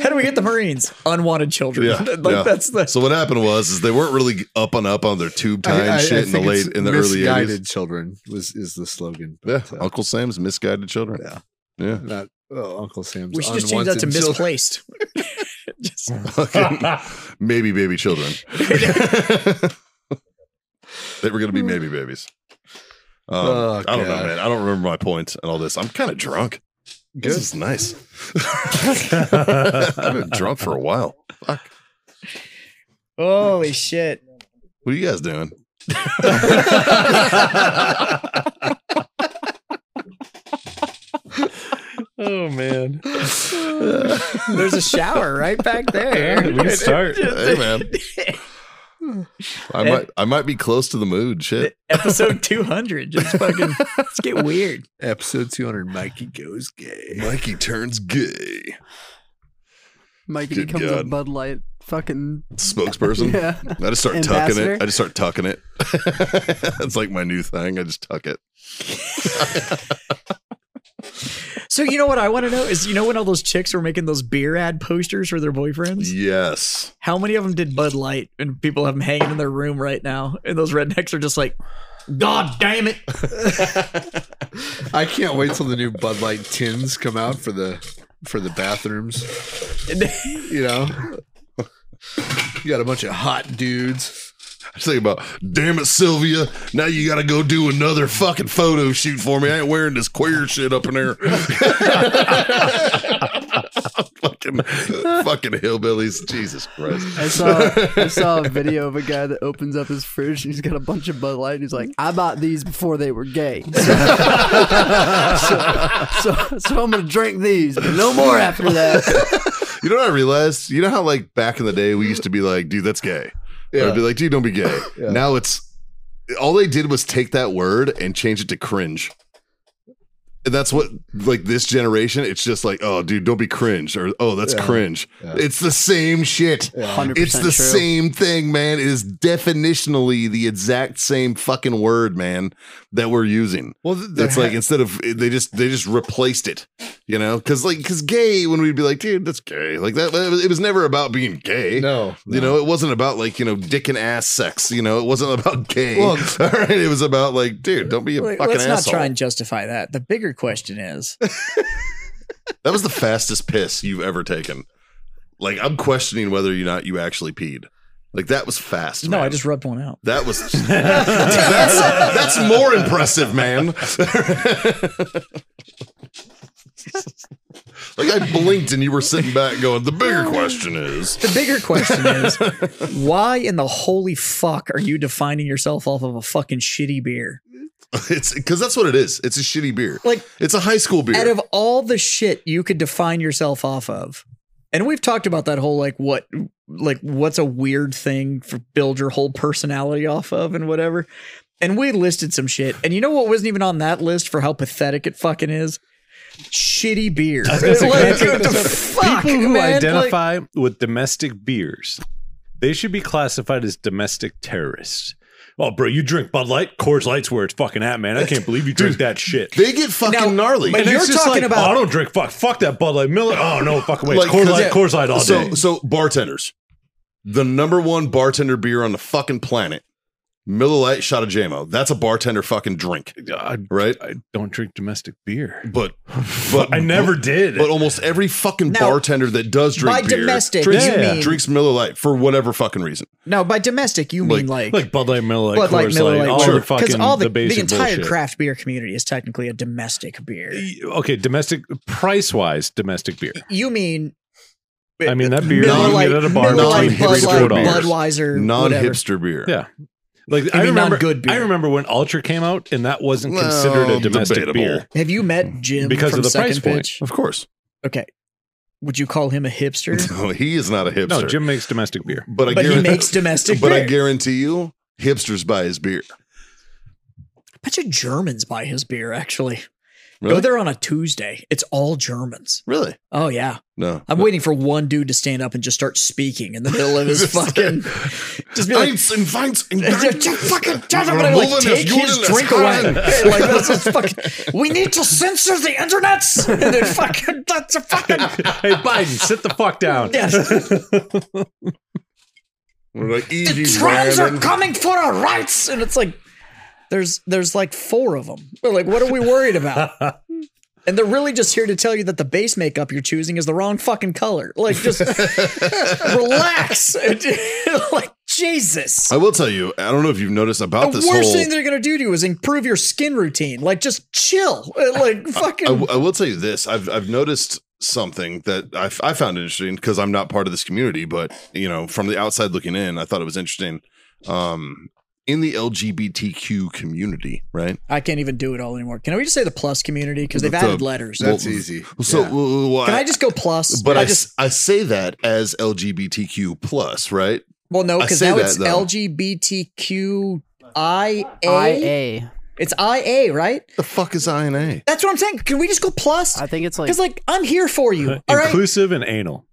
S4: how do we get the Marines? Unwanted children.
S5: Yeah,
S4: like
S5: yeah.
S4: that's the.
S5: So what happened was is they weren't really up and up on their tube time
S2: I- I- I
S5: shit in the
S2: think it's
S5: late in the early
S2: misguided
S5: eighties.
S2: children was is the slogan.
S5: Yeah,
S2: But, uh,
S5: Uncle Sam's misguided children.
S2: Yeah.
S5: Yeah.
S2: not oh, Uncle Sam's.
S4: We should just change that to
S2: unwanted children.
S4: misplaced. Just-
S5: Fucking maybe baby children. they were gonna be maybe babies. Um,
S2: Oh,
S5: I don't know,
S2: God.
S4: Oh,
S5: man. I don't remember my point and all this. I'm kind of drunk. This is nice. I've been drunk for a while. Fuck.
S4: Holy shit.
S5: What are you guys doing?
S3: oh man.
S4: There's a shower right back
S3: Yeah,
S4: there.
S3: we can start.
S5: Hey man. I might I might be close to the mood. Shit.
S4: Episode 200. Just fucking, let's get weird.
S2: Episode 200 Mikey goes gay.
S5: Mikey turns gay.
S6: Mikey
S5: Good
S6: becomes a
S5: God.
S6: Bud Light fucking
S5: Spokesperson.
S6: yeah.
S5: I just start tucking
S6: Ambassador?
S5: it. I just start tucking it. it's like my new thing. I just tuck it.
S4: So, you know what I want to know is you know when all those chicks were making those beer ad posters for their boyfriends?
S5: Yes.
S4: How many of them did Bud Light and people have them hanging in their room right now? And those rednecks are just like, God damn it.
S2: I can't wait till the new Bud Light tins come out for the for the bathrooms. You know, you got a bunch of hot dudes.
S5: I just think about, damn it, Sylvia. Now you got to go do another fucking photo shoot for me. I ain't wearing this queer shit up in there. fucking, fucking hillbillies. Jesus Christ.
S6: I saw I saw a video of a guy that opens up his fridge and he's got a bunch of Bud Light and he's like, I bought these before they were gay. So, so, so I'm gonna drink these, but no more after that.
S5: You know what I realized? You know how, like, back in the day, we used to be like, dude, that's gay. I'd be like, dude, don't be gay. Now it's all they did was take that word and change it to cringe. And that's what like this generation. It's just like, oh, dude, don't be cringe, or oh, that's cringe. It's the same shit.
S6: 100%
S5: It's the
S6: true.
S5: same thing, man. It is definitionally the exact same fucking word, man, that we're using.
S2: Well, th- there
S5: That's
S2: ha-
S5: like instead of they just they just replaced it, you know, because like because gay when we'd be like, dude, that's gay. Like that, it was never about being gay.
S2: no,
S5: You know, it wasn't about like, you know, dick and ass sex. You know, it wasn't about gay.
S2: Well-
S5: All right. It was about like, dude, don't be a
S4: Like,
S5: fucking
S4: let's not
S5: asshole.
S4: try and justify that. The bigger question is,
S5: That was the fastest piss you've ever taken. Like, I'm questioning whether or not you actually peed. Like, that was fast.
S4: no,
S5: man.
S4: I just rubbed one out.
S5: That was that's, that's more impressive, man. like I blinked and you were sitting back going, the bigger question is
S4: The bigger question is, why in the holy fuck are you defining yourself off of a fucking shitty beer?
S5: it's because that's what it is. It's a shitty beer.
S4: Like,
S5: It's a high school beer.
S4: out of all the shit you could define yourself off of, and we've talked about that whole like what like what's a weird thing for build your whole personality off of and whatever. And we listed some shit. And you know what wasn't even on that list for how pathetic it fucking is? Shitty beer. Like, what the fuck,
S3: People who
S4: man? Like-
S3: identify with domestic beers, they should be classified as domestic terrorists. Oh, bro, you drink Bud Light, Coors Light's where it's fucking at, man. I can't believe you drink that shit.
S5: They get fucking
S4: Now,
S5: gnarly.
S4: but
S3: And
S4: you're
S3: it's just
S4: talking
S3: like,
S4: about
S3: oh, I don't drink fuck fuck that Bud Light Miller. Oh no, fuck away.
S5: Like,
S3: it's Coors Light,
S5: yeah.
S3: Coors Light all
S5: so
S3: day.
S5: so bartenders, the number one bartender beer on the fucking planet, Miller Lite shot of JMO. That's a bartender fucking drink,
S3: I,
S5: right?
S3: I don't drink domestic beer.
S5: But but
S3: I never did.
S5: But almost every fucking
S4: Now,
S5: bartender that does drink
S4: by
S5: beer
S4: domestic,
S5: drinks,
S4: you
S3: Yeah.
S4: mean
S5: drinks Miller Lite for whatever fucking reason.
S4: no? By domestic, you mean
S3: like Bud Light, Miller Lite,
S4: Bud Light,
S3: Coors
S4: Miller
S3: Light,
S4: Lite,
S3: all
S4: sure.
S3: the fucking
S4: all
S3: the,
S4: the,
S3: basic
S4: the entire
S3: bullshit.
S4: craft beer community is technically a domestic beer.
S3: Okay, domestic price wise, domestic beer.
S4: You mean
S3: I mean that beer
S4: Miller
S3: you
S4: Lite,
S3: get at a bar
S4: Miller Lite,
S3: between three
S4: Bud
S3: to
S4: Light,
S3: four dollars.
S4: Budweiser,
S5: Non
S4: whatever.
S5: hipster beer.
S3: Yeah. Like I
S4: mean
S3: remember,
S4: non-good beer?
S3: I remember when Ultra came out, and that wasn't
S5: Well,
S3: considered a domestic
S5: debatable.
S3: beer.
S4: Have you met Jim
S3: Because
S4: from
S3: of the
S4: Second
S3: price point.
S4: Pitch?
S5: Of course.
S4: Okay, would you call him a hipster?
S5: No, he is not a hipster.
S3: No, Jim makes domestic beer.
S5: but I
S4: but he
S5: guarantee-
S4: makes domestic
S5: but I
S4: beer.
S5: guarantee you, hipsters buy his beer.
S4: bet you Germans buy his beer. Actually, go
S5: Really?
S4: there on a Tuesday. It's all Germans.
S5: Really?
S4: Oh yeah,
S5: No.
S4: I'm waiting for one dude to stand up and just start speaking in the middle of his fucking. Just be like,
S5: Eins and Weins and
S4: Just- just fucking just- I'm gonna, like,
S5: Removing
S4: take
S5: his
S4: his
S5: urinous
S4: drink away. Like, this is fucking, we need to censor the internets. And then fucking, that's a fucking.
S3: hey Biden, sit the fuck down.
S4: Yes.
S5: We're like,
S4: The
S5: "Easy,
S4: trans are
S5: Brandon."
S4: coming for our rights. And it's like, there's there's like four of them. We're like, what are we worried about? And they're really just here to tell you that the base makeup you're choosing is the wrong fucking color. Like, just relax. like, Jesus.
S5: I will tell you, I don't know if you've noticed about
S4: the
S5: this
S4: worst
S5: whole.
S4: thing they're gonna do to you is improve your skin routine. Like, just chill. Uh, Like, fucking.
S5: I, I will tell you this. I've I've noticed something that I, I found interesting because I'm not part of this community, but you know, from the outside looking in, I thought it was interesting. Um, in the LGBTQ community, right?
S4: I can't even do it all anymore. Can we just say the plus community because they've
S5: The-
S4: added letters?
S2: That's
S5: Well,
S2: easy.
S5: So,
S2: Yeah.
S5: well, well,
S4: Can I just go plus?
S5: But I,
S4: I
S5: s-
S4: just
S5: I say that as LGBTQ plus, right?
S4: well no
S5: I
S4: because
S5: say
S4: now
S5: that,
S4: it's
S5: though.
S4: LGBTQIA.
S6: IA.
S4: It's IA, right?
S5: The fuck is INA?
S4: That's what I'm saying. Can we just go plus?
S6: I think it's like
S4: Because like I'm here for you. All right.
S3: Inclusive and anal.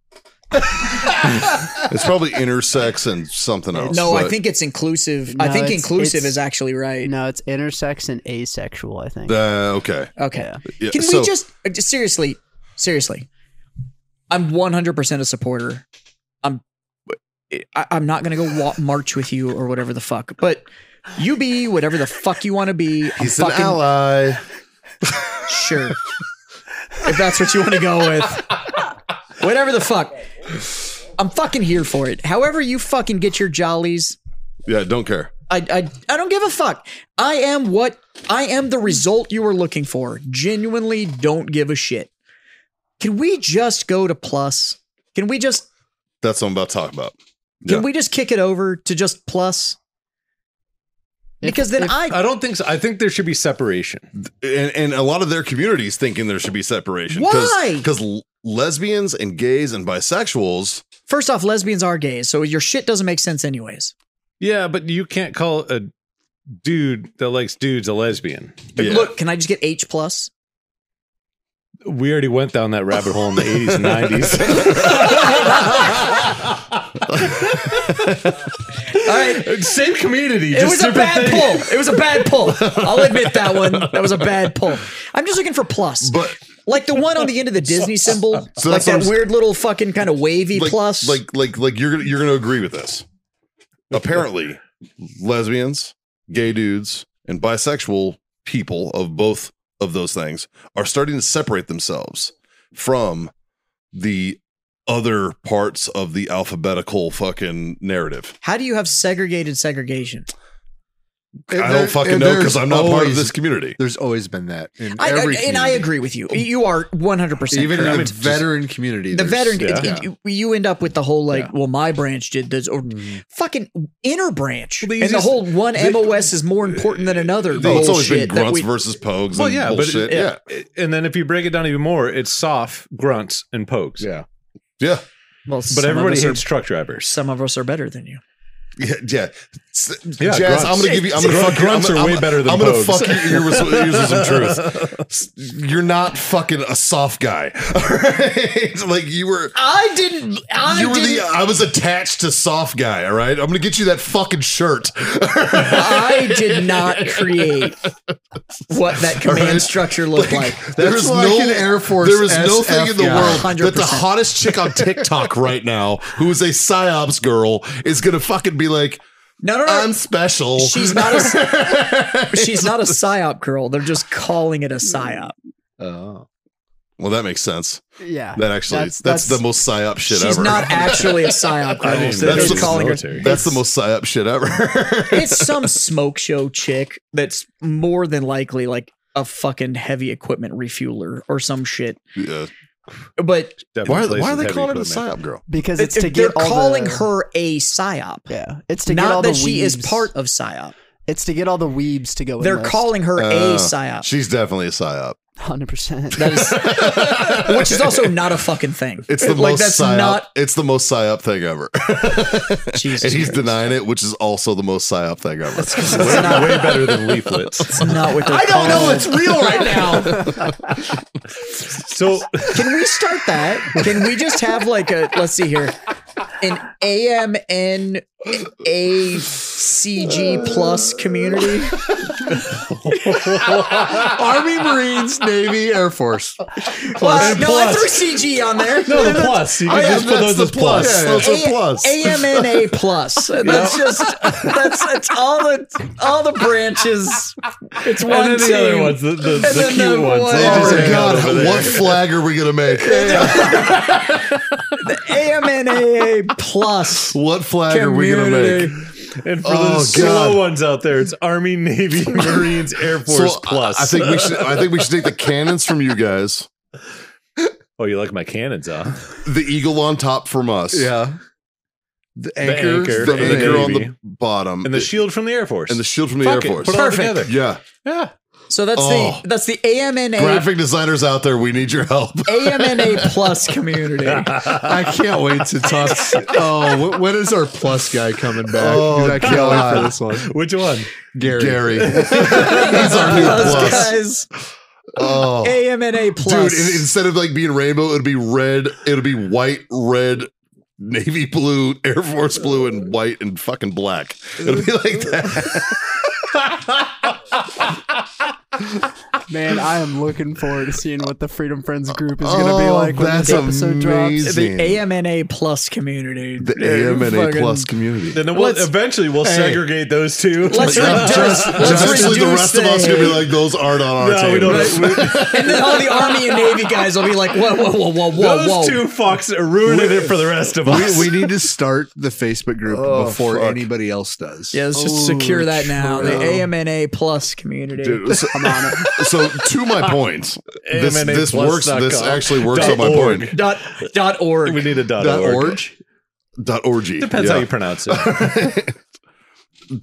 S5: It's probably intersex and something else.
S4: No, I
S5: but
S4: think it's inclusive. I
S6: No,
S4: think
S6: it's-
S4: inclusive
S6: it's-
S4: is actually right.
S6: no, it's intersex and asexual. I think.
S5: Uh, okay.
S4: Okay.
S6: Yeah.
S5: Yeah,
S4: Can
S5: so-
S4: we just uh, just seriously, seriously? I'm 100% a supporter. I'm I, I'm not gonna go wa- march with you or whatever the fuck. But you be whatever the fuck you want to be. I'm
S5: He's an
S4: fucking
S5: ally.
S4: sure. if that's what you want to go with, whatever the fuck. I'm fucking here for it. However you fucking get your jollies,
S5: Yeah, don't care.
S4: I, I I don't give a fuck. I am what I am the result you were looking for. Genuinely don't give a shit. Can we just go to plus? Can we just
S5: That's what I'm about to talk about.
S4: can
S5: Yeah.
S4: we just kick it over to just plus? Because then I
S3: I don't think so. I think there should be separation.
S5: and, and a lot of their communities thinking there should be separation.
S4: Why?
S5: Because lesbians and gays and bisexuals.
S4: first off, lesbians are gays, so your shit doesn't make sense anyways.
S3: Yeah, but you can't call a dude that likes dudes a lesbian.
S5: Yeah.
S4: Look, can I just get H plus?
S3: We already went down that rabbit hole in the 80s and 90s.
S4: All right.
S3: Same community.
S4: It was a bad pull. It was a bad pull. I'll admit that one. That was a bad pull. I'm just looking for plus.
S5: But
S4: Like the one on the end of the Disney symbol,
S5: So
S4: like
S5: that's what
S4: that
S5: I'm-
S4: weird little fucking kind of wavy
S5: like,
S4: E plus.
S5: like like like you're gonna you're gonna agree with this. Apparently, lesbians, gay dudes, and bisexual people of both of those things are starting to separate themselves from the other parts of the alphabetical fucking narrative.
S4: how do you have segregated segregation?
S5: I don't fucking know because I'm not part of
S7: this
S5: this community.
S7: There's always been that in
S4: I, I-
S7: every
S4: and I
S7: community.
S4: agree with you. You are 100 percent
S7: Even in
S3: I
S7: the
S3: mean, just-
S7: veteran community,
S4: the
S7: there's-
S4: veteran. it-
S7: Yeah.
S4: it- you- you end up with the whole like,
S3: Yeah.
S4: well, my branch did this, or
S5: Mm-hmm.
S4: fucking inner branch,
S3: Well, the
S4: and the
S3: easiest-
S4: whole one
S3: the-
S4: MOS is more important than another.
S5: No, it's always been
S4: bullshit that
S5: grunts
S4: we-
S5: versus pogues
S3: Well,
S5: and
S3: yeah, but
S5: bullshit.
S3: it,
S5: yeah.
S3: and then if you break it down even more, it's soft grunts and pokes.
S7: Yeah.
S5: Yeah.
S4: well,
S3: But everybody hates
S4: Are,
S3: truck drivers.
S4: some of us are better than you.
S5: Yeah, yeah. S-
S3: Yeah,
S5: Jazz,
S3: grunts.
S5: I'm gonna give you. I'm gonna
S3: Grunt-
S5: fuck your-
S3: grunts
S5: I'm,
S3: are
S5: I'm,
S3: way better than
S5: I'm gonna
S3: pogues.
S5: fuck your ear with, some- ears with some truth. S- You're not fucking a soft guy. All right, like you were.
S4: I didn't. I
S5: you were
S4: didn't.
S5: the. I was attached to soft guy. All right, I'm gonna get you that fucking shirt.
S4: I did not create what that command
S5: Alright.
S4: structure looked like.
S5: There
S7: That's
S5: is
S7: like an Air Force
S5: There is no thing in the
S7: SF guy.
S5: world that the
S4: 100%.
S5: hottest chick on TikTok right now, who is a psyops girl, is gonna fucking be like,
S4: No, no, no.
S5: I'm special.
S4: she's not a she's not a psyop girl. They're just calling it a psyop.
S7: Oh.
S5: well, that makes sense.
S6: yeah.
S5: That actually, that's,
S6: That's-
S5: the
S6: that's-
S5: most psyop shit
S4: she's
S5: ever.
S4: not actually a psyop girl.
S3: didn't
S4: So
S5: know
S4: they're
S5: that
S4: just
S5: was
S4: calling her.
S3: military.
S5: That's the most psyop shit ever.
S4: It's some smoke show chick that's more than likely like a fucking heavy equipment refueler or some shit.
S5: yeah.
S4: But
S5: Why, why are they calling it a psyop girl?
S6: because it's to
S4: they're
S6: get all
S4: calling
S6: the,
S4: her a psyop.
S6: Yeah, it's to get all
S4: Not that
S6: the
S4: she is
S6: weebs.
S4: part of psyop.
S6: It's to get all the weebs to go.
S4: They're calling her
S5: Oh,
S4: a psyop.
S5: She's definitely a psyop.
S6: hundred percent.
S4: That is, which is also not a fucking thing.
S5: It's the
S4: like
S5: most
S4: that's
S5: psyop.
S4: not
S5: it's the most psyop thing ever,
S4: Jesus.
S5: and he's
S4: Christ.
S5: denying it, which is also the most psyop thing ever.
S4: It's not,
S3: way better than leaflets.
S4: it's not what they're I don't know. It's real right now.
S3: So
S4: Can we start that? Can we just have like a let's see here, an AMN ACG plus community?
S7: Army, Marines, Navy, Air Force.
S4: Well, no, I
S3: plus.
S4: threw CG on there.
S3: no, the plus. You
S5: Oh,
S3: can
S5: yeah,
S3: just put
S5: that's
S3: those
S5: the
S3: as plus.
S5: plus. Those are plus.
S4: AMNA plus. That's just that's that's all the all the branches. It's one
S3: and then
S4: team.
S3: the other ones, the, the, the
S4: then
S3: cute
S4: the
S3: ones.
S4: one-
S3: They
S5: Oh
S3: just
S5: my
S3: hang out
S5: god,
S3: over there.
S5: what flag are we gonna make?
S4: AMNAA plus.
S5: What flag are we gonna make?
S3: And for
S5: Oh,
S3: the slow
S5: God.
S3: ones out there, it's Army, Navy, Marines, Air Force
S5: So, I-
S3: Plus.
S5: I, think we should. I think we should take the cannons from you guys.
S3: Oh, you like my cannons, huh?
S5: The eagle on top from us.
S2: Yeah. The
S3: The
S2: anchor,
S3: anchor
S5: The
S3: from the
S5: anchor on
S3: Navy.
S5: the bottom.
S3: And the shield from the Air Force.
S5: and the shield from the
S3: Fuck
S5: Air
S3: it,
S5: Force.
S3: Put it all
S4: Perfect.
S3: together.
S5: yeah.
S3: Yeah.
S4: So that's
S5: Oh.
S4: the that's the AMNA
S5: Graphic designers out there, we need your help.
S4: AMNA plus community.
S2: I can't wait to talk. Oh, wh- when is our plus guy coming back?
S5: Oh,
S2: 'Cause I can't wait
S5: God.
S2: for this one.
S3: Which one?
S2: Gary.
S5: Gary. He's our new
S4: Plus,
S5: plus.
S4: guys.
S5: Oh.
S4: AMNA plus.
S5: Dude, and instead of like being rainbow, it'd be red. It'd be white, red, navy blue, Air Force blue, and white and fucking black. It'd be like that.
S6: Man, I am looking forward to seeing what the Freedom Friends group is going to
S4: Oh,
S6: be like when
S5: that's
S6: this episode drops.
S5: amazing.
S4: the AMNA plus community.
S5: The AMNA
S4: Fucking-
S5: plus community.
S3: Then we'll,
S4: Let's-
S3: eventually we'll segregate those two.
S4: Let's reduce. let's
S5: Honestly,
S4: reduce
S5: the rest of us are
S4: the-
S5: gonna be like, those aren't on our
S3: no,
S5: table.
S3: we don't. we-
S4: and then all the army and navy guys will be like, whoa, whoa, whoa, whoa, whoa,
S3: those
S4: whoa.
S3: two fucks are ruining it for the rest of us.
S7: we, we need to start the Facebook group
S5: Oh,
S7: before
S5: fuck.
S7: anybody else does.
S4: Yeah, let's just secure that now. The AMNA plus community.
S5: Oh, Dude, so, so to my point, this,
S3: AMNA
S5: this
S3: plus
S5: works.
S3: dot
S5: This
S3: com.
S5: actually works
S3: Dot
S5: on my
S3: org.
S5: point.
S4: Dot dot org.
S3: we need a dot,
S5: Dot
S3: org.
S5: org? Dot orgy.
S3: Depends how
S5: Yeah.
S3: you pronounce it.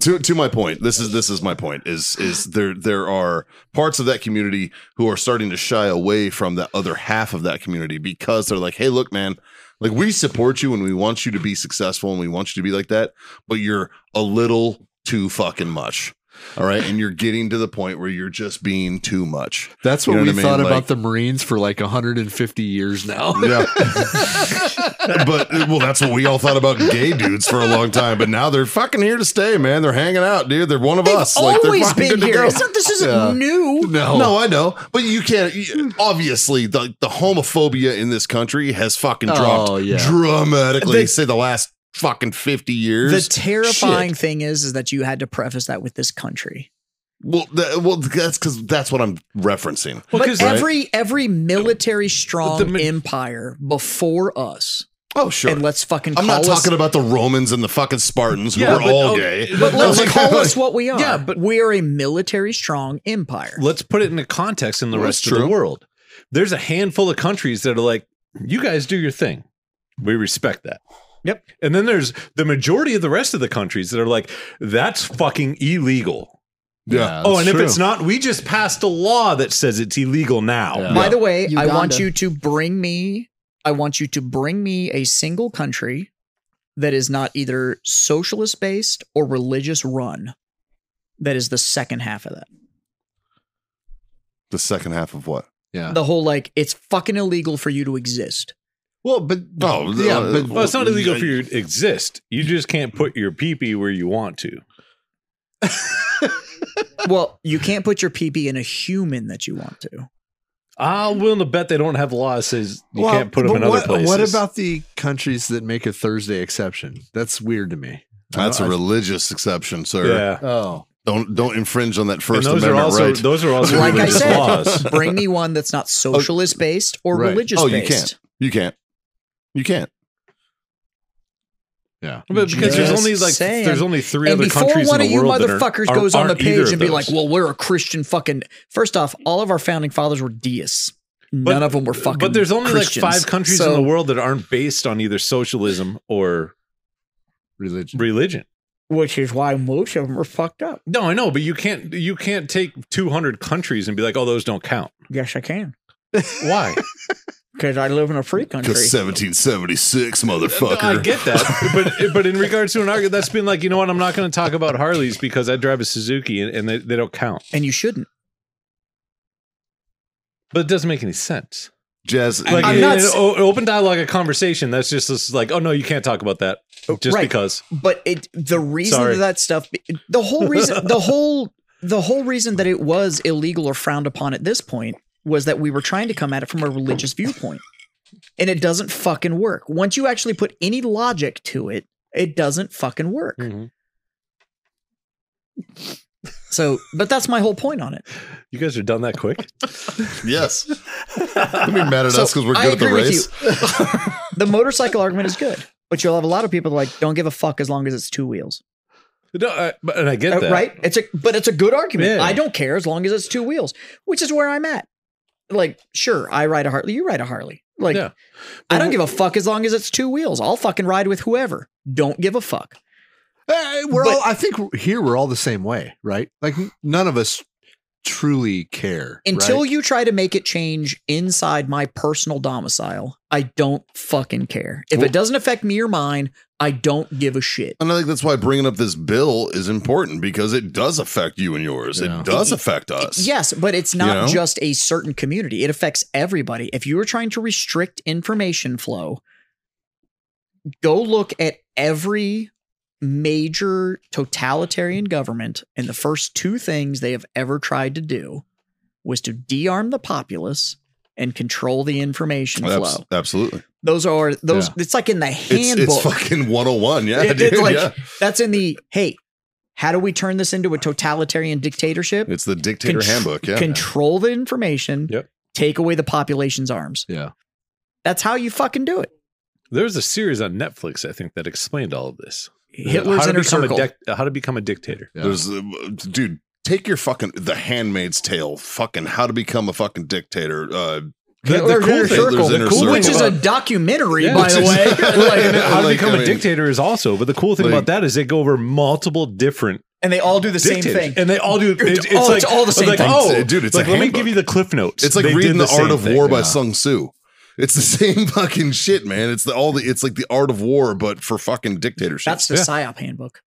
S5: to to my point this is this is my point is is there there are parts of that community who are starting to shy away from the other half of that community because they're like hey look man like we support you and we want you to be successful and we want you to be like that but you're a little too fucking much all right and you're getting to the point where you're just being too much
S2: That's
S5: You
S2: what
S5: know
S2: we
S5: what I mean?
S2: thought
S5: Like-
S2: about the Marines for like 150 years now.
S5: yeah but well that's what we all thought about gay dudes for a long time but now they're fucking here to stay man they're hanging out dude they're one of
S4: They've
S5: us like they're
S4: always
S5: fucking
S4: been
S5: good to
S4: here.
S5: go.
S4: It's not, this isn't
S5: Yeah.
S4: new.
S5: No, no, I know, but you can't. you- obviously, the the homophobia in this country has fucking dropped
S2: Oh, yeah.
S5: dramatically.
S4: The-
S5: say the last fucking fifty years.
S4: The terrifying thing is, is that you had to preface that with this country.
S5: well, th- well, that's because that's what I'm referencing.
S3: Well,
S4: but
S3: 'cause-
S4: every every military strong
S3: The ma-
S4: empire before us,
S5: Oh, sure.
S4: and let's fucking call
S5: I'm not
S4: us,
S5: talking about the Romans and the fucking Spartans who
S3: Yeah,
S5: were
S3: but-
S5: all
S3: oh,
S5: gay.
S4: but let's
S5: Like,
S4: call us what we are.
S3: Yeah, but-
S4: we're a military strong empire.
S3: let's put it into context in the
S5: Well,
S3: rest
S5: that's
S3: of the
S5: true.
S3: world. There's a handful of countries that are like, you guys do your thing. We respect that.
S4: Yep.
S3: And then there's the majority of the rest of the countries that are like, that's fucking illegal.
S5: yeah,
S3: oh, and if it's not, we just passed a law that says it's illegal now.
S4: By the way, I want
S6: Uganda.
S4: you to bring me. I want you to bring me a single country that is not either socialist based or religious run. That is the second half of that.
S5: the second half of what?
S2: Yeah.
S4: The whole like it's fucking illegal for you to exist.
S2: Well, but
S5: Oh,
S2: yeah,
S5: uh,
S2: but
S3: Well, it's not illegal for you to exist. You just can't put your pee-pee where you want to.
S4: Well, you can't put your PP in a human that you want to.
S3: I'm willing to bet they don't have laws that says you can't put them
S2: but
S3: in other
S2: what,
S3: places.
S2: What about the countries that make a Thursday exception? That's weird to me.
S5: That's
S2: I-
S5: a religious exception, sir.
S3: yeah?
S2: Oh,
S5: Don't don't infringe on that First
S3: and those
S5: Amendment
S3: are also
S5: right.
S3: those are also
S4: Like I
S3: religious
S4: said,
S3: laws.
S4: bring me one that's not
S3: Oh,
S4: socialist based or
S2: right.
S4: religious
S5: Oh, you
S4: based.
S5: can't. You can't. You can't.
S2: yeah.
S3: But because there's
S4: Just
S3: only like
S4: saying.
S3: there's only three
S4: and
S3: other
S4: before
S3: countries
S4: one
S3: in the
S4: of you
S3: world
S4: motherfuckers
S3: that are,
S4: goes on the
S3: aren't either
S4: page
S3: of
S4: and be
S3: those.
S4: like, "Well, we're a Christian fucking." First off, all of our founding fathers were deists. None
S3: But-
S4: of them were fucking.
S3: but there's only
S4: Christians.
S3: like five countries
S4: So-
S3: in the world that aren't based on either socialism or
S2: Religion.
S3: religion.
S4: which is why most of them are fucked up.
S3: No, I know, but you can't you can't take 200 countries and be like, "Oh, those don't count."
S4: Yes, I can
S3: Why?
S4: because I live in a free country.
S5: Because 1776, motherfucker.
S3: I get that, but but in regards to an argument, that's been like, you know what? I'm not going to talk about Harleys because I drive a Suzuki and, and they, they don't count.
S4: and you shouldn't.
S3: But it doesn't make any sense.
S5: Jazz.
S3: Like
S4: I'm
S3: in
S4: not
S3: an
S4: s-
S3: o- open dialogue, a conversation. That's just this, like, oh no, you can't talk about that just
S4: Oh, Right.
S3: because.
S4: But it the reason
S3: Sorry.
S4: that, that stuff the whole reason the whole the whole reason that it was illegal or frowned upon at this point was that we were trying to come at it from a religious viewpoint. And it doesn't fucking work. Once you actually put any logic to it, it doesn't fucking work.
S5: Mm-hmm.
S4: So, but that's my whole point on it.
S3: You guys are done that quick.
S5: yes. Don't be mad at us because we're
S4: I
S5: good at the
S4: agree with
S5: race.
S4: you. the motorcycle argument is good, but you'll have a lot of people that, like don't give a fuck as long as it's two wheels,
S3: No, I, but, and I get
S4: Uh,
S3: that.
S4: right? It's a but it's a good argument.
S3: Yeah.
S4: I don't care as long as it's two wheels, which is where I'm at. Like, sure, I ride a Harley. You ride a Harley. Like,
S3: Yeah.
S4: I don't give a fuck as long as it's two wheels. I'll fucking ride with whoever. Don't give a fuck.
S7: Eh, we're
S4: But-
S7: all. I think here we're all the same way, right? Like n- none of us truly care
S4: Until
S7: right?
S4: you try to make it change inside my personal domicile, I don't fucking care. If
S5: Well-
S4: it doesn't affect me or mine, I don't give a shit.
S5: And I think that's why bringing up this bill is important because it does affect you and yours.
S7: Yeah.
S5: It does affect us.
S4: Yes, but it's not
S5: know?
S4: just a certain community. It affects everybody. If you are trying to restrict information flow, go look at every major totalitarian government and the first two things they have ever tried to do was to dearm the populace and control the information
S5: Abs-
S4: flow.
S5: absolutely.
S4: Those are those it's like in the
S5: It's,
S4: handbook.
S5: it's fucking 101. Yeah,
S4: It-
S5: dude.
S4: it's like-
S5: yeah.
S4: That's in the hey, how do we turn this into a totalitarian dictatorship?
S5: It's the dictator
S4: Contr-
S5: handbook. Yeah.
S4: Control the information.
S3: Yep.
S4: Take away the population's arms.
S7: Yeah.
S4: That's how you fucking do it.
S3: There's a series on Netflix I think that explained all of this.
S4: Hitler's
S3: how to
S4: inner
S3: become
S4: circle.
S3: a dic- how to become a dictator.
S7: Yeah.
S5: There's, uh, dude, take your fucking The Handmaid's Tale, fucking How to Become a Fucking Dictator. Uh,
S3: The, the
S4: Hitler's
S3: cool
S4: inner
S3: thing,
S5: circle.
S3: the
S5: Inner
S3: cool
S5: circle.
S3: thing
S4: which is a
S3: about-
S4: documentary,
S3: Yeah.
S4: by
S5: Which
S4: the
S5: is-
S4: way.
S3: like, and how to
S5: Like,
S3: become
S5: I mean-
S3: a dictator is also. But the cool thing
S5: Like-
S3: about that is they go over multiple different
S4: and they all do the same
S3: dictators,
S4: thing.
S3: and they all do. It, it's,
S4: all-
S3: like,
S4: it's all the same
S3: like,
S4: thing.
S3: Oh,
S5: It's- dude, it's a
S3: like, let me
S5: handbook.
S3: give you the cliff notes.
S5: it's like
S3: They did
S5: reading the,
S3: same
S5: Art of
S3: thing.
S5: War by
S3: Yeah.
S5: Sung Tzu. It's the same fucking shit, man. It's the all the. It's like the Art of War, but for fucking dictatorship.
S4: That's the
S3: Yeah.
S4: PSYOP handbook.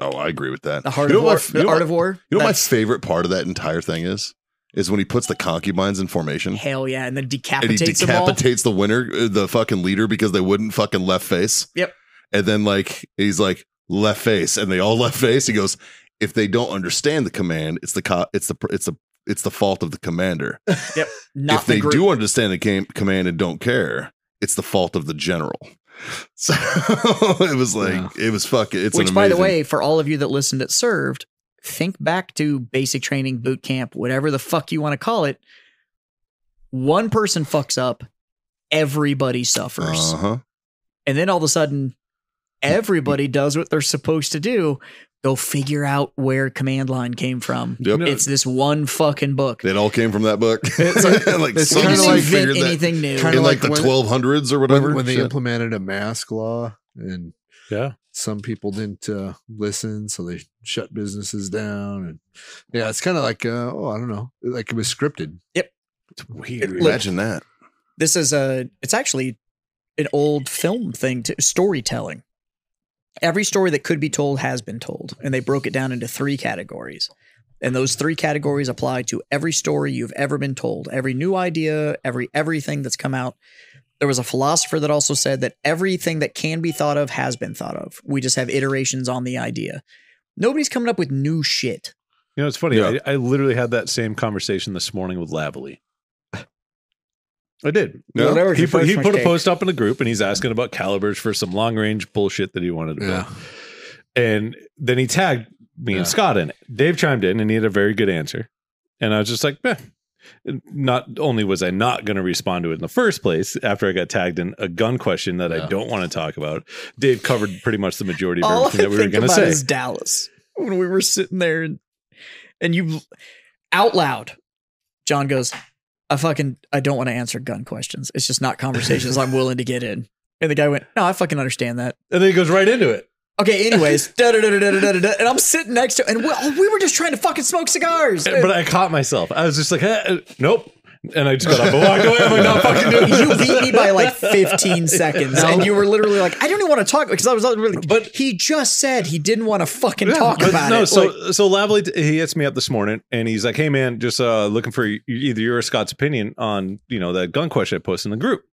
S5: oh, I agree with that.
S4: The heart
S5: You know
S4: of
S5: my
S4: war.
S5: f- you
S4: the
S5: know
S4: art
S5: my-
S4: of war.
S5: You know what my
S4: That's-
S5: favorite part of that entire thing is? Is when he puts the concubines in formation.
S4: hell yeah, and then
S5: and he
S4: decapitates them all.
S5: decapitates the winner, uh, the fucking leader, because they wouldn't fucking left face.
S4: Yep.
S5: And then like he's like left face, and they all left face. He goes, if they don't understand the command, it's the co- it's the pr- it's the it's the fault of the commander.
S4: Not
S5: if they
S4: the group.
S5: do understand the game, command and don't care, it's the fault of the general. So it was like it was fucking. It's an
S4: Which, by the
S5: amazing-
S4: way, for all of you that listened that served, think back to basic training, boot camp, whatever the fuck you want to call it. One person fucks up, everybody suffers.
S5: Uh-huh.
S4: And then all of a sudden, everybody does what they're supposed to do go figure out where command line came from.
S5: Yep.
S4: It's this one fucking book.
S5: It all came from that book.
S7: It's like- it's
S4: We
S7: kinda
S5: someone
S4: didn't
S7: like
S4: invent
S5: figured that
S4: anything new.
S7: kinda
S5: in
S7: like
S5: like, the
S7: when-
S5: 1200s or
S7: when,
S5: whatever.
S7: when they
S5: Shit.
S7: implemented a mask law and
S3: Yeah.
S7: some people didn't uh, listen, so they shut businesses down. And yeah, it's kind of like uh, oh, I don't know, like it was scripted.
S3: It's weird.
S4: Look,
S5: Imagine that.
S4: this is a it's actually an old film thing to storytelling every story that could be told has been told and they broke it down into three categories and those three categories apply to every story you've ever been told every new idea every everything that's come out there was a philosopher that also said that everything that can be thought of has been thought of we just have iterations on the idea nobody's coming up with new shit
S3: You know, it's funny.
S5: Yeah.
S3: I, I literally had that same conversation this morning with Lavely. I did.
S5: Yeah.
S4: Whatever
S3: He
S4: your
S3: put,
S4: first
S3: he put a
S4: mistake.
S3: post up in the group and he's asking about calibers for some long range bullshit that he wanted to build. And then he tagged me
S7: Yeah.
S3: and Scott in it. Dave chimed in and he had a very good answer. And I was just like, meh. Not only was I not going to respond to it in the first place after I got tagged in a gun question that I
S7: Yeah.
S3: don't want to talk about, Dave covered pretty much the majority of
S4: All I
S3: everything that we were
S4: think
S3: going to
S4: about
S3: say.
S4: is Dallas when we were sitting there and, and you out loud, John goes, I fucking I don't want to answer gun questions. It's just not conversations I'm willing to get in. And the guy went, No, I fucking understand that.
S3: and then he goes right into it.
S4: Okay, anyways, da da da da da da da. And I'm sitting next to, and we, oh, we were just trying to fucking smoke cigars.
S3: But I caught myself. I was just like, eh, eh, nope. And I just got up and walked away. I'm like, not fucking doing
S4: you
S3: this.
S4: beat me by like 15 seconds, and you were literally like, "I don't even want to talk," because I was really. But he just said he didn't want to fucking talk
S3: But
S4: about
S3: no,
S4: it.
S3: so
S4: Like,
S3: so Lavely he hits me up this morning and he's like, "Hey man, just uh, looking for e- either your or Scott's opinion on you know that gun question I posted in the group."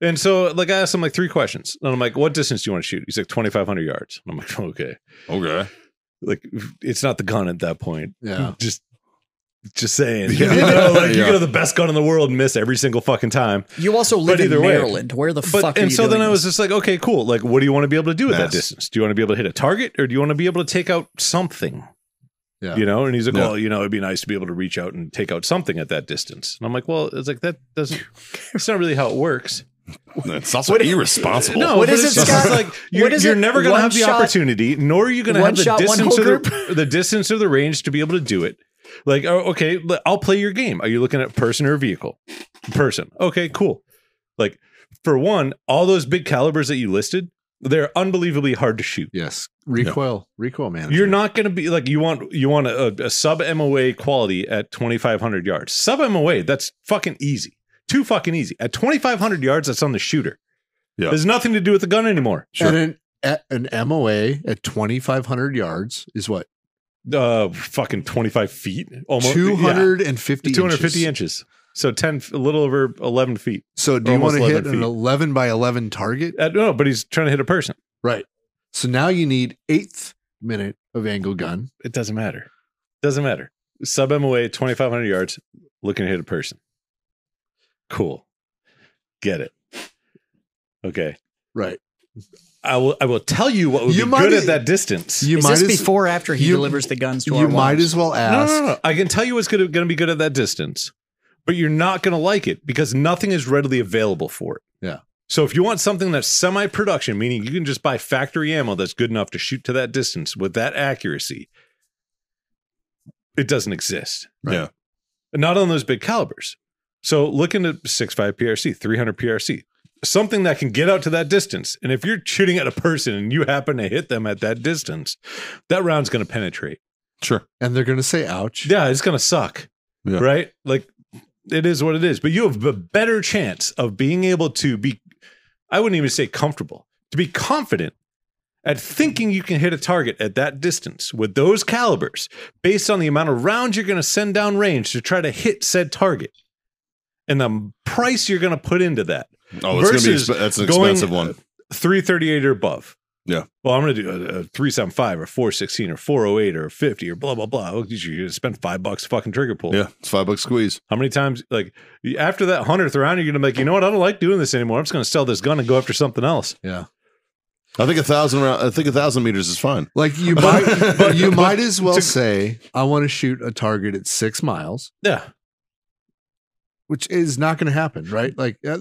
S3: And so like I asked him like three questions and I'm like, "What distance do you want to shoot?" He's like, "2500 yards." And I'm like, "Okay,
S5: Okay.
S3: like it's not the gun at that point."
S7: Yeah.
S3: just just saying,
S5: Yeah.
S3: you know, like you
S5: Yeah.
S3: can have the best gun in the world and miss every single fucking time.
S4: you also live in
S3: either way.
S4: Maryland. Where the fuck?
S3: but
S4: are
S3: and
S4: you
S3: so then
S4: doing
S3: I
S4: this?
S3: was just like, okay, cool. Like, what do you want to be able to do at that
S5: Yes.
S3: distance? Do you want to be able to hit a target, or do you want to be able to take out something?
S7: Yeah.
S3: You know, and he's like,
S5: Yeah.
S3: well, you know, it'd be nice to be able to reach out and take out something at that distance. And I'm like, well, it's like that doesn't. It's not really how it works.
S5: It's also
S4: What-
S5: irresponsible.
S3: No,
S4: What
S3: but
S4: is
S3: it's
S4: it,
S3: just
S4: Scott?
S3: Like you're,
S4: What is
S3: you're
S4: it?
S3: never going to
S4: One
S3: have the
S4: shot-
S3: opportunity, nor are you going to
S4: One
S3: have the
S4: shot, one
S3: distance
S4: whole
S3: of the, the distance of the range to be able to do it. Like, oh, okay, l- I'll play your game. Are you looking at person or vehicle? Person. Okay, cool. Like for one, all those big calibers that you listed, they're unbelievably hard to shoot.
S2: Yes. Recoil. Recoil management.
S3: You're not going to be like you want you want a, a sub MOA quality at 2500 yards. Sub MOA, that's fucking easy. Too fucking easy. At 2500 yards that's on the shooter.
S5: Yeah.
S3: There's nothing to do with the gun anymore.
S2: And an, at an MOA at 2,500 yards is what?
S3: Uh fucking 25 feet almost yeah.
S2: 250
S3: 250
S2: inches.
S3: inches. So 10 f- a little over 11 feet.
S2: So do you
S3: almost
S2: want to hit
S3: 11
S2: an
S3: feet.
S2: 11 by 11 target?
S3: Uh, no, but he's trying to hit a person.
S2: Right. So now you need eighth minute of angle gun.
S3: It doesn't matter. Doesn't matter. Sub MOA 2500 yards looking to hit a person. Cool. Get it. Okay.
S2: Right.
S3: I will. I will tell you what would
S2: You
S3: be
S2: might
S3: good
S2: as-
S3: at that distance.
S2: You
S4: Is
S2: might
S4: this
S2: as
S4: before or after he
S2: you-
S4: delivers the guns to our
S2: you might
S4: wives?
S2: as well
S3: no,
S2: ask.
S3: no, no, no. I can tell you what's going to be good at that distance, but you're not going to like it because nothing is readily available for it.
S2: Yeah.
S3: So if you want something that's semi-production, meaning you can just buy factory ammo that's good enough to shoot to that distance with that accuracy, it doesn't exist.
S5: Right. Yeah.
S3: Not on those big calibers. So look into 6.5 PRC, 300 PRC, something that can get out to that distance. And if you're shooting at a person and you happen to hit them at that distance, that round's going to penetrate.
S5: Sure.
S2: And they're going to say, ouch.
S3: Yeah, it's gonna suck.
S5: Yeah.
S3: Right? Like it is what it is. But you have a better chance of being able to be I wouldn't even say comfortable, to be confident at thinking you can hit a target at that distance with those calibers based on the amount of rounds you're gonna send down range to try to hit said target and the price you're gonna put into that.
S5: Oh, it's gonna be
S3: Versus
S5: exp- that's an
S3: going-
S5: expensive one.
S3: 338 or above.
S5: Yeah.
S3: Well, I'm going to do a, a 375 or 416 or 408 or 50 or blah, blah, blah. Oh, You're going to spend five bucks to fucking trigger pull.
S5: Yeah, it's five bucks squeeze.
S3: How many times, like, after that 100th round, you're going to be like, you know what? I don't like doing this anymore. I'm just going to sell this gun and go after something else.
S5: I think a thousand round. I think a thousand meters is fine.
S2: Like you might,
S5: But-
S2: you
S5: but
S2: might as well
S5: to-
S2: say, I want to shoot a target at six miles,
S3: Yeah.
S2: which is not going to happen, right? Like uh,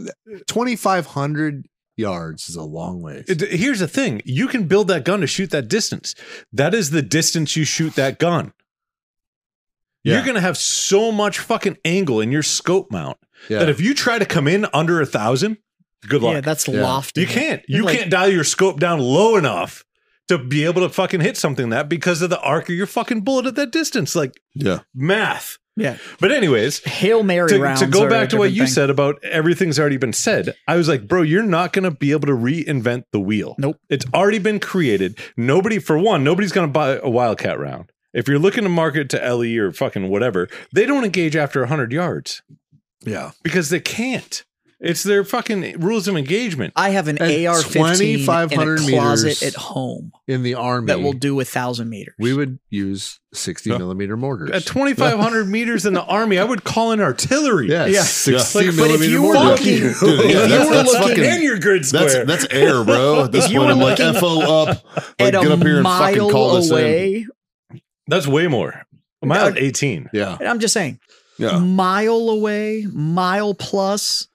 S2: 2,500 yards is a long way.
S3: It- here's the thing you can build that gun to shoot that distance. That is the distance you shoot that gun.
S5: Yeah.
S3: You're going to have so much fucking angle in your scope mount
S2: Yeah.
S3: that if you try to come in under a thousand, good luck.
S4: Yeah, that's
S2: Yeah.
S4: lofty.
S3: You can't.
S4: You're
S3: You
S4: like-
S3: can't dial your scope down low enough to be able to fucking hit something that because of the arc of your fucking bullet at that distance. Like
S5: Yeah.
S3: math.
S4: Yeah.
S3: But anyways,
S4: Hail Mary
S3: to,
S4: rounds.
S3: to
S4: are
S3: go
S4: a
S3: back to what
S4: different
S3: you
S4: thing.
S3: said about everything's already been said, I was like, bro, you're not going to be able to reinvent the wheel.
S4: Nope.
S3: It's already been created. Nobody, for one, nobody's going to buy a Wildcat round. If you're looking to market to LE or fucking whatever, they don't engage after 100 yards
S2: yeah.
S3: because they can't. It's their fucking rules of engagement.
S4: I have an
S2: At
S4: AR-15 in a
S2: 2,500
S4: closet
S2: meters
S4: at home
S2: In the army,
S4: that will do a thousand meters.
S2: we would use 60
S5: Yeah.
S2: millimeter mortars.
S3: At 2,500 meters in the army, I would call in artillery.
S2: Yes,
S3: Yeah.
S2: 60
S3: Like,
S4: but if
S2: millimeter
S4: you
S2: mortars.
S4: fucking-
S2: Yeah.
S5: Dude, yeah,
S3: if
S5: that's-
S3: you were
S5: that's
S3: looking
S5: fucking-
S3: in your grid
S5: That's
S3: square.
S5: that's air, bro. At this
S4: If you
S5: point, I'm
S4: were
S5: like,
S4: looking
S5: fo up. Like,
S4: at
S5: get
S4: a
S5: up here and fucking
S4: mile
S5: call this in.
S4: away.
S3: That's way more. A mile and 18.
S2: Yeah.
S4: And I'm just saying,
S5: Yeah,
S4: mile away, mile plus.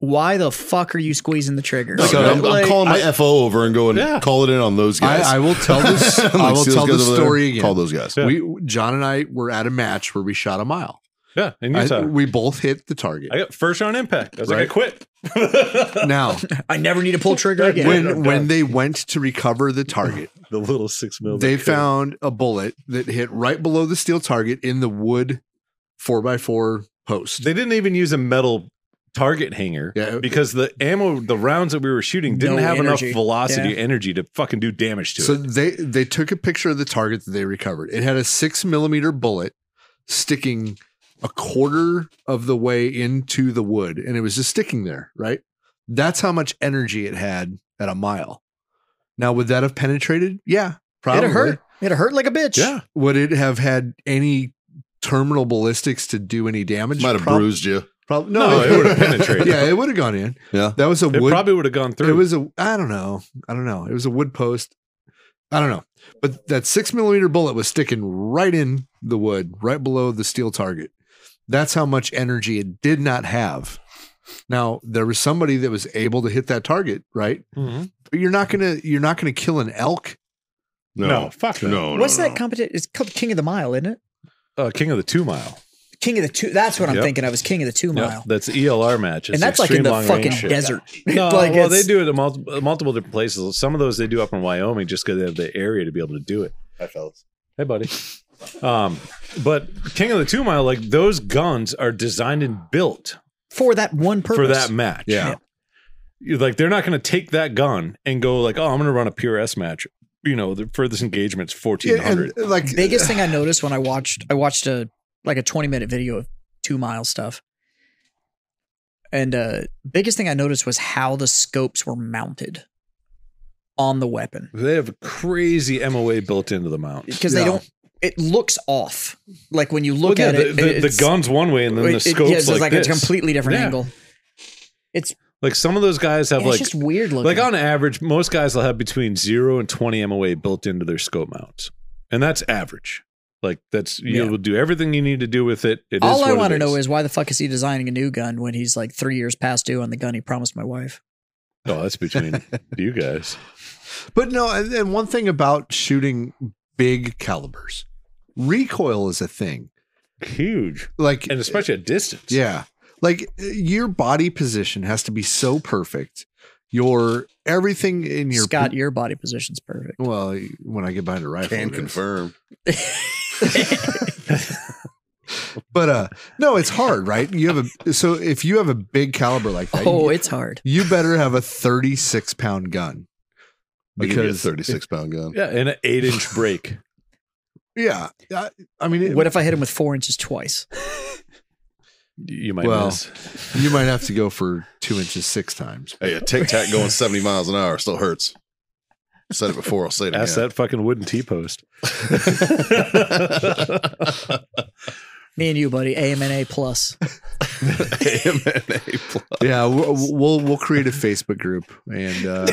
S4: Why the fuck are you squeezing the trigger?
S5: Like,
S2: So,
S5: I'm, I'm
S4: Like,
S5: calling my fo over and going,
S3: Yeah.
S5: call it in on those guys.
S2: I, I will tell this.
S5: Like,
S2: I will
S5: see those
S2: tell
S5: guys
S2: this
S5: over there?
S2: story again.
S5: Call those guys.
S3: Yeah.
S2: We John and I were at a match where we shot a mile.
S3: Yeah. In
S2: I-
S3: Utah.
S2: we both hit the target.
S3: I got first round impact. I was
S2: Right.
S3: like, I quit.
S2: now,
S4: I never need to pull trigger again.
S3: Yeah,
S2: when
S3: no,
S2: when
S3: no.
S2: they went to recover the target,
S3: the little six mil.
S2: they
S3: that could.
S2: found a bullet that hit right below the steel target in the wood four by four post.
S3: They didn't even use a metal target hanger
S2: yeah,
S3: because the ammo, the rounds that we were shooting didn't
S4: No
S3: have
S4: energy.
S3: enough velocity,
S4: Yeah.
S3: energy to fucking do damage to
S2: so
S3: it.
S2: they they took a picture of the target that they recovered. It had a six millimeter bullet sticking a quarter of the way into the wood, and it was just sticking there. Right, that's how much energy it had at a mile. Now, would that have penetrated? Yeah, probably.
S4: It'd have hurt. It'd have hurt like a bitch.
S3: Yeah.
S2: Would it have had any terminal ballistics to do any damage?
S5: Might have
S2: Prob-
S5: bruised you.
S2: Probably
S3: No, it would have penetrated.
S2: yeah, it would have gone in.
S5: Yeah.
S2: that was a
S3: It
S2: wood.
S3: probably would have gone through.
S2: it was a. I don't know. I don't know. It was a wood post. I don't know. But that six millimeter bullet was sticking right in the wood, right below the steel target. That's how much energy it did not have Now there was somebody that was able to hit that target, right?
S4: Mm-hmm.
S2: But you're not gonna you're not gonna kill an elk.
S5: No, no,
S3: fuck that.
S5: no.
S4: What's
S5: no,
S4: that competition? It's called King of the Mile, isn't it?
S3: Uh, King of the Two Mile.
S4: King of the Two. That's what I'm
S3: Yep.
S4: thinking of. Is King of the Two
S3: Yep,
S4: Mile,
S3: that's E ELR match. It's
S4: and that's like in
S3: extreme
S4: the
S3: long
S4: fucking
S3: range shit.
S4: desert.
S3: No,
S4: like
S3: well,
S4: it's-
S3: they do it in multiple, multiple different places. Some of those they do up in Wyoming just because they have the area to be able to do it.
S5: I felt.
S3: Hey, buddy. Um, but King of the Two Mile, like those guns are designed and built
S4: for that one purpose.
S3: for that match.
S5: Yeah.
S3: You're like they're not going to take that gun and go like, oh, I'm going to run a pure S match. You know, the furthest engagement's fourteen
S2: Yeah,
S3: hundred.
S2: and like
S4: biggest thing I noticed when I watched I watched a like a 20 minute video of two mile stuff. And uh biggest thing I noticed was how the scopes were mounted on the weapon.
S3: They have a crazy MOA built into the mount.
S4: Because
S2: Yeah.
S4: they don't it looks off. Like when you look
S3: Well,
S4: at
S3: yeah,
S4: it,
S3: the, the, the
S4: it's-
S3: gun's one way and then
S4: it-
S3: the
S4: it- yeah,
S3: scope's
S4: it's
S3: like,
S4: like
S3: this.
S4: a completely different
S3: Yeah.
S4: angle. It's,
S3: like some of those guys have
S4: yeah, it's
S3: like
S4: just weird looking.
S3: Like on average, most guys will have between zero and twenty MOA built into their scope mounts, and that's average. Like that's you
S4: Yeah.
S3: will do everything you need to do with it. It is
S4: all I
S3: what
S4: want
S3: it
S4: to know
S3: is
S4: is why the fuck is he designing a new gun when he's like three years past due on the gun he promised my wife?
S3: oh, that's between you guys.
S2: But no, and, and one thing about shooting big calibers, recoil is a thing.
S3: Huge,
S2: Like,
S3: and especially at distance.
S2: yeah, like uh, your body position has to be so perfect. Your everything in your
S4: Scott, your body position's perfect.
S2: well, when I get behind a rifle,
S5: Can
S2: it is.
S5: confirm.
S2: But uh, no, it's hard, right? You have a so if you have a big caliber like that,
S4: Oh,
S2: you,
S4: it's hard.
S2: you better have a thirty-six pound gun
S5: Because
S2: because
S5: thirty-six pound gun.
S3: yeah, and an eight-inch break.
S2: Yeah, I, I mean, it,
S4: What if I hit him with four inches twice?
S3: You might
S2: Well,
S3: miss.
S2: you might have to go for two inches six times.
S5: Hey, a tic tac going seventy miles an hour still hurts. Said it before. I'll say it
S3: Ask
S5: again.
S3: that fucking wooden T post.
S4: Me and you, buddy. AMNA plus.
S5: AMNA plus.
S2: Yeah, we'll we'll, we'll create a Facebook group, and uh,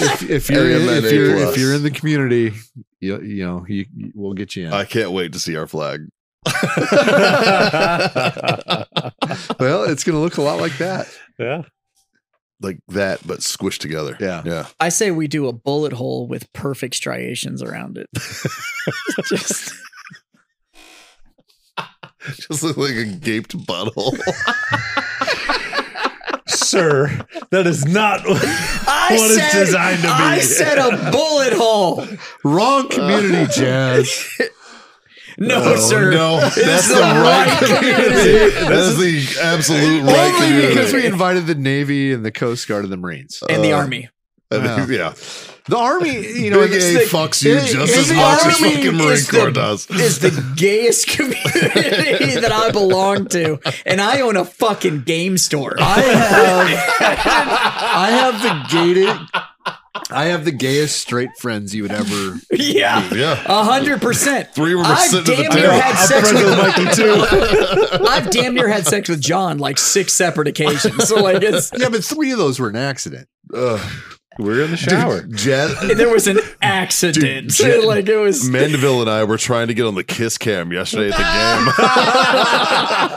S2: if, if you're in,
S5: AMNA+.
S2: if you're if you're in the community, you you know you, you- we'll get you in.
S5: I can't wait to see our flag.
S2: well, it's gonna look a lot like that.
S3: yeah.
S5: like that, but squished together.
S2: Yeah.
S5: Yeah.
S4: I say we do a bullet hole with perfect striations around it. Just
S5: Just look like a gaped butthole.
S3: Sir, that is not
S4: I
S3: What it's
S4: said,
S3: designed to be.
S4: I said a bullet hole.
S2: Wrong community, Jazz.
S4: No,
S5: Oh,
S4: sir.
S5: No, that's the,
S4: the
S5: right
S4: right
S5: community. That's the absolute right
S2: Only because we
S5: community.
S2: invited the Navy and the Coast Guard and the Marines.
S4: And the
S5: Uh,
S4: army.
S5: I think- Yeah.
S2: The Army, you know,
S5: Big
S2: it's
S5: A
S2: the-
S5: fucks you
S2: it-
S5: just
S2: it-
S5: as
S2: the
S5: much as
S2: Army
S5: fucking Marine
S4: is
S5: Corps
S4: the-
S5: does.
S4: Is the gayest community that I belong to, and I own a fucking game store.
S2: I have I have the gated I have the gayest straight friends you would ever
S4: yeah,
S5: Yeah.
S4: a hundred percent.
S5: Three of us
S4: I've
S5: sitting at
S4: damn
S5: the
S4: near
S5: table.
S4: had
S5: I'm
S4: sex
S5: friends
S4: with
S5: with Mikey too.
S4: I've damn near had sex with John like six separate occasions. So like it's
S2: Yeah, but three of those were an accident.
S3: We're in the shower.
S5: Jed,
S4: there was an
S5: Dude,
S4: accident.
S5: Jet-
S4: like it was
S5: Mandeville and I were trying to get on the kiss cam yesterday at the game.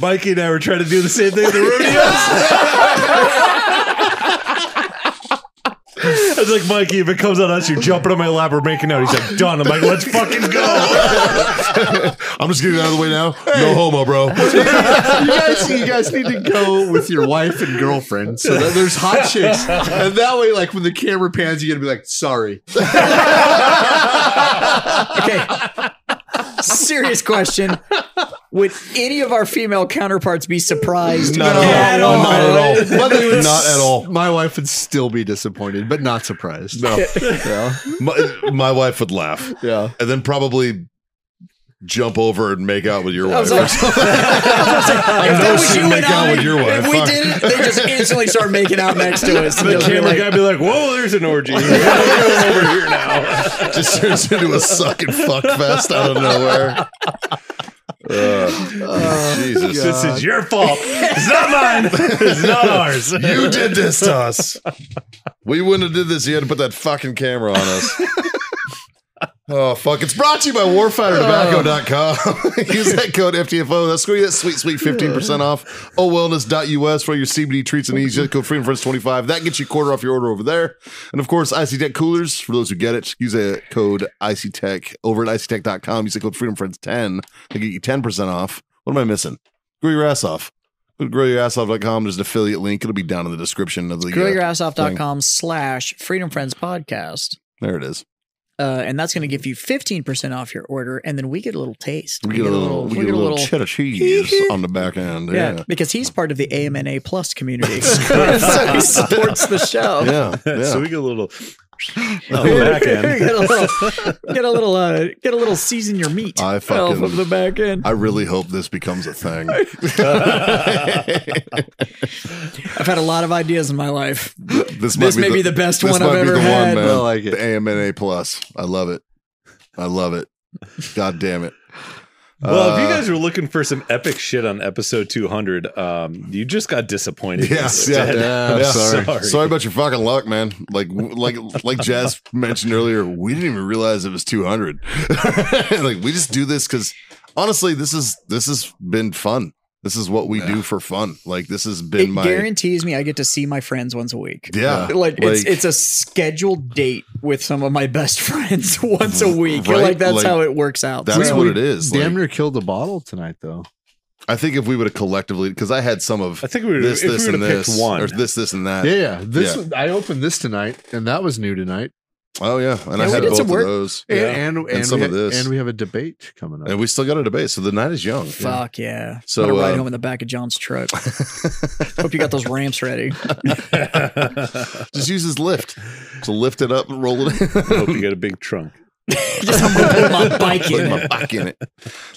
S3: Mikey and I were trying to do the same thing at the rodeos. I was like, Mikey, if it comes on us, you're jumping on my lap, we're making out. He's like, done. I'm like, let's fucking go.
S5: I'm just getting out of the way now. No homo, bro.
S2: you guys you guys need to go with your wife and girlfriend so that there's hot chicks. And that way, like when the camera pans, you're gonna be like, sorry.
S4: okay. Serious question. Would any of our female counterparts be surprised
S5: Not at all. Not at all. Not at all.
S2: My wife would still be disappointed, but not surprised.
S5: No. My, my wife would laugh.
S2: Yeah.
S5: And then probably jump over and make out with your wife.
S4: I was like, I was like, if that was you and
S5: make out
S4: I,
S5: with your
S4: if
S5: wife.
S4: we
S5: Fuck.
S4: did it, they just instantly start making out next to us.
S3: The
S4: They'll be
S3: camera
S4: like,
S3: guy be like, whoa, there's an
S5: Oh
S3: orgy. We're going over here now.
S5: just turns into a suck and fuck fest out of nowhere. Uh, Jesus.
S3: This is your fault. It's not mine. It's not ours.
S5: You did this to us. We wouldn't have did this. You had to put that fucking camera on us. Oh, fuck. It's brought to you by warfightertobacco.com. Use that code FTFO. That's going to that sweet, sweet 15% off. Oh, wellness.us for your CBD treats and easy. Code freedom friends 25. That gets you a quarter off your order over there. And of course, IC Tech coolers. For those who get it, use that code IC Tech over at ictech.com. Use the code freedom friends 10 to get you 10% off. What am I missing? Grow your ass off. Go to growyourassoff.com. There's an affiliate link. It'll be down in the description of the uh,
S4: growyourassoff.com slash freedom friends podcast
S5: There it is.
S4: uh, and that's going to give you 15% off your order and then we get a little taste
S5: We get a little, we get a little cheddar cheese on the back end.
S4: yeah.
S5: Yeah.
S4: because he's part of the amna plus community so he supports the show
S5: Yeah. yeah.
S3: so we get a little on the back end.
S4: get a little, get a little, uh, get a little season your meat
S5: I
S4: off
S5: fucking-
S4: of the back end.
S5: I really hope this becomes a thing.
S4: I've had a lot of ideas in my life.
S5: this
S4: This may be the best
S5: this
S4: one
S5: might
S4: I've
S5: be
S4: ever
S5: the
S4: had.
S5: One, man.
S7: I like it.
S5: The AMNA plus. I love it. I love it. God damn it.
S3: Well, if you
S5: Uh,
S3: guys were looking for some epic shit on episode 200, um, you just got disappointed.
S5: Yes, yeah, yeah,
S3: I'm
S5: sorry.
S3: sorry.
S5: sorry, about your fucking luck, man. Like, like, like Jazz mentioned earlier, we didn't even realize it was two hundred. like, we just do this because honestly, this is this has been fun. This is what we do for fun. Like, this has been
S4: it
S5: my
S4: guarantees me I get to see my friends once a week.
S5: yeah.
S4: Like, it's
S5: Like-
S4: it's a scheduled date with some of my best friends once a week.
S5: Right?
S4: Like that's
S5: Like,
S4: how it works out.
S5: That's
S4: So-
S5: what it is.
S7: Damn
S5: Like,
S7: near killed the bottle tonight, though.
S5: I think if we would have collectively, because I had some of
S3: I think we would
S5: this,
S3: if
S5: this,
S3: we would
S5: and
S3: have picked
S5: this,
S3: one.
S5: or this, this, and that.
S7: Yeah, yeah. This
S5: Yeah.
S7: I opened this tonight, and that was new tonight.
S5: Oh yeah, and I
S4: we
S5: had
S4: did
S5: both
S4: some
S5: of
S4: work.
S5: those,
S7: And
S5: Yeah.
S7: and, and,
S5: some
S7: we
S5: of
S7: ha-
S5: this.
S7: and we have a debate coming up.
S5: and we still got a debate. So the night is young.
S4: Fuck yeah.
S5: So,
S4: So, I'm gonna ride
S5: uh,
S4: home in the back of John's truck. Hope you got those ramps ready.
S5: Just use his lift to lift it up and roll it.
S3: I hope you got a big trunk.
S4: Just I'm gonna put my bike
S5: Put
S4: in.
S5: my
S4: it.
S5: back in it.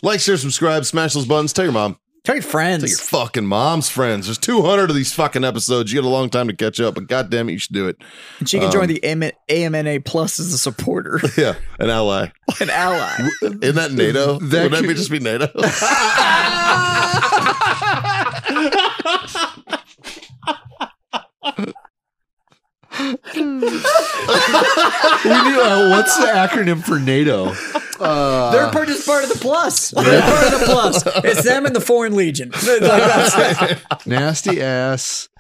S5: Like, share, subscribe, smash those buttons. Tell your mom.
S4: Tell your
S5: Tell your
S4: friends.
S5: fucking mom's friends. There's 200 of these fucking episodes. You got a long time to catch up, but goddamn it, you should do it.
S4: And she can join
S5: um,
S4: the AM- AMNA Plus as a supporter,
S5: Yeah, an ally.
S4: an ally.
S5: Isn't that NATO?
S7: That
S5: Would that
S7: could-
S5: be just be NATO?
S7: we knew, uh, what's the acronym for NATO? Uh,
S4: They're part, just part of the plus. They're part of the plus. It's them and the Foreign Legion. Like, that's it.
S7: nasty ass.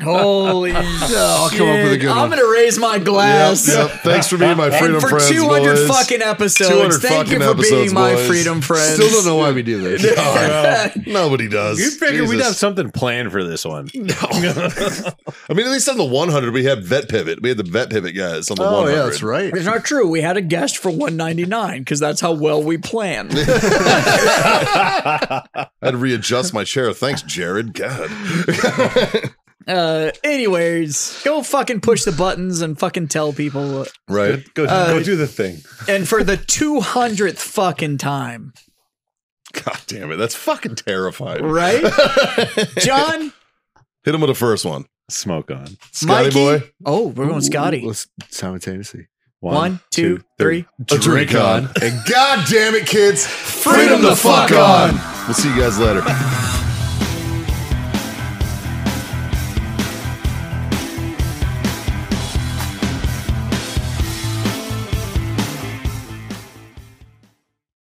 S4: Holy
S2: Oh,
S5: I'll come up with a good one.
S4: I'm gonna raise my
S5: Yep,
S4: glass.
S5: yep. Thanks for being my freedom
S4: and for
S5: friends,
S4: 200
S5: boys.
S4: fucking episodes,
S5: 200
S4: thank
S5: fucking
S4: you for
S5: episodes,
S4: being my
S5: boys.
S4: freedom friends.
S7: Still don't know why we do this.
S5: God, Nobody does.
S3: You figure we'd
S5: Jesus.
S3: have something planned for this one.
S5: I mean, at least on the 100, we had Vet Pivot. We had the Vet Pivot guys on the
S7: Oh
S5: 100.
S7: yeah, that's right.
S4: It's not true. We had a guest for 199 because that's how well we plan.
S5: I had to readjust my chair. Thanks, Jared. God.
S4: uh, anyways, go fucking push the buttons and fucking tell people.
S5: Right.
S3: Go,
S4: Uh,
S3: go do the thing.
S4: And for the 200th fucking time,
S5: God damn it. That's fucking terrifying.
S4: right? John,
S5: Hit him with the first one.
S3: Smoke on.
S5: Scotty
S4: Mikey.
S5: boy.
S4: Oh, we're going Scotty.
S7: Let's simultaneously.
S4: One, two, three.
S5: A drink on. And god damn it, kids. Freedom the fuck on. We'll see you guys later.